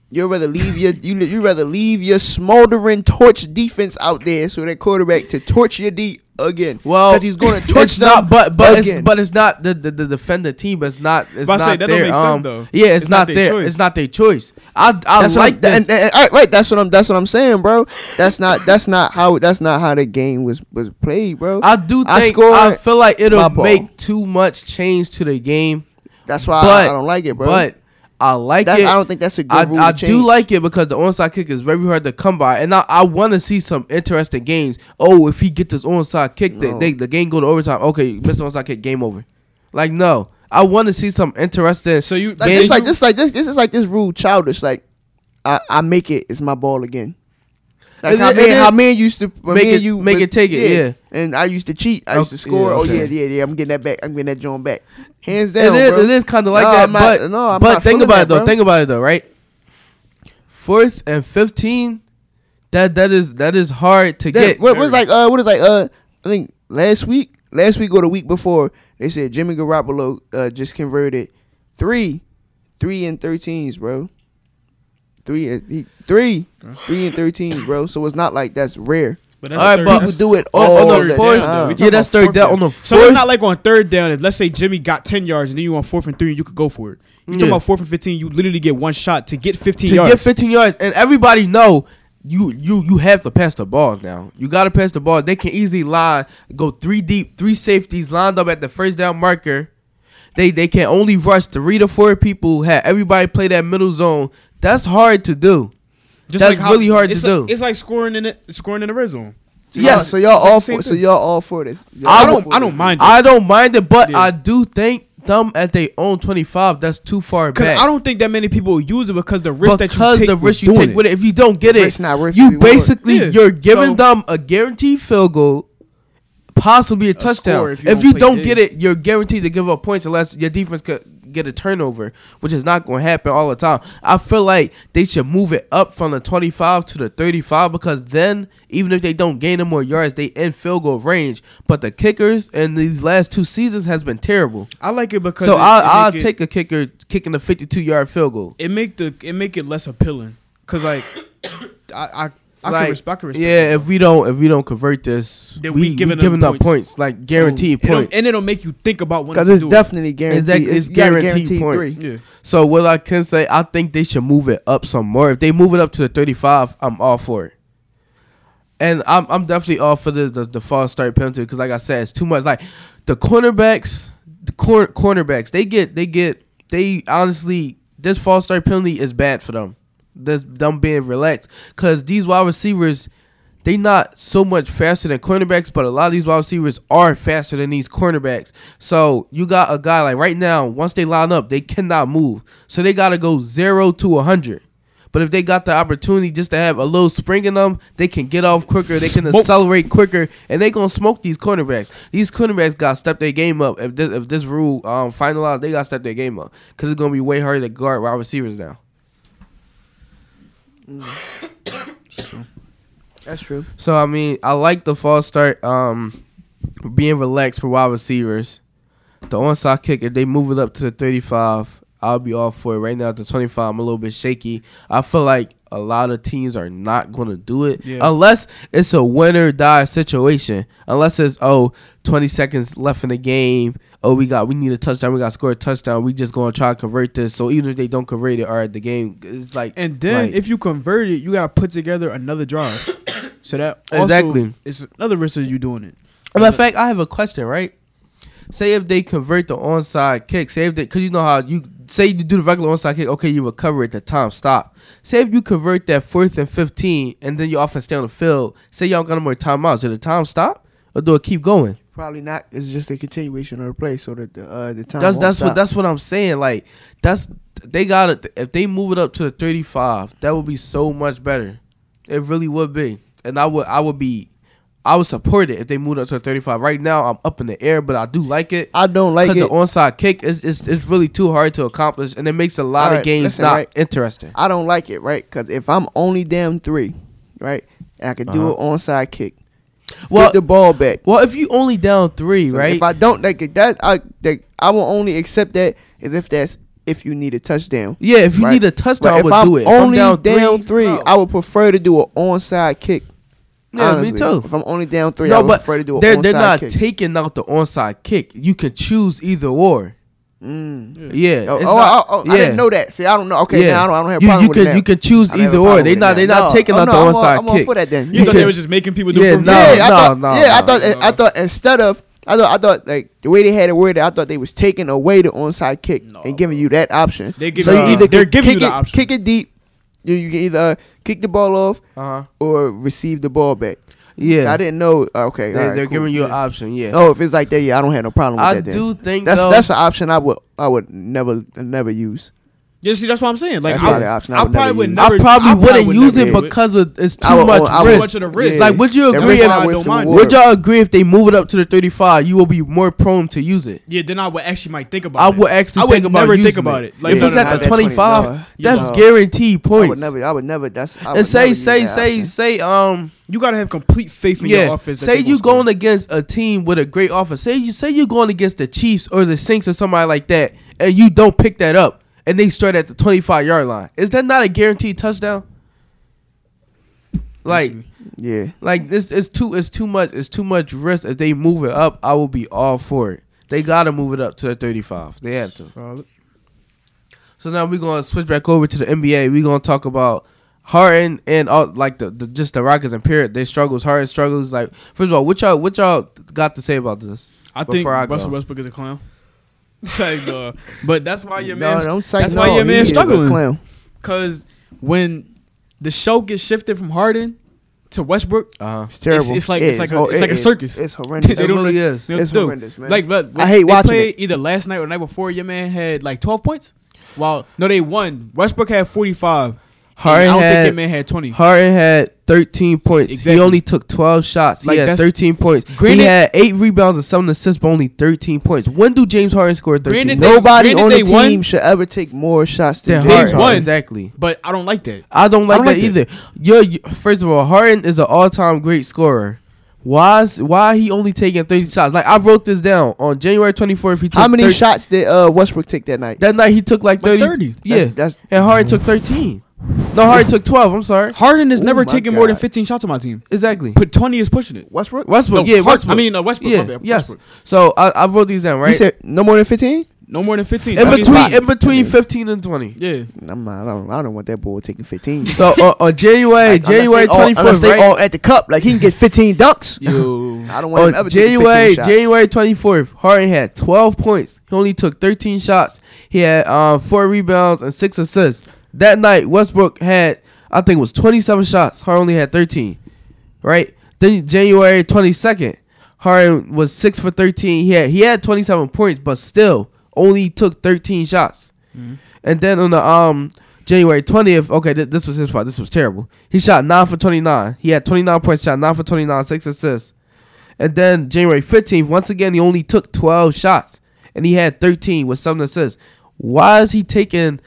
S2: You rather leave your you you rather leave your smoldering torch defense out there so that quarterback to torch your D again.
S1: Well,
S2: because he's going to
S1: it's
S2: torch them.
S1: not, but but it's,
S2: again.
S1: but it's not the, the the defender team. It's not. It's
S3: But
S1: not
S3: I say that don't
S1: their,
S3: make sense,
S1: um,
S3: though.
S1: Yeah, it's,
S3: It's not
S1: not,
S3: their
S1: their.
S3: choice.
S1: It's not their choice. I I
S2: that's
S1: like
S2: what I'm,
S1: this.
S2: and- and- all right, right, that's what I'm that's what I'm saying, bro. That's not that's not how that's not how the game was was played, bro.
S1: I do
S2: I
S1: think.
S2: scored
S1: I, feel like
S2: my
S1: it'll
S2: ball.
S1: make too much change to the game,
S2: that's why I-
S1: but-
S2: I, don't like it, bro.
S1: but I like
S2: that's,
S1: it.
S2: I don't think that's a good
S1: I,
S2: rule
S1: I
S2: to change.
S1: do like it because the onside kick is very hard to come by, and I, I want to see some interesting games. Oh, if he get this onside kick, the-
S2: No.
S1: they, the game go to overtime. Okay, you missed the onside kick, game over. Like no, I want to see some interesting.
S3: So you
S2: like
S1: Yeah,
S2: this,
S1: you-
S2: like this, like this. This is like this rule childish. Like I, I make it. It's my ball again. Like
S1: And
S2: how
S1: then- and
S2: man, how
S1: then-
S2: man used to when
S1: Make
S2: me and
S1: it-
S2: you
S1: make
S2: was-
S1: it take it, yeah.
S2: And I used to cheat. I used to
S1: Okay,
S2: score.
S1: yeah,
S2: Oh yeah,
S1: okay.
S2: yeah, yeah. I'm getting that back. I'm getting that joint back. Hands down,
S1: it is,
S2: bro.
S1: it is kind of like
S2: No,
S1: that,
S2: I'm not-
S1: but
S2: no, I'm
S1: but
S2: not
S1: think
S2: feeling
S1: about
S2: that,
S1: it though.
S2: bro.
S1: Think about it though, right? Fourth and fifteen, that that is that is hard to
S2: That-
S1: get.
S2: what was like? Uh, what is like? Uh, I think last week last week or the week before, they said Jimmy Garoppolo uh, just converted three, three and thirteens, bro. Three, and- he, three, three and thirteens, bro. So it's not like that's rare.
S3: But
S1: All right, but
S2: People
S1: that's-
S2: do it
S1: that's
S2: all
S1: on the
S2: the
S1: fourth-
S2: time.
S1: we Yeah, that's third down. On the
S3: So it's
S1: fourth-
S3: not like on third down. If let's say Jimmy got ten yards and then you on fourth and three, you could go for it. You talking
S1: Yeah.
S3: about fourth and fifteen? You literally get one shot to get fifteen
S1: to
S3: yards.
S1: get 15 yards, and everybody know you you you have to pass the ball now. You got to pass the ball. They can easily line go three deep, three safeties lined up at the first down marker. They they can only rush three to four people. Have everybody play that middle zone. That's hard to do. That's really hard to
S3: it's
S1: do.
S3: Like, it's like scoring in it, scoring in the red zone.
S2: Yeah,
S1: Yes.
S2: so y'all all
S3: Same
S2: for, so
S3: thing.
S2: y'all all for this. Y'all
S3: I
S2: all
S3: don't.
S2: for
S3: I
S2: this.
S3: don't mind.
S1: I don't mind it, but
S3: Yeah.
S1: I do think them at their own 25. That's too far
S3: because
S1: back.
S3: I don't think that many people use it because the risk that you
S1: because
S3: take
S1: the risk you take with it, if you don't get
S2: The
S1: it,
S2: risk's not worth the
S1: you
S2: reward.
S1: basically
S3: Yeah.
S1: you're giving
S3: So-
S1: them a guaranteed field goal, possibly a, touchdown.
S3: score
S1: If you don't,
S3: play big.
S1: get it, you're guaranteed to give up points unless your defense could get a turnover, which is not going to happen all the time. I feel like they should move it up from the 25 to the 35 because then even if they don't gain any more yards, they in field goal range. But the kickers in these last two seasons has been terrible.
S3: I like it because
S1: So
S3: it-
S1: I'll,
S3: it
S1: I'll
S3: make it-
S1: take a kicker kicking a 52 yard field goal.
S3: it make the it make it less appealing because like I I, I
S1: Like,
S3: can respect, I can respect
S1: Yeah, if we don't if we don't convert this,
S3: Then
S1: we,
S3: we
S1: we
S3: giving
S1: giving,
S3: them
S1: up points.
S3: points.
S1: like guaranteed
S3: It'll-
S1: points.
S3: and it'll make you think about when
S2: Because
S3: to
S2: it's
S3: do it.
S2: definitely guaranteed.
S1: Exactly, it's
S2: you gotta
S1: guaranteed
S2: guarantee
S1: points.
S2: three.
S3: Yeah,
S1: so what I can say, I think they should move it up some more. If they move it up to the thirty-five, I'm all for it. And I'm I'm definitely all for the the, the false start penalty because, like I said, it's too much. Like the cornerbacks, the cor- cornerbacks, they get they get they honestly this false start penalty is bad for them. This them being relaxed because these wide receivers they not so much faster than cornerbacks, but a lot of these wide receivers are faster than these cornerbacks. So you got a guy like right now, once they line up, they cannot move. So they gotta go zero to a hundred. But if they got the opportunity just to have a little spring in them, they can get off quicker, they can
S3: Smoked.
S1: accelerate quicker, and they gonna smoke these cornerbacks. These cornerbacks gotta step their game up. If this if this rule um finalized, they gotta step their game up. Cause it's gonna be way harder to guard wide receivers now.
S2: That's true.
S1: So I mean, I like the false start um being relaxed for wide receivers. The onside kick, if they move it up to the 35, I'll be all for it. Right now at the 25, I'm a little bit shaky. I feel like a lot of teams are not going to do it
S3: Yeah.
S1: unless it's a win or die situation. Unless it's oh, 20 seconds left in the game. Oh, we got we need a touchdown. We got to score a touchdown. We just going to try to convert this. So even if they don't convert it, all right, the game is like
S3: and then
S1: like-
S3: if you convert it, you gotta put together another drive. so that also
S1: Exactly.
S3: it's another risk of you doing it.
S1: Matter of fact, I have a question, right? Say if they convert the onside kick, say if they, cause you know how you say you do the regular onside kick, okay, you recover at the time, stop. Say if you convert that fourth and fifteen, and then your offense stay on the field. Say y'all got no more timeouts, did the time stop or do it keep going?
S2: Probably not. It's just a continuation of the play, so that the uh, the time.
S1: That's
S2: won't
S1: that's what
S2: stop.
S1: that's what I'm saying. Like that's they got it. If they move it up to the thirty five, that would be so much better. It really would be, and I would I would be. I would support it if they moved up to the 35. Right now, I'm up in the air, but I do like it.
S2: I don't like
S1: because
S2: it.
S1: the onside kick is it's, it's really too hard to accomplish, and it makes a lot of
S2: Alright,
S1: games
S2: listen,
S1: not
S2: right.
S1: interesting.
S2: I don't like it, right? Because if I'm only down three, right, and I could do
S1: Uh-huh.
S2: an onside kick,
S1: Well,
S2: get the ball back.
S1: well, if you only down three,
S2: So
S1: right?
S2: If I don't like it, that, I that, I will only accept that as if that's if you need a touchdown.
S1: yeah, if you
S2: Right.
S1: need a touchdown, I
S2: But if
S1: would
S2: I'm
S1: do it. If I'm
S2: only down, three,
S1: no.
S2: I would prefer to do an onside kick.
S1: yeah,
S2: honestly.
S1: me too.
S2: If I'm only down three, I
S1: no,
S2: would
S1: but
S2: prefer to do an
S1: they're
S2: onside
S1: they're not
S2: kick.
S1: taking out the onside kick. You can choose either or.
S2: Mm.
S1: Yeah.
S2: Oh, oh,
S1: it's not-
S2: oh, oh, I didn't
S1: yeah.
S2: know that. See, I don't know. Okay,
S1: Yeah.
S2: now I don't, I don't have a
S1: You-
S2: problem
S1: you
S2: with
S1: can-
S2: it now.
S1: you can choose
S2: I don't have a
S1: either or.
S2: problem
S1: They
S2: with it
S1: not- they
S2: now.
S1: not taking
S2: oh,
S1: out
S2: no,
S1: the
S2: I'm all-
S1: onside
S2: I'm all
S1: kick.
S2: for that then.
S3: You thought
S1: could-
S3: they were just making people do
S1: Yeah,
S3: it for
S1: no,
S3: free?
S2: I thought,
S1: no,
S2: yeah,
S1: no,
S2: I thought, I thought instead of, I thought, I thought like the way they had it worded, I thought they was taking away the onside kick
S3: No,
S2: and giving you that option.
S3: They give
S2: so
S3: you-
S2: you either
S3: they're
S2: kick-
S3: giving
S2: kick
S3: you the
S2: it,
S3: option.
S2: kick it deep. You, you can either uh, kick the ball off
S1: Uh-huh.
S2: or receive the ball back.
S1: Yeah.
S2: I didn't know. uh, Okay,
S1: they,
S2: all right,
S1: they're
S2: cool.
S1: giving you an option. Yeah.
S2: Oh, if it's like that, yeah, I don't have no problem with
S1: I
S2: that. then.
S1: do think
S2: That's
S1: though,
S2: that's an option I would I would never never use.
S3: Yeah, see, that's what I'm saying. Like,
S2: That's
S3: I,
S2: not an option. I
S3: I
S2: would never
S3: probably would
S2: use it.
S3: never.
S1: I probably wouldn't
S3: would
S1: use
S3: never
S1: it
S3: do
S1: because of it's too
S2: I would-
S1: much
S2: I would-
S1: risk.
S3: Too much of the risk.
S1: Like, would you
S2: The
S1: agree
S2: risk
S3: if-
S2: I
S3: I
S2: went
S3: don't
S2: through
S3: mind
S2: the
S3: it.
S1: Would
S2: war.
S1: y'all agree if they move it up to the 35, you will be more prone to use it?
S3: Yeah, then I would actually might think about
S1: I
S3: it.
S1: would actually
S3: I would
S1: think about
S3: never
S1: using
S3: think about it. Like,
S1: if
S3: no,
S1: it's
S3: no,
S1: at
S3: no,
S1: the
S2: that
S1: 25,
S2: 20, no.
S1: that's
S2: No.
S1: guaranteed
S2: I would
S1: points.
S2: never. I would never. That's. I would
S1: and say,
S2: never
S1: say,
S2: use that
S1: say,
S2: option.
S1: say, um,
S3: You gotta have complete faith in your
S1: yeah.
S3: offense. that
S1: Say
S3: they gonna
S1: you
S3: score.
S1: going against a team with a great offense. Say you say you're going against the Chiefs or the Saints or somebody like that, and you don't pick that up, and they start at the 25 yard line. Is that not a guaranteed touchdown? Like,
S2: Yeah.
S1: like this it's too it's too much it's too much risk. If they move it up, I will be all for it. They gotta move it up to the 35. They have to. So now we're gonna switch back over to the NBA. We're gonna talk about Harden and all like the, the just the Rockets and period. They struggles, Harden struggles. Like first of all, what y'all what y'all got to say about this?
S3: I think
S1: before I go.
S3: Russell Westbrook is a clown. Like, uh, but that's why your
S2: No,
S3: man.
S2: don't say
S3: that's
S2: no.
S3: why your
S2: He
S3: man
S2: is a
S3: struggling.
S2: clown.
S3: Because when the show gets shifted from Harden to Westbrook,
S1: Uh huh.
S2: It's terrible.
S3: it's like- it's
S2: It
S3: like a-
S2: is. Oh,
S3: it's
S2: it
S3: like a
S2: is.
S3: circus.
S2: It's horrendous.
S3: They
S1: It
S3: don't
S1: really is.
S3: they'll
S2: It's
S3: do.
S2: horrendous, man.
S3: Like, but
S2: I hate
S3: they
S2: watching
S3: played either last night or the night before. Your man had like twelve points. While no, they won. Westbrook had forty five. I
S1: Harden
S3: don't
S1: had-
S3: think your man had twenty.
S1: Harden had 13 points.
S3: Exactly.
S1: He only took 12 shots.
S3: Like,
S1: he had
S3: that's-
S1: 13 points.
S3: Granted-
S1: he had eight rebounds and seven assists, but only 13 points. When do James Harden score 13?
S3: Granted,
S1: points?
S2: Nobody
S3: Granted,
S2: on
S3: they
S2: the
S3: won.
S2: team should ever take more shots than
S1: Then
S3: James
S2: James
S1: Harden.
S3: won.
S2: Harden.
S1: Exactly.
S3: But I don't like that.
S1: I don't like
S3: I don't
S1: that
S3: like
S1: either. You're, you- first of all, Harden is an all-time great scorer. Why is why he only taking 30 shots? Like I wrote this down on January 24th. He took
S2: How many
S1: 30
S2: shots did uh, Westbrook take that night?
S1: That night he took like
S3: Like
S1: 30.
S3: 30.
S1: Yeah,
S2: That's, that's
S1: and Harden took 13. No, Harden took 12. I'm sorry.
S3: Harden has
S2: Oh
S3: never
S2: my
S3: taken more than
S2: God.
S3: fifteen shots on my team.
S1: Exactly.
S3: But twenty is pushing it.
S2: Westbrook.
S1: Westbrook.
S3: No,
S1: yeah,
S3: Hart-
S1: Westbrook.
S3: I mean, uh, Westbrook. my
S1: yeah,
S3: bad,
S1: yes.
S3: Westbrook.
S1: So I, I wrote these down
S2: You
S1: right.
S2: said no more than fifteen.
S3: No more than fifteen.
S1: in
S3: I mean,
S1: between,
S2: fine.
S1: in between
S2: Okay.
S1: 15 and 20.
S3: Yeah.
S2: I'm not, I don't. I don't want that boy taking fifteen.
S1: So on, on January
S2: Like, unless
S1: January
S2: they all- unless
S1: 24th,
S2: they
S1: right?
S2: all at the cup. Like he can get fifteen dunks.
S3: Yo.
S2: I don't want
S1: On
S2: him ever taking
S1: Oh, January
S2: 15 shots.
S1: January 24th, Harden had 12 points. He only took 13 shots. He had um, four rebounds and six assists. That night, Westbrook had I think it was 27 shots. Harden only had 13. Right? Then January 22nd, Harden was 6 for 13. He had he had 27 points, but still only took 13 shots. And then on the um January 20th, okay, th- this was his fault. This was terrible. He shot 9 for 29. He had 29 points, shot 9 for 29, 6 assists. And then January 15th, once again, he only took 12 shots and he had 13 with 7 assists. Why is he taking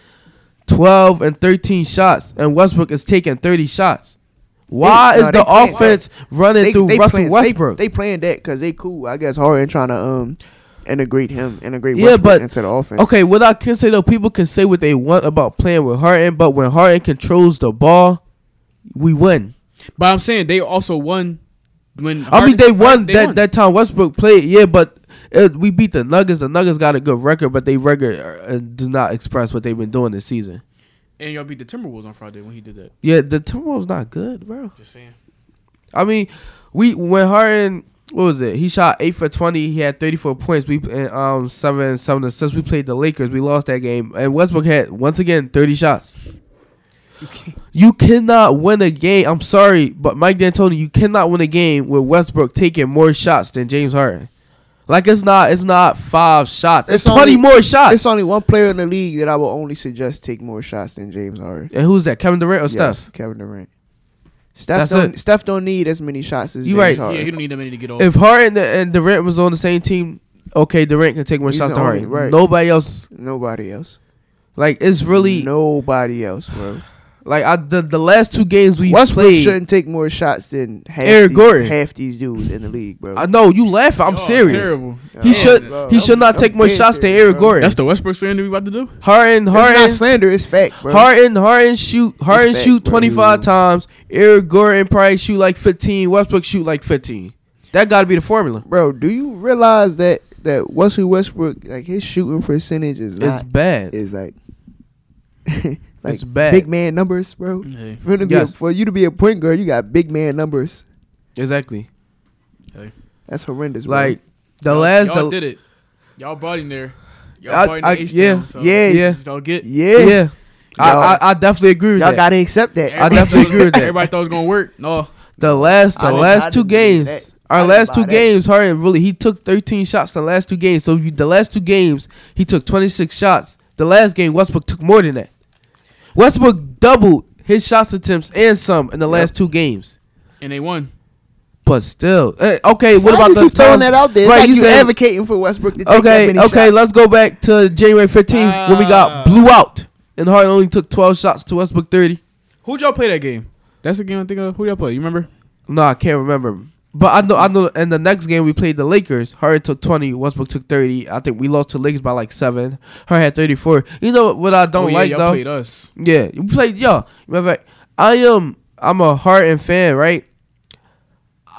S1: 12 and 13 shots and Westbrook is taking 30 shots? Why
S2: They-
S1: is
S2: nah,
S1: the
S2: they playing-
S1: offense running through Russell
S2: playing,
S1: Westbrook?
S2: They, they playing that because they cool. I guess Harden trying to um integrate him, integrate
S1: Yeah,
S2: Westbrook
S1: but-
S2: into the offense.
S1: okay, what I can say though, people can say what they want about playing with Harden, but when Harden controls the ball, we win.
S3: But I'm saying they also won when
S1: I mean,
S3: Harden-
S1: they won
S3: they
S1: that
S3: won.
S1: that time Westbrook played. Yeah, but it, we beat the Nuggets. The Nuggets got a good record, but they record uh, do not express what they've been doing this season.
S3: and y'all beat the Timberwolves on Friday when he did that.
S1: Yeah, the Timberwolves not good, bro.
S3: Just saying.
S1: I mean, we when Harden what was it? He shot eight for twenty. He had thirty four points. We and, um seven seven assists. We played the Lakers. We lost that game. And Westbrook had once again thirty shots. You cannot win a game. I'm sorry, but Mike D'Antoni, you cannot win a game with Westbrook taking more shots than James Harden. Like it's not, it's not five shots. It's,
S2: It's
S1: twenty
S2: only-
S1: more shots.
S2: It's only one player in the league that I will only suggest take more shots than James Harden.
S1: and who's that? Kevin Durant or
S2: Yes,
S1: Steph?
S2: Kevin Durant. Steph
S1: That's
S2: don't,
S1: it.
S2: Steph don't need as many shots as
S1: You
S2: James
S1: right.
S2: Harden.
S3: Yeah, he don't need that many to get over.
S1: If Harden and Durant was on the same team, okay, Durant can take more
S2: He's
S1: shots
S2: the
S1: than
S2: only-
S1: Harden.
S2: right.
S1: Nobody else.
S2: Nobody else.
S1: Like it's really
S2: nobody else, bro.
S1: like I, the the last two games we
S2: Westbrook
S1: played.
S2: shouldn't take more shots than half,
S1: Eric
S2: these,
S1: Gordon.
S2: half these dudes in the league, bro.
S1: I know you laugh. I'm
S3: Y'all
S1: serious.
S3: Terrible.
S1: He
S2: Yeah,
S1: should
S2: bro.
S1: he should
S2: I'm-
S1: not
S2: I'm
S1: take more
S2: dead
S1: shots than
S2: serious,
S1: Eric
S2: bro.
S1: Gordon.
S3: That's the Westbrook slander we about to do.
S1: Harden
S2: It's not
S1: Harden
S2: slander. It's fact, bro.
S1: Harden, Harden shoot, Harden
S2: Respect,
S1: shoot
S2: bro.
S1: twenty five times. Eric Gordon probably shoot like fifteen. Westbrook shoot like fifteen. That got to be the formula.
S2: Bro, do you realize that that Wesley Westbrook like his shooting percentage is
S1: It's
S2: not
S1: bad.
S2: is like like
S1: It's bad. Mm.
S2: big man numbers, bro.
S3: Hey,
S2: For, him to be
S1: Yes.
S2: a, for you to be a point guard, you got big man numbers.
S1: exactly.
S2: That's horrendous. Bro.
S1: Like the
S3: y'all,
S1: last,
S3: y'all
S1: the,
S3: did it. Y'all brought him there. Y'all
S1: I-
S3: brought him to
S1: I-
S3: H-Town,
S1: yeah,
S3: so
S2: yeah,
S1: yeah.
S3: Y'all get.
S2: yeah,
S1: yeah, I, I I definitely agree with
S2: y'all
S1: that.
S2: gotta accept that.
S1: I
S3: Everybody
S1: definitely
S3: thought-
S1: agree with that.
S3: Everybody thought it was gonna work. No,
S1: The last,
S2: I
S1: the
S2: didn't- I
S1: last two
S2: didn't
S1: games,
S2: believe that. I
S1: our
S2: didn't
S1: last
S2: buy
S1: two
S2: that.
S1: games, Harden really he took 13 shots the last two games. So you, the last two games he took 26 shots. The last game, Westbrook took more than that. Westbrook doubled his shots attempts and some in the last two games.
S3: and they won.
S1: But still, eh, okay. What
S2: Why
S1: about
S2: you
S1: the
S2: keep throwing
S1: times-
S2: that out there? It's
S1: Right,
S2: like
S1: you
S2: you
S1: said-
S2: advocating for Westbrook to take that
S1: Okay,
S2: many
S1: okay.
S2: shots.
S1: Let's go back to January fifteenth when we
S3: Ah.
S1: got blew out, and Harden only took twelve shots to Westbrook thirty.
S3: Who'd y'all play that game? That's the game I'm thinking of. Who y'all play? You remember?
S1: No, I can't remember. But I know, I know. In the next game we played the Lakers, Harden took twenty, Westbrook took thirty. I think we lost to Lakers by like seven. Harden had thirty four. You know what I don't
S3: Oh, yeah,
S1: like
S3: y'all
S1: though?
S3: played us.
S1: Yeah, you played yo. Matter of fact, I am I'm a Harden fan, right?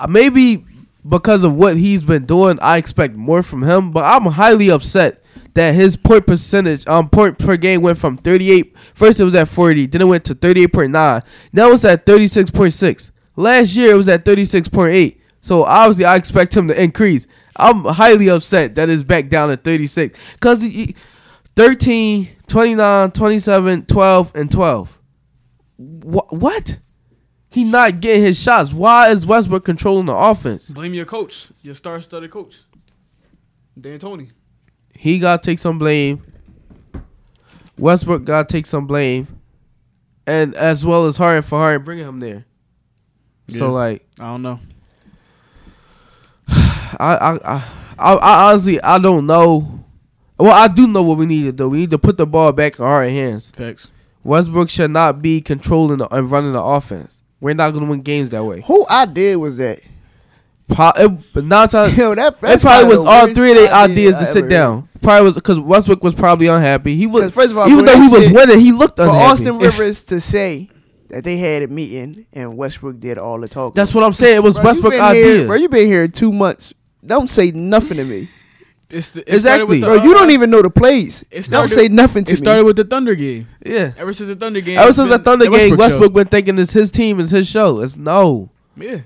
S1: Uh, Maybe because of what he's been doing, I expect more from him. But I'm highly upset that his point percentage, um, point per game went from 38. First it was at 40, then it went to 38.9. Now it's at 36.6. Last year it was at 36.8. So obviously I expect him to increase. I'm highly upset that it's back down to 36 because 13, 29, 27, 12, and 12. Wh- what? He not getting his shots. Why is Westbrook controlling the offense?
S3: Blame your coach, your star-studded coach, Dan Tony.
S1: He got to take some blame. Westbrook got to take some blame. And as well as Harden for Harden bringing him there.
S3: Yeah.
S1: So, like,
S3: I don't know.
S1: I, I, I, I, I honestly, I don't know. Well, I do know what we need to do. We need to put the ball back in Harden's hands.
S3: Facts.
S1: Westbrook should not be controlling the, and running the offense. We're not going to win games that way.
S2: Who idea was that?
S1: Po- it, but nine times,
S2: Yo, that
S1: uh, it
S2: that's
S1: probably
S2: the
S1: was all
S2: worst
S1: three of their
S2: idea
S1: ideas
S2: I
S1: to sit
S2: ever
S1: down. Probably was because Westbrook was probably unhappy. He was,
S2: 'Cause first of all,
S1: even
S2: when
S1: though
S2: they
S1: he was
S2: said-
S1: winning, he looked
S2: heard. For
S1: unhappy.
S2: Austin
S1: It's-
S2: Rivers to say that they had a meeting and Westbrook did all the talking.
S1: that's what I'm saying. It was
S2: Bro, you
S1: Westbrook
S2: been here-
S1: idea.
S2: Bro, you been here two months. Don't say nothing to me.
S3: It's the, uh,
S1: started with Exactly. the-
S2: Bro, you don't even know the plays.
S3: It
S2: Don't
S3: started,
S2: say nothing to
S3: it started with the Thunder game.
S1: yeah.
S3: Ever since the Thunder game.
S1: Ever
S3: it's
S1: since
S3: been
S1: that Thunder
S3: the
S1: game,
S3: show.
S1: Westbrook been thinking it's his team, it's his show. It's no.
S3: Yeah.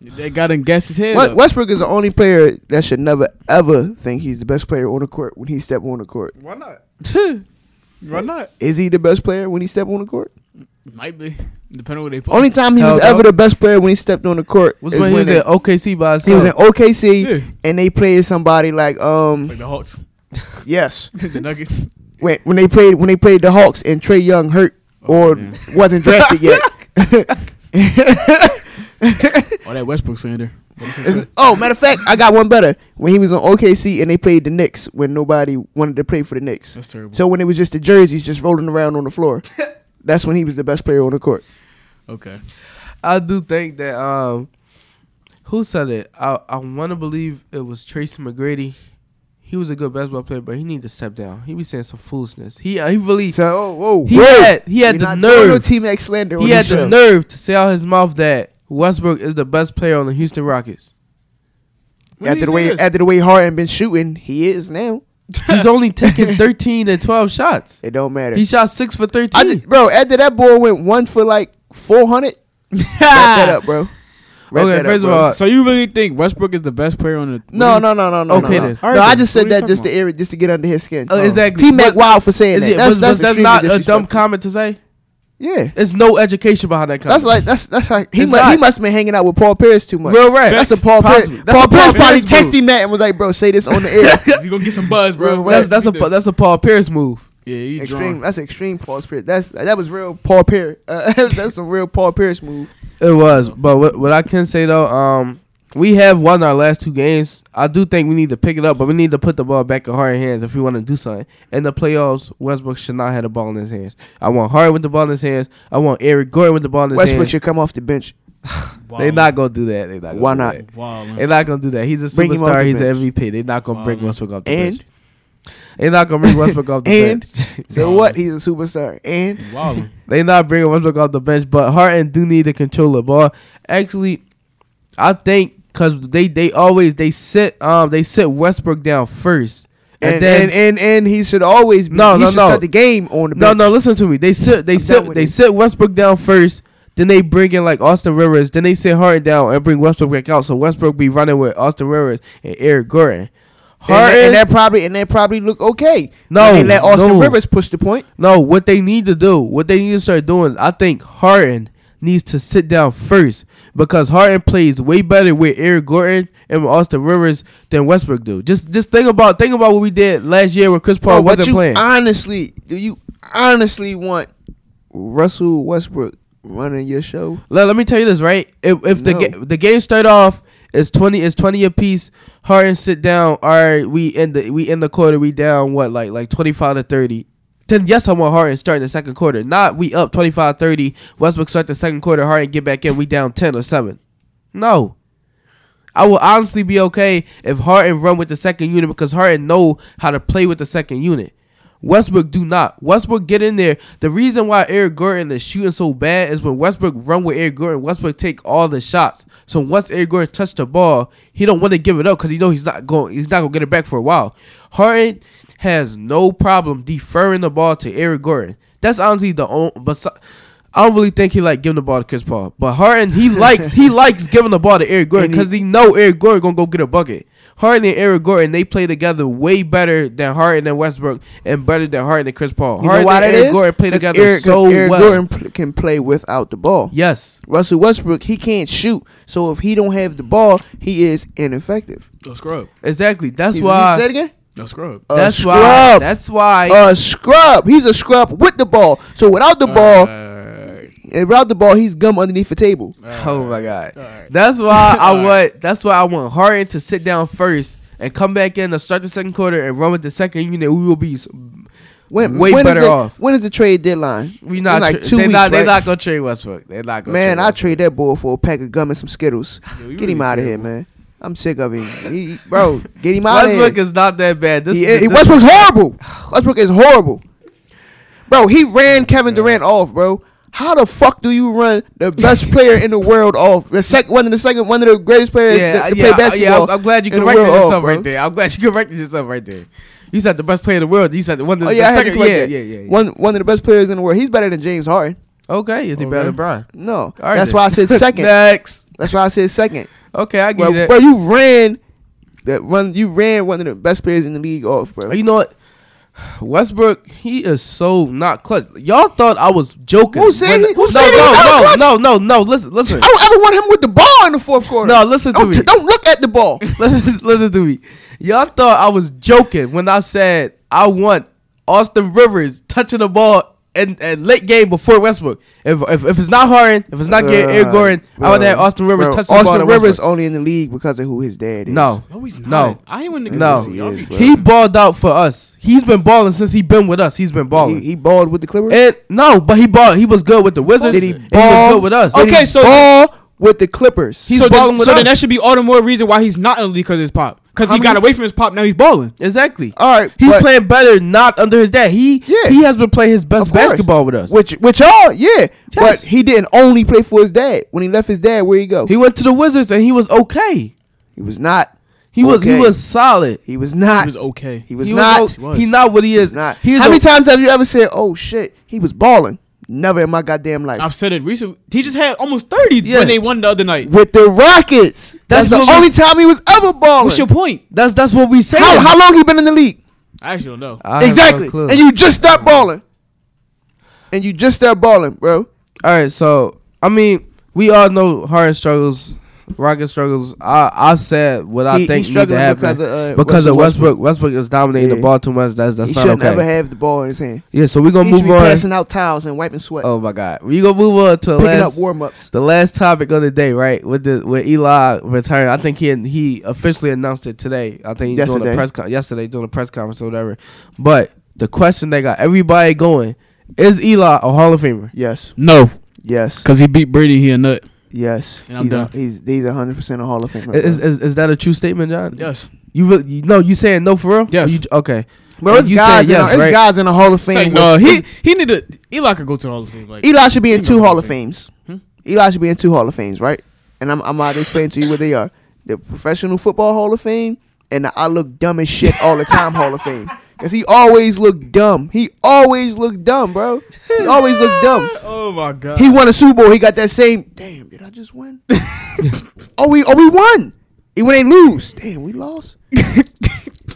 S3: They got him gas his
S2: me.
S3: head.
S2: Wes-
S3: up.
S2: Westbrook is the only player that should never ever think he's the best player on the court when he step on the court.
S3: Why not?
S1: Why
S3: Why not?
S2: Is he the best player when he step on the court?
S3: Might be. Depending on what they play.
S2: Only time he
S1: Hell
S2: was
S1: no.
S2: ever the best player when he stepped on the court
S1: Was
S2: is
S1: when he
S2: when
S1: was
S2: they-
S1: at OKC by
S2: he
S1: himself.
S2: was in OKC
S3: Yeah.
S2: and they played somebody like um
S3: Like the Hawks.
S2: yes
S3: the Nuggets.
S2: when when they played when they played the Hawks and Trey Young hurt
S3: Oh,
S2: or
S3: man.
S2: wasn't drafted yet.
S3: Oh, that Westbrook slander.
S2: It's- oh, matter of fact, I got one better. When he was on OKC and they played the Knicks when nobody wanted to play for the Knicks.
S3: That's terrible.
S2: So when it was just the jerseys just rolling around on the floor, that's when he was the best player on the court.
S3: okay.
S1: I do think that um, who said it? I I want to believe it was Tracy McGrady. He was a good basketball player, but he need to step down. He be saying some foolishness. He he really
S2: So oh, whoa,
S1: he
S2: whoa.
S1: had he
S2: We're
S1: had the
S2: not doing No
S1: nerve.
S2: team X slander.
S1: He
S2: on
S1: had
S2: this
S1: the
S2: show.
S1: nerve to say out his mouth that Westbrook is the best player on the Houston Rockets.
S2: After the way after the way Harden been shooting, he is now.
S1: He's only taking thirteen and twelve shots.
S2: It don't matter.
S1: He shot six for
S2: I
S1: thirteen.
S2: just, bro, after that boy went one for like four hundred. Wrap that up, bro. Wrap
S1: Okay,
S2: that
S1: first of
S2: bro.
S1: all-
S3: so you really think Westbrook is the best player on the?
S2: No, no, no, no, no.
S1: Okay then.
S2: no, no.
S3: All right
S2: no I
S3: then.
S2: just said
S3: What are you
S2: that
S3: talking
S2: just to
S3: about?
S2: irrit, just to get under his skin.
S1: Uh, exactly.
S2: T Mac
S1: What-
S2: Wild for saying
S1: Is
S2: that.
S1: it,
S2: that's
S1: was,
S2: that's
S1: was that
S2: extremely
S1: not a dumb
S2: disrespectful.
S1: comment to say?
S2: Yeah,
S1: There's no education behind that comment.
S2: that's like that's that's how he
S1: It's
S2: must, he
S1: not.
S2: must have been hanging out with Paul Pierce too much.
S1: real rap.
S2: That's a Paul Pierce.
S1: Possibly. That's
S2: Paul
S1: a Paul
S2: Pierce probably
S1: Pierce move.
S2: texted Matt and was like, "Bro, say this on the air."
S3: you gonna get some buzz, bro.
S2: Bro,
S1: That's that's a that's a Paul Pierce move.
S3: yeah. He
S2: extreme.
S3: drawn.
S2: That's extreme Paul Pierce. That's that was real Paul Pierce. Uh, that's some real Paul Pierce move.
S1: It was, but what, what I can say though, um, we have won our last two games. I do think we need to pick it up, but we need to put the ball back in Harden's hands if we want to do something. In the playoffs, Westbrook should not have the ball in his hands. I want Harden with the ball in his hands. I want Eric Gordon with the ball in his
S2: Westbrook
S1: hands.
S2: should come off the bench.
S3: Wow.
S1: They're not gonna do that. They not. Gonna
S2: Why
S1: do
S2: not?
S1: that.
S3: Wow. man.
S1: They're not gonna do that. He's a
S2: Bring him off
S1: superstar.
S2: the
S1: He's an
S2: bench.
S1: MVP. They're not gonna
S3: Wow,
S1: bring
S3: man.
S1: Westbrook off the
S2: And
S1: bench. They're not gonna bring Westbrook off the
S2: And-
S1: bench.
S2: so
S3: Wow.
S2: what? He's a superstar. And
S3: Wow. man.
S1: They not bringing Westbrook off the bench, but Harden do need to control the ball. Actually, I think because they they always they sit um they sit Westbrook down first, and,
S2: and and,
S1: then
S2: and and he should always be,
S1: No,
S2: he
S1: no,
S2: should
S1: no.
S2: start the game on the
S1: no
S2: bench.
S1: no listen to me they sit they
S2: I'm done
S1: sit
S2: with
S1: they
S2: it.
S1: sit Westbrook down first. Then they bring in like Austin Rivers. Then they sit Harden down and bring Westbrook back out. So Westbrook be running with Austin Rivers and Eric Gordon.
S2: And,
S1: Harden,
S2: and that probably and that probably look okay.
S1: No,
S2: and they let Austin
S1: no.
S2: Rivers push the point.
S1: No, what they need to do, what they need to start doing, I think Harden needs to sit down first because Harden plays way better with Eric Gordon and with Austin Rivers than Westbrook do. Just just think about think about what we did last year when Chris Paul
S2: Bro, what
S1: wasn't
S2: you
S1: playing.
S2: honestly do you honestly want Russell Westbrook running your show?
S1: let, let me tell you this, right? If if the
S2: No.
S1: ga- the game start off is twenty is twenty apiece, Harden sit down. All right, we end the we end the quarter. We down what like like twenty five to thirty. Then yes, I want Harden starting the second quarter. Not we up 25-30. Westbrook start the second quarter. Harden get back in. We down ten or seven. No. I will honestly be okay if Harden run with the second unit because Harden know how to play with the second unit. Westbrook do not. Westbrook get in there. The reason why Eric Gordon is shooting so bad is when Westbrook run with Eric Gordon, Westbrook take all the shots. So once Eric Gordon touch the ball, he don't want to give it up because he know he's not going. He's not gonna get it back for a while. Harden has no problem deferring the ball to Eric Gordon. That's honestly the only. Besi- I don't really think he like giving the ball to Chris Paul, but Harden he likes he likes giving the ball to Eric Gordon
S2: And he-
S1: because he know Eric Gordon gonna go get a bucket. Harden and Eric Gordon they play together way better than Harden and Westbrook and better than Harden and Chris Paul.
S2: You
S1: Harden
S2: know why
S1: and
S2: that
S1: Eric
S2: is?
S1: Gordon play
S2: 'Cause
S1: together
S2: Eric, 'cause
S1: so
S2: Eric
S1: well.
S2: Gordon pl- can play without the ball.
S1: Yes,
S2: Russell Westbrook he can't shoot, so if he don't have the ball, he is ineffective.
S3: A scrub.
S1: exactly. That's
S2: You- you Say it
S1: why.
S2: again.
S3: A scrub.
S2: A
S1: That's why.
S2: scrub.
S1: That's why.
S2: a scrub. He's a scrub with the ball. So without the ball,
S3: Alright,
S2: without the ball, he's gum underneath the table.
S1: Oh my god.
S3: alright.
S1: That's why I
S3: All right.
S1: want. That's why I want Harden to sit down first and come back in to start the second quarter and run with the second unit. We will be. s-
S2: When,
S1: Way
S2: when is
S1: better
S2: the,
S1: off.
S2: When is the trade deadline?
S1: We not.
S2: In
S1: Like
S2: like two
S1: they
S2: weeks,
S1: not. They
S2: right?
S1: not gonna trade Westbrook. They not gonna.
S2: Man,
S1: trade
S2: I
S1: Westbrook.
S2: trade that boy for a pack of gum and some Skittles.
S3: Yo, you
S2: get him
S3: really
S2: out of here,
S3: terrible.
S2: man. I'm sick of him. He, he- bro, get him out of here.
S1: Westbrook is not that bad. This,
S2: He-
S1: is-
S2: he-
S1: this-
S2: Westbrook's horrible. Westbrook is horrible. Bro, he ran Kevin Durant off, bro. How the fuck do you run the best player in the world off? The sec- one of the second, one of the greatest players
S1: yeah,
S2: that, to
S1: yeah, I-
S2: play
S1: yeah.
S2: basketball.
S1: I'm, I'm glad you
S2: in the
S1: corrected
S2: world, Oh,
S1: yourself
S2: bro.
S1: right there. I'm glad you corrected yourself right there. You said the best player in the world. You said the one. Of
S2: Oh
S1: the,
S2: yeah, I
S1: the
S2: had to
S1: second-
S2: correct
S1: yeah,
S2: that.
S1: yeah, yeah, yeah.
S2: One one of the best players in the world. He's better than James Harden.
S1: Okay, is he better than
S3: Okay.
S1: Brian?
S2: No,
S1: All right
S2: Oh, that's
S1: then.
S2: why I said second.
S1: Next.
S2: that's why I said second.
S1: Okay, I get
S2: Bro,
S1: it.
S2: bro, you ran that run. You ran one of the best players in the league off, bro.
S1: But You know what? Westbrook, he is so not clutch. Y'all thought I was joking.
S2: Who said
S1: when-
S2: he- who
S1: no,
S2: said he's
S1: no,
S2: not
S1: no,
S2: clutch?
S1: no, no, no. Listen, listen,
S2: I don't ever want him with the ball in the fourth quarter.
S1: No, listen to
S2: don't,
S1: me.
S2: don't look at the ball.
S1: listen, listen to me. Y'all thought I was joking when I said I want Austin Rivers touching the ball and, and late game before Westbrook. If if, if it's not Harden, if it's not uh, Eric
S2: Uh,
S1: Gordon, I would
S2: bro,
S1: have Austin Rivers
S2: bro,
S1: touch the ball.
S2: Austin
S1: than
S2: Rivers
S1: Westbrook.
S2: only in the league because of who his dad is.
S1: No,
S3: No, he's not.
S1: No.
S3: I ain't when niggas
S1: No.
S3: listen. Y'all be
S2: Yes, bro.
S1: he
S3: tripping.
S1: balled out for us. He's been balling since he been with us. He's been balling.
S2: he, he balled with the Clippers.
S1: And no, but he bought. He was good with the Wizards.
S2: Did he
S1: and he was good with us.
S2: Did he
S3: Okay, so-
S2: ball with the Clippers.
S1: He's
S3: so
S1: balling
S3: then,
S1: with
S3: so
S1: us.
S3: then that should be all the more reason why he's not in the league because his pop. Because
S2: How
S3: he got
S2: many-
S3: away from his pop, now he's balling.
S1: exactly.
S2: all right.
S1: He's
S2: Uh, but-
S1: playing better not under his dad. He
S2: Yeah.
S1: he has been playing his best
S2: Of course.
S1: basketball with us.
S2: Which, which all, yeah,
S1: Yes.
S2: but he didn't only play for his dad. When he left his dad, where he go?
S1: he
S2: He,
S1: went to the Wizards and he was okay.
S2: was not.
S1: He was he
S2: Okay.
S1: was solid.
S2: He was not.
S3: He was okay.
S2: He was not.
S1: o-
S3: He was.
S1: He not what he is.
S2: was not.
S1: He is
S2: How
S1: a-
S2: many times have you ever said, "Oh shit, he was balling"? Never in my goddamn life.
S3: I've said it recently. He just had almost 30
S1: Yeah.
S3: when they won the other night.
S2: With the Rockets,
S1: That's
S2: that's,
S1: what
S2: the
S1: we-
S2: only time he was ever balling.
S3: What's your point?
S1: That's that's what we say.
S2: how, how long he been in the league?
S3: I actually don't know.
S2: exactly. and you just start balling. And you just start balling, bro.
S1: All right, so I mean, we all know Harden struggles, Rocket struggles. I I said what I
S2: He-
S1: think
S2: he's
S1: need to
S2: struggling
S1: happen
S2: because of, uh,
S1: because
S2: Russell
S1: of Westbrook. Westbrook is dominating the
S2: Yeah.
S1: ball too much. That's that's
S2: he
S1: not
S2: shouldn't
S1: okay.
S2: ever have the ball in his hand.
S1: yeah, so we gonna
S2: he should
S1: move
S2: be
S1: on.
S2: passing out towels and wiping sweat,
S1: Oh my God, we gonna move on to the
S2: picking
S1: last
S2: up warm ups.
S1: the last topic of the day, right? With the with Eli retiring, I think he he officially announced it today. I think he's doing a
S2: Yesterday.
S1: press con- yesterday doing a press conference or whatever. But the question that got everybody going is Eli a Hall of Famer?
S2: Yes,
S3: No,
S2: yes,
S3: because he beat Brady. He a nut.
S2: yes.
S3: And I'm
S2: he's, a-
S3: done.
S2: he's he's 100 percent a Hall of Famer.
S1: Is,
S2: bro.
S1: is is that a true statement, John?
S3: Yes.
S1: You really you, no? You saying no for real?
S3: Yes.
S1: You, okay.
S2: bro, it's
S1: you said
S2: guys, in
S1: yes,
S2: a- it's
S1: right?
S2: guys in the Hall of
S3: It's
S2: Fame.
S3: like,
S2: with-
S3: no, uh, he he need to. Eli could go to the Hall of Fame. Like,
S2: Eli should be in
S3: He
S2: two
S3: knows
S2: Hall of
S3: everything.
S2: Fames. Eli should be in two Hall of Fames, right? And I'm I'm about to explain to you what they are: the Professional Football Hall of Fame and the I look dumb as shit all the time Hall of Fame. Cause he always looked dumb. He always looked dumb, bro. He always looked dumb.
S3: oh my god.
S2: He won a Super Bowl. He got that same. Damn, did I just win? oh, we oh we won. He when they lose. Damn, we lost.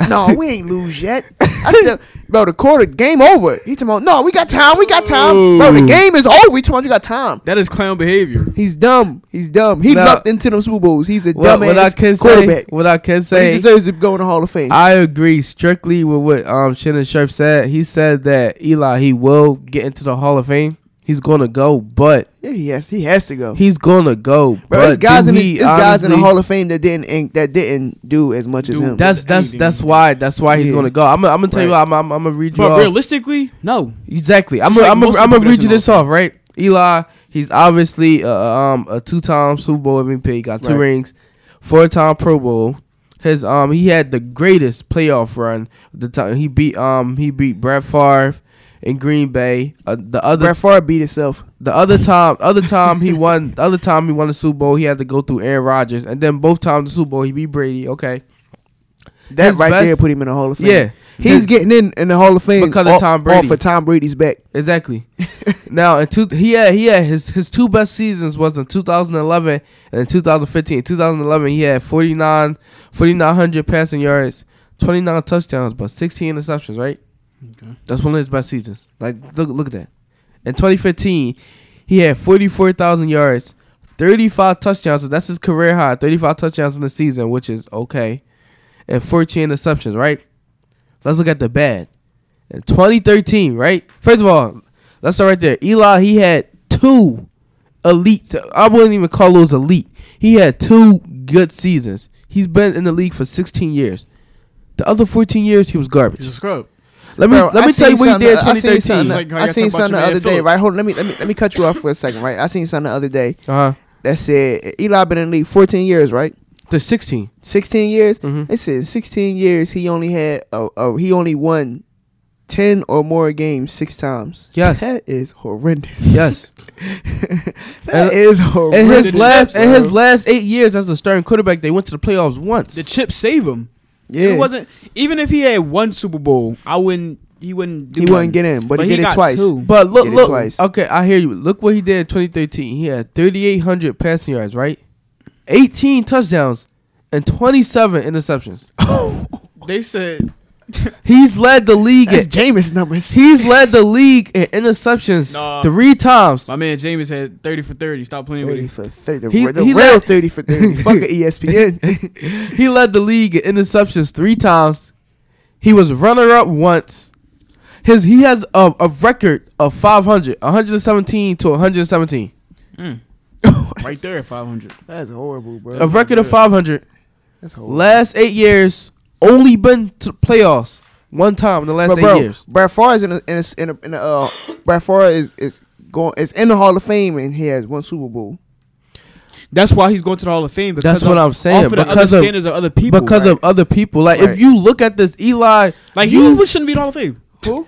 S2: no, we ain't lose yet. I still, bro, the quarter game over. He talking about, no, we got time, we got time, bro. The
S3: Ooh.
S2: game is over. He talking about you got time.
S3: That is clown behavior.
S2: He's dumb. He's dumb. He
S1: Nah.
S2: lucked into them Super Bowls. He's a
S1: What,
S2: dumb
S1: what I
S2: ass
S1: can say,
S2: quarterback.
S1: what I can
S2: But he
S1: say,
S2: deserves to go in the Hall of Fame.
S1: I agree strictly with what um Shannon Sharp said. He said that Eli he will get into the Hall of Fame. He's gonna go, but
S2: yeah, he has. He has to go.
S1: he's gonna go.
S2: Bro,
S1: but
S2: there's guys
S1: do
S2: in the,
S1: we
S2: there's guys in the
S1: honestly-
S2: Hall of Fame that didn't and, that didn't do as much
S3: Dude,
S2: as him.
S1: That's that's
S3: Anything.
S1: that's why that's why he's
S2: Yeah.
S1: gonna go. I'm gonna- I'm gonna tell you
S2: Right.
S1: I'm I'm, I'm gonna read you
S3: But
S1: off.
S3: realistically, no.
S1: Exactly. I'm
S3: Just
S1: gonna
S3: like
S1: I'm
S3: most
S1: gonna
S3: of
S1: I'm
S3: the
S1: gonna read you
S3: players
S1: this off right. Eli, he's obviously uh, um a two time Super Bowl MVP, got two
S3: Right.
S1: rings, four time Pro Bowl. His um he had the greatest playoff run. The time he beat um he beat Brett Favre in Green Bay. Uh, the other
S2: Brett Favre beat himself.
S1: the other time, other time he won, the other time he won the Super Bowl, he had to go through Aaron Rodgers, and then both times the Super Bowl he beat Brady. Okay,
S2: That
S1: His
S2: right there
S1: best-
S2: put him in the Hall of Fame.
S1: yeah,
S2: he's
S1: His-
S2: getting in in the Hall of Fame
S1: Because of
S2: off-
S1: Tom Brady.
S2: Off of Tom Brady's back.
S1: exactly. now, in two, he had he had his his two best seasons was in 2011 and in 2015. In 2011, he had 49 4900 passing yards, 29 touchdowns, but 16 interceptions. Right,
S3: Okay.
S1: that's one of his best seasons. Like look look at that. In 2015, he had 44,000 yards. 35 touchdowns, so that's his career high. 35 touchdowns in the season, which is okay. And 14 interceptions, right? Let's look at the bad. In 2013, right? First of all, let's start right there. Eli, he had two elite. I wouldn't even call those elite. He had two good seasons. He's been in the league for 16 years. The other 14 years, he was garbage.
S3: He's a scrub.
S1: Let me
S2: Bro,
S1: let
S2: I
S1: me tell you
S2: seen
S1: what he did in
S2: something- I
S1: 2013.
S2: seen something-
S3: Like how
S2: I
S3: y'all talk
S2: seen
S3: about
S2: something
S3: your
S2: the
S3: man
S2: other day,
S3: Phillip.
S2: right? Hold on, let me let me let me cut you off for a second, right? I seen something the other day
S1: Uh huh.
S2: that said Eli been in the league 14 years, right?
S1: The 16.
S2: 16 years.
S1: Mhm.
S2: It said 16 years he only had a, a he only won 10 or more games six times.
S1: Yes.
S2: That is horrendous.
S1: Yes.
S2: That is
S1: In
S2: horrendous.
S1: his last in his
S2: bro.
S1: last eight years as the starting quarterback, they went to the playoffs once.
S3: The chips save him.
S2: yeah.
S3: It wasn't even if he had one Super Bowl, I wouldn't. He wouldn't. Do
S2: he
S3: nothing.
S2: wouldn't get in, but, he did it
S3: got
S2: twice.
S3: two.
S1: But look,
S2: Did it
S1: look.
S2: twice.
S1: Okay, I hear you. Look what he did in 2013. He had 3,800 passing yards, right? 18 touchdowns and 27 interceptions.
S3: They said
S1: He's led the league.
S2: That's
S1: In,
S2: Jameis numbers.
S1: he's led the league in interceptions
S3: Nah.
S1: three times.
S3: my man James had thirty for thirty. Stop playing with
S2: 30
S3: him.
S2: for 30.
S1: He-
S2: the
S1: he
S2: real
S1: let-
S2: 30 for 30. Fuck a E ESPN.
S1: he led the league in interceptions three times. He was runner up once. His he has a, a record of 500, 117 to 117.
S3: Mm. right there at five hundred.
S2: That's horrible, bro.
S1: a record of 500.
S2: That's horrible.
S1: Last eight years, only been to the playoffs one time in the last
S2: but
S1: eight
S2: bro,
S1: years.
S2: Brad Favre is in a, in a, in a, in a uh, Brad Favre is, is going is in the Hall of Fame and he has one Super Bowl.
S3: That's why he's going to the Hall of Fame. Because
S1: That's what
S3: of-
S1: I'm saying,
S3: off of the
S1: because
S3: other
S1: of-
S3: standards of other people.
S1: because
S3: right?
S1: of other people. Like
S2: Right.
S1: if you look at this, Eli,
S3: like
S1: you-
S3: he shouldn't be in the Hall of Fame.
S2: Who?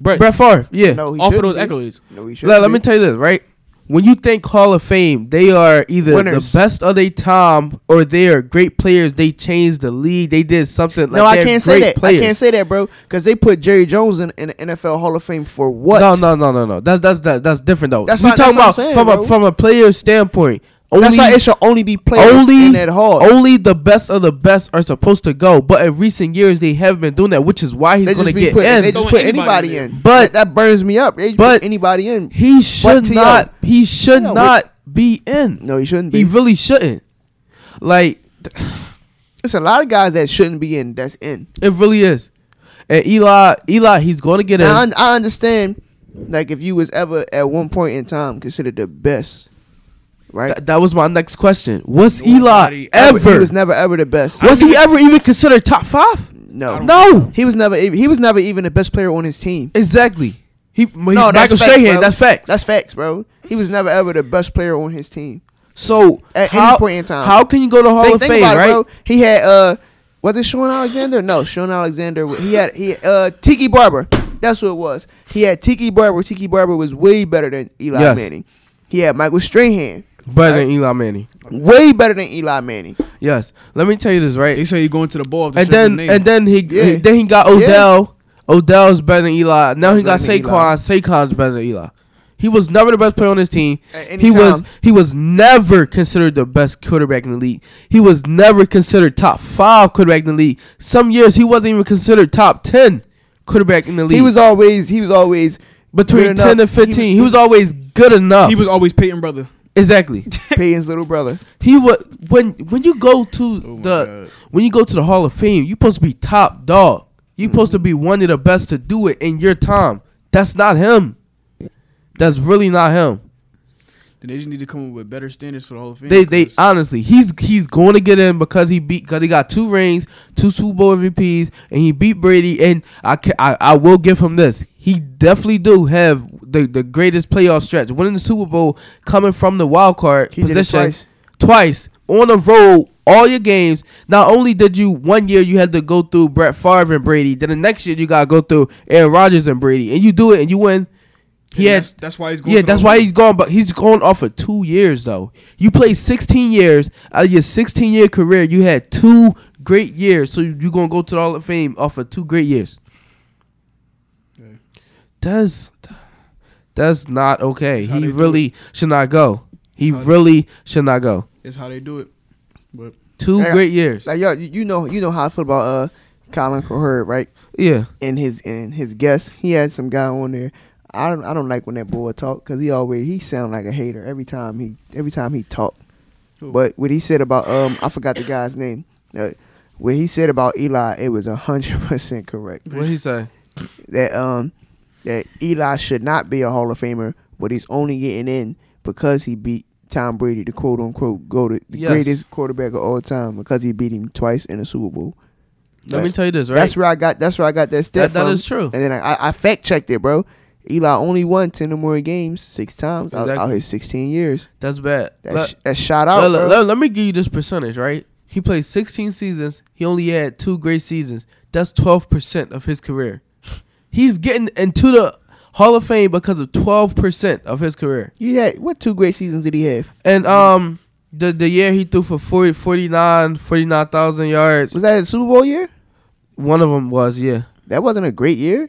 S3: Brett,
S1: Brett Favre, yeah.
S2: No, he
S3: off of
S2: shouldn't
S3: those
S2: be.
S3: accolades.
S2: No, he should.
S1: Like, let me tell you this, right? When you think Hall of Fame, they are either
S2: Winners.
S1: the best of their time or they are great players. They changed the league. They did something. Like
S2: no, I
S1: they're
S2: can't say
S1: great
S2: that.
S1: players.
S2: I can't say that, bro, because they put Jerry Jones in, in the NFL Hall of Fame for what?
S1: No, no, no, no, no. That's that's that, that's different though.
S2: That's
S1: we
S2: not-
S1: talking
S2: that's what I'm
S1: about from
S2: saying, bro.
S1: a from a player's standpoint. Only
S2: That's why it should only be players
S1: only
S2: in that hall.
S1: Only the best of the best are supposed to go. But in recent years, they have been doing that, which is why he's
S2: they
S1: going to
S2: just be
S1: get
S2: putting,
S1: in.
S2: they just put
S3: Throwing anybody
S2: anybody
S3: in.
S2: in.
S1: But-
S2: that, that burns me up. They just
S1: but-
S2: put anybody in.
S1: he should
S2: T.O.
S1: not. He should
S2: Yeah,
S1: not be in.
S2: No, he shouldn't be.
S1: He really shouldn't. Like
S2: It's a lot of guys that shouldn't be in. That's in.
S1: it really is. And Eli, Eli, he's going to get
S2: Now, I,
S1: in.
S2: un- I understand. Like if you was ever at one point in time considered the best, right?
S1: Th- that was my next question. Was Eli
S3: Nobody
S1: ever?
S3: ever-
S2: He was never ever the best.
S1: was he ever even considered top five?
S2: No,
S1: No.
S2: He was never. ev- He was never even the best player on his team.
S1: Exactly. He, no,
S2: No,
S1: Michael
S2: that's facts,
S1: Strahan.
S2: bro.
S1: That's facts.
S2: That's facts, bro. He was never ever the best player on his team
S1: so
S2: at
S1: how,
S2: any point in time.
S1: how can you go to Hall
S2: Think-
S1: of
S2: think
S1: Fame,
S2: about it,
S1: right?
S2: bro. He had uh, was it Sean Alexander? No, Sean Alexander. wa- He had he uh Tiki Barber. That's who it was. He had Tiki Barber. Tiki Barber was way better than Eli
S1: Yes.
S2: Manning. He had Michael Strahan,
S1: Better than Eli Manning.
S2: way better than Eli Manning.
S1: Yes. Let me tell you this,
S3: They
S1: right?
S3: say you're going to the ball. Of the
S1: And then
S3: name.
S1: and then he, he
S2: Yeah.
S1: then he got
S2: Yeah.
S1: Odell. Odell's better than Eli. Now he got
S2: Better than
S1: Saquon.
S2: Eli.
S1: Saquon's better than Eli. He was never the best player on his team.
S2: At any
S1: He was
S2: time.
S1: he was never considered the best quarterback in the league. He was never considered top five quarterback in the league. Some years he wasn't even considered top ten quarterback in the league.
S2: He was always he was always
S1: between
S2: good
S1: ten
S2: enough.
S1: and fifteen. He was, always good enough.
S3: He was always Peyton brother.
S1: exactly.
S2: Peyton's little brother.
S1: He was when when you go to
S3: Oh my
S1: the
S3: God.
S1: when you go to the Hall of Fame, you're supposed to be top dog. You're supposed to be one of the best to do it in your time. That's not him. That's really not him.
S3: Then they just need to come up with better standards for the Hall of Fame.
S1: They they uh,
S3: 'cause
S1: honestly, he's he's going to get in because he beat because he got two rings, two Super Bowl MVPs, and he beat Brady. And I ca I, I will give him this. He definitely do have the, the greatest playoff stretch, winning the Super Bowl, coming from the wild card
S2: He did it
S1: position
S2: twice.
S1: twice on the road. All your games. Not only did you one year you had to go through Brett Favre and Brady, then the next year you gotta go through Aaron Rodgers and Brady, and you do it and you win. He
S3: and
S1: had
S3: that's, that's why he's going.
S1: yeah,
S3: to the
S1: that's
S3: Hall of
S1: why
S3: Fame.
S1: he's gone. But he's gone off for two years though. You played 16 years out of your 16 year career. You had two great years, so you are gonna go to the Hall of Fame off of two great years.
S3: Yeah.
S1: That's that's not okay.
S3: That's how
S1: he
S3: they do
S1: really should not go. He
S3: That's how they-
S1: really should not go.
S3: That's how they do it.
S1: Two
S2: Yeah.
S1: great years.
S2: Like yo, you you know you know how I feel about uh Colin Cowherd, right?
S1: Yeah,
S2: And his and his guest. He had some guy on there. I don't I don't like when that boy talk because he always he sound like a hater every time he every time he talk.
S3: Who?
S2: But what he said about um I forgot the guy's name. Uh, what he said about Eli, it was hundred percent correct.
S1: what he say?
S2: that um that Eli should not be a Hall of Famer, but he's only getting in because he beat Tom Brady, the quote unquote go to the
S1: Yes.
S2: greatest quarterback of all time, because he beat him twice in a Super Bowl.
S1: Let me
S2: That's-
S1: tell you this, right?
S2: That's where I got that's where I got that stat
S1: that, that
S2: from.
S1: is true.
S2: and then I, I, I fact checked it, bro. Eli only won ten or more games six times out, out
S1: Exactly.
S2: his sixteen years.
S1: That's bad.
S2: That's
S1: Let-
S2: that's shot out.
S1: Let- let,
S2: bro.
S1: let- let me give you this percentage, right? He played 16 seasons. He only had two great seasons. That's 12% of his career. He's getting into the Hall of Fame because of 12% of his career.
S2: You had what two great seasons did he have?
S1: And um the the year he threw for 40, 49 49,000 yards,
S2: Was that a Super Bowl year?
S1: one of them was, yeah.
S2: That wasn't a great year.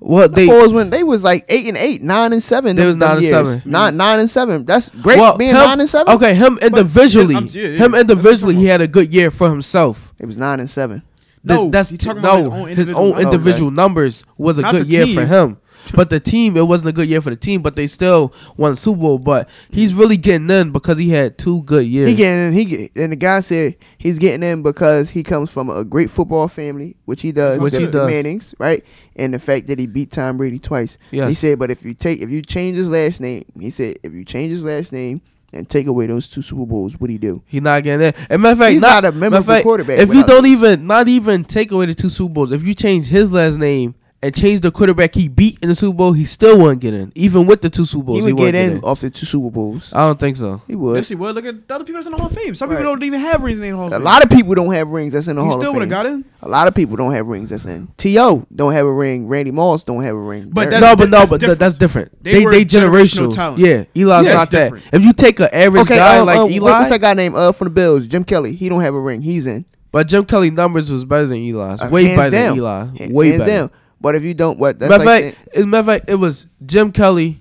S1: Well,
S2: The
S1: they
S2: Boys when they was like eight and eight, nine and seven.
S1: They
S2: them-
S1: was
S2: them
S1: nine and
S2: years.
S1: seven. Mm-hmm.
S2: Nine nine and seven. That's great
S1: well,
S2: being
S1: him-
S2: nine and seven.
S1: Okay, him individually.
S3: I'm- yeah, yeah,
S1: him
S3: that's
S1: individually he had a good year for himself.
S2: It was nine and seven.
S1: Th-
S3: No,
S1: that's
S3: he
S1: t-
S3: talking
S1: no,
S3: about his own
S1: his
S3: individual
S1: own
S3: numbers.
S1: individual numbers was a
S3: Not
S1: good
S3: the
S1: year for
S3: team.
S1: him, but the team it wasn't a good year for the team. But they still won the Super Bowl. But he's really getting in because he had two good years.
S2: He getting in, he get, and the guy said he's getting in because he comes from a great football family, which he does.
S1: Which
S2: the,
S1: he
S2: the
S1: does.
S2: Mannings, right? And the fact that he beat Tom Brady twice.
S1: Yes.
S2: He said, but if you take if you change his last name, he said if you change his last name and take away those two Super Bowls, what do he do?
S1: He's not getting in. And matter of fact,
S2: He's
S1: not,
S2: not a memorable
S1: matter of fact,
S2: quarterback
S1: If you
S2: without-
S1: don't even not even take away the two Super Bowls, if you change his last name and change the quarterback he beat in the Super Bowl, he still wouldn't get in, even with the two Super Bowls.
S2: he would
S1: wouldn't
S2: get in off the two Super Bowls.
S1: I don't think so.
S2: He would.
S3: Yes, he would. Look at the other people that's in the Hall of Fame. Some
S2: Right.
S3: people don't even have rings in the Hall of
S2: A
S3: Fame.
S2: lot of people don't have rings. That's in the
S3: He
S2: Hall
S3: still
S2: of
S3: would
S2: Fame.
S3: have got in.
S2: A lot of people don't have rings. That's in T.O. don't have a ring. Randy Moss don't have a ring.
S3: But
S2: They're-
S3: that's-
S1: no, but no,
S3: that's
S1: but th-
S3: different.
S1: that's different.
S3: They
S1: They
S3: were
S1: they,
S3: generational
S1: generational.
S3: talent.
S1: Yeah, Eli's
S3: Yeah,
S1: not
S3: it's
S1: that.
S3: different.
S1: If you take an average
S2: okay,
S1: guy
S2: um,
S1: like
S2: um, what-
S1: Eli,
S2: what's that guy named uh, from the Bills? Jim Kelly. He don't have a ring. He's in.
S1: But Jim Kelly numbers was better than Eli's.
S2: Uh,
S1: way
S2: hands
S1: better
S2: down.
S1: than Eli.
S2: Ha-
S1: Way
S2: hands
S1: better.
S2: down. But if you don't, what? That's
S1: Matter of
S2: like
S1: fact, as a matter of fact, it was Jim Kelly,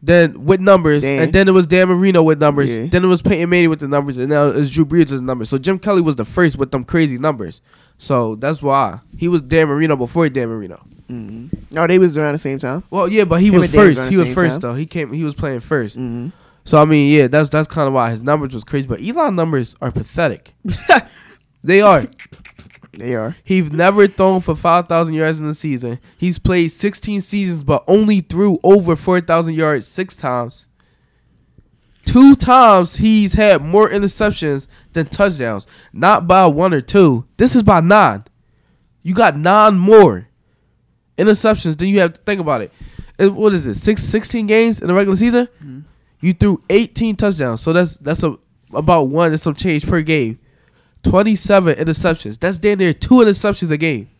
S1: then with numbers,
S2: Dan.
S1: and then it was Dan Marino with numbers,
S2: Yeah.
S1: then it was Peyton Manning with the numbers, and now it's Drew Brees with the numbers. So Jim Kelly was the first with them crazy numbers. So that's why he was Dan Marino before Dan Marino.
S2: saying- Mhm. No, they was around the same time.
S1: Well, yeah, but he
S2: Him
S1: was
S2: and Dan was
S1: first.
S2: on
S1: He
S2: the
S1: was
S2: same
S1: first
S2: time.
S1: though. He came. He was playing first.
S2: hmm
S1: So I mean, yeah, that's that's kind of why his numbers was crazy. But Eli numbers are pathetic. they are.
S2: They are.
S1: He's never thrown for 5,000 yards in the season. He's played 16 seasons, but only threw over 4,000 yards six times. Two times he's had more interceptions than touchdowns. Not by one or two. This is by nine. You got nine more interceptions than you have to think about it. And what is it? Six, 16 games in the regular season? You threw 18 touchdowns. So that's that's a, about one and some change per game. 27 interceptions. That's damn near two interceptions a game.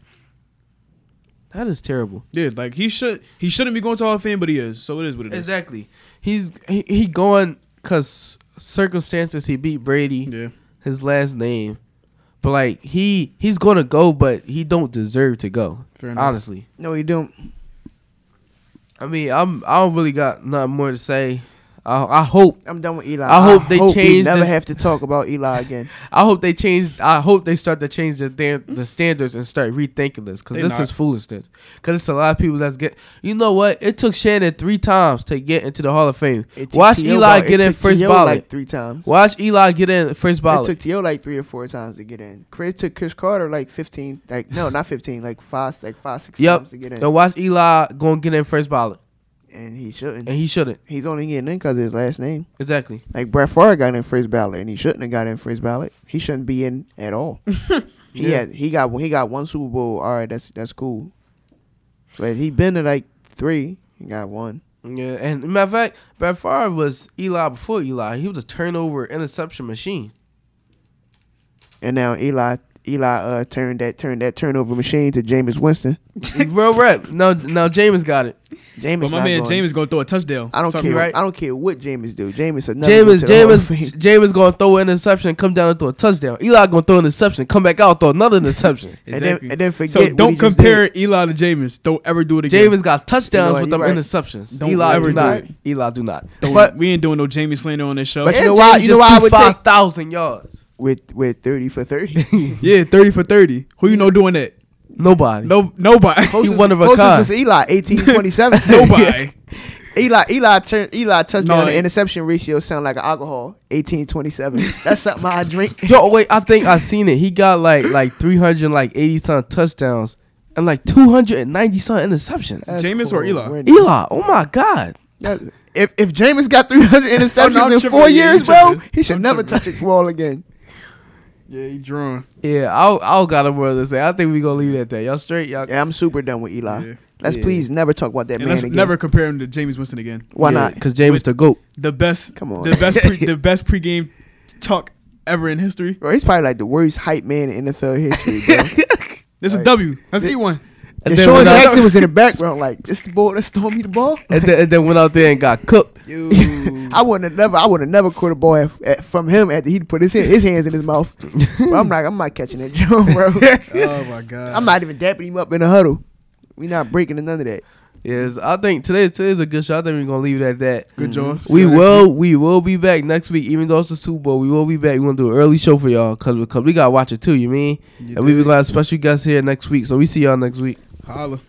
S1: That is terrible.
S3: Yeah, like he should. He shouldn't be going to Hall of Fame, but he is. So it is what it is.
S1: Exactly. He's he, he going because circumstances he beat Brady,
S3: Yeah.
S1: his last name. But like he he's gonna go, but he don't deserve to go.
S3: Fair enough.
S1: honestly,
S2: No, he don't.
S1: I mean I'm I don't really got nothing more to say. I, I hope.
S2: I'm done with Eli.
S1: I hope they
S2: we
S1: change
S2: Never
S1: this-
S2: have to talk about Eli again.
S1: I hope they change. I hope they start to change the dan-
S2: Mm-hmm.
S1: the standards and start rethinking this because
S3: They
S1: this
S3: not.
S1: is foolishness. Because it's a lot of people that's get. You know what? It took Shannon three times to get into the Hall of Fame.
S2: It took
S1: Watch
S2: T.O.
S1: Eli
S2: about-
S1: get
S2: it
S1: in
S2: took
S1: first
S2: T.O.
S1: ballot.
S2: like three times.
S1: Watch Eli get in first
S2: It
S1: ballot.
S2: took T.O. like three or four times to get in. Chris took Chris Carter like 15, like no, not 15, like five, like five, six
S1: Yep.
S2: times to get in,
S1: Then watch Eli going to get in first ballot,
S2: and he shouldn't.
S1: and he shouldn't.
S2: He's only getting in because of his last name.
S1: Exactly.
S2: Like Brett Favre got in first ballot, and he shouldn't have got in first ballot. He shouldn't be in at all. he
S1: Yeah.
S2: had he got he got one Super Bowl. All right, that's that's cool. But he been to like three. He got one.
S1: Yeah, and matter of fact, Brett Favre was Eli before Eli. He was a turnover interception machine.
S2: And now Eli Eli uh turned that turned that turnover machine to Jameis Winston.
S1: Real rep. No, no, Jameis got it.
S2: Jameis
S3: But my
S2: not
S3: man
S2: going.
S3: James gonna throw a touchdown.
S2: I don't
S3: So
S2: care.
S1: right.
S2: I don't care what Jameis do. Jameis another.
S1: Jameis, Jameis, Jameis gonna throw an interception, come down and throw a touchdown. Eli gonna throw an interception, come back out, throw another interception.
S2: and
S3: Exactly.
S2: then and then forget.
S3: So
S2: what
S3: don't
S2: he just
S3: compare
S2: did.
S3: Eli to Jameis. Don't ever do it again.
S1: Jameis got touchdowns
S2: You know what,
S1: with
S2: you
S1: them
S2: right.
S1: interceptions.
S3: Don't
S1: Eli
S3: ever
S1: do
S3: do
S1: not.
S3: it.
S1: Eli do not.
S3: Don't-
S2: but-
S3: we ain't doing no Jameis slander on this show.
S2: But you
S1: And
S2: know why-
S1: Jameis
S2: you know
S1: just
S2: why I
S1: threw
S2: would take-
S1: five thousand yards.
S2: with with thirty for thirty.
S3: yeah, thirty for thirty. Who you know doing that?
S1: Nobody.
S3: No, nobody.
S1: He one of a
S2: Closest
S1: kind.
S2: was Eli eighteen twenty seven.
S3: nobody.
S2: Eli Eli turn Eli touchdown
S3: No,
S2: to
S3: it-
S2: interception ratio sound like alcohol. Eighteen twenty seven. That's something I drink.
S1: Yo, wait, I think I seen it. He got like like three hundred like eighty some touchdowns and like two hundred and ninety some interceptions.
S2: That's
S3: Jameis or Eli?
S2: We're-
S1: Eli, oh my god.
S2: that- If if Jameis got three hundred interceptions
S3: I'm
S2: in
S3: tripping.
S2: four
S3: Yeah, you
S2: years, bro,
S3: tripping.
S2: he should
S3: I'm
S2: never
S3: tripping.
S2: touch a ball again.
S3: Yeah, he drawn.
S1: Yeah, I'll I'll got a word to say. I think we gonna leave it at that. Y'all straight, y'all.
S2: Yeah, I'm super done with Eli.
S3: Yeah.
S2: Let's
S1: Yeah.
S2: please never talk about that
S3: And
S2: man
S3: let's
S2: again.
S3: never compare him to Jameis Winston again.
S2: Why
S1: Yeah,
S2: not?
S1: Cause James the goat.
S3: The best.
S2: Come on.
S3: The best. Pre- the best pregame talk ever in history.
S2: Bro, he's probably like the worst hype man in NFL history, bro.
S3: That's a
S2: Right.
S3: W. That's
S2: Th-
S3: E one.
S1: And
S2: and
S1: then,
S2: Sean
S1: went out,
S2: Jackson was in the background like, this the ball, that's throwing me the ball.
S1: and, then, and then went out there and got cooked.
S2: I wouldn't have never, I would have never caught a ball at, at- from him after he'd put his hand, his hands in his mouth. Bro, I'm like, I'm not catching that jump, bro.
S3: oh my god.
S2: I'm not even dapping him up in the huddle. We not breaking none of that.
S1: Yes, I think today today's a good show. I think we're gonna leave it at that.
S3: Good job.
S1: We will we will be back next week, even though it's the Super Bowl. We will be back. We're gonna do an early show for y'all because we, 'cause we gotta watch it too. You mean? and we be gonna have special guests here next week. So we see y'all next week.
S3: holla.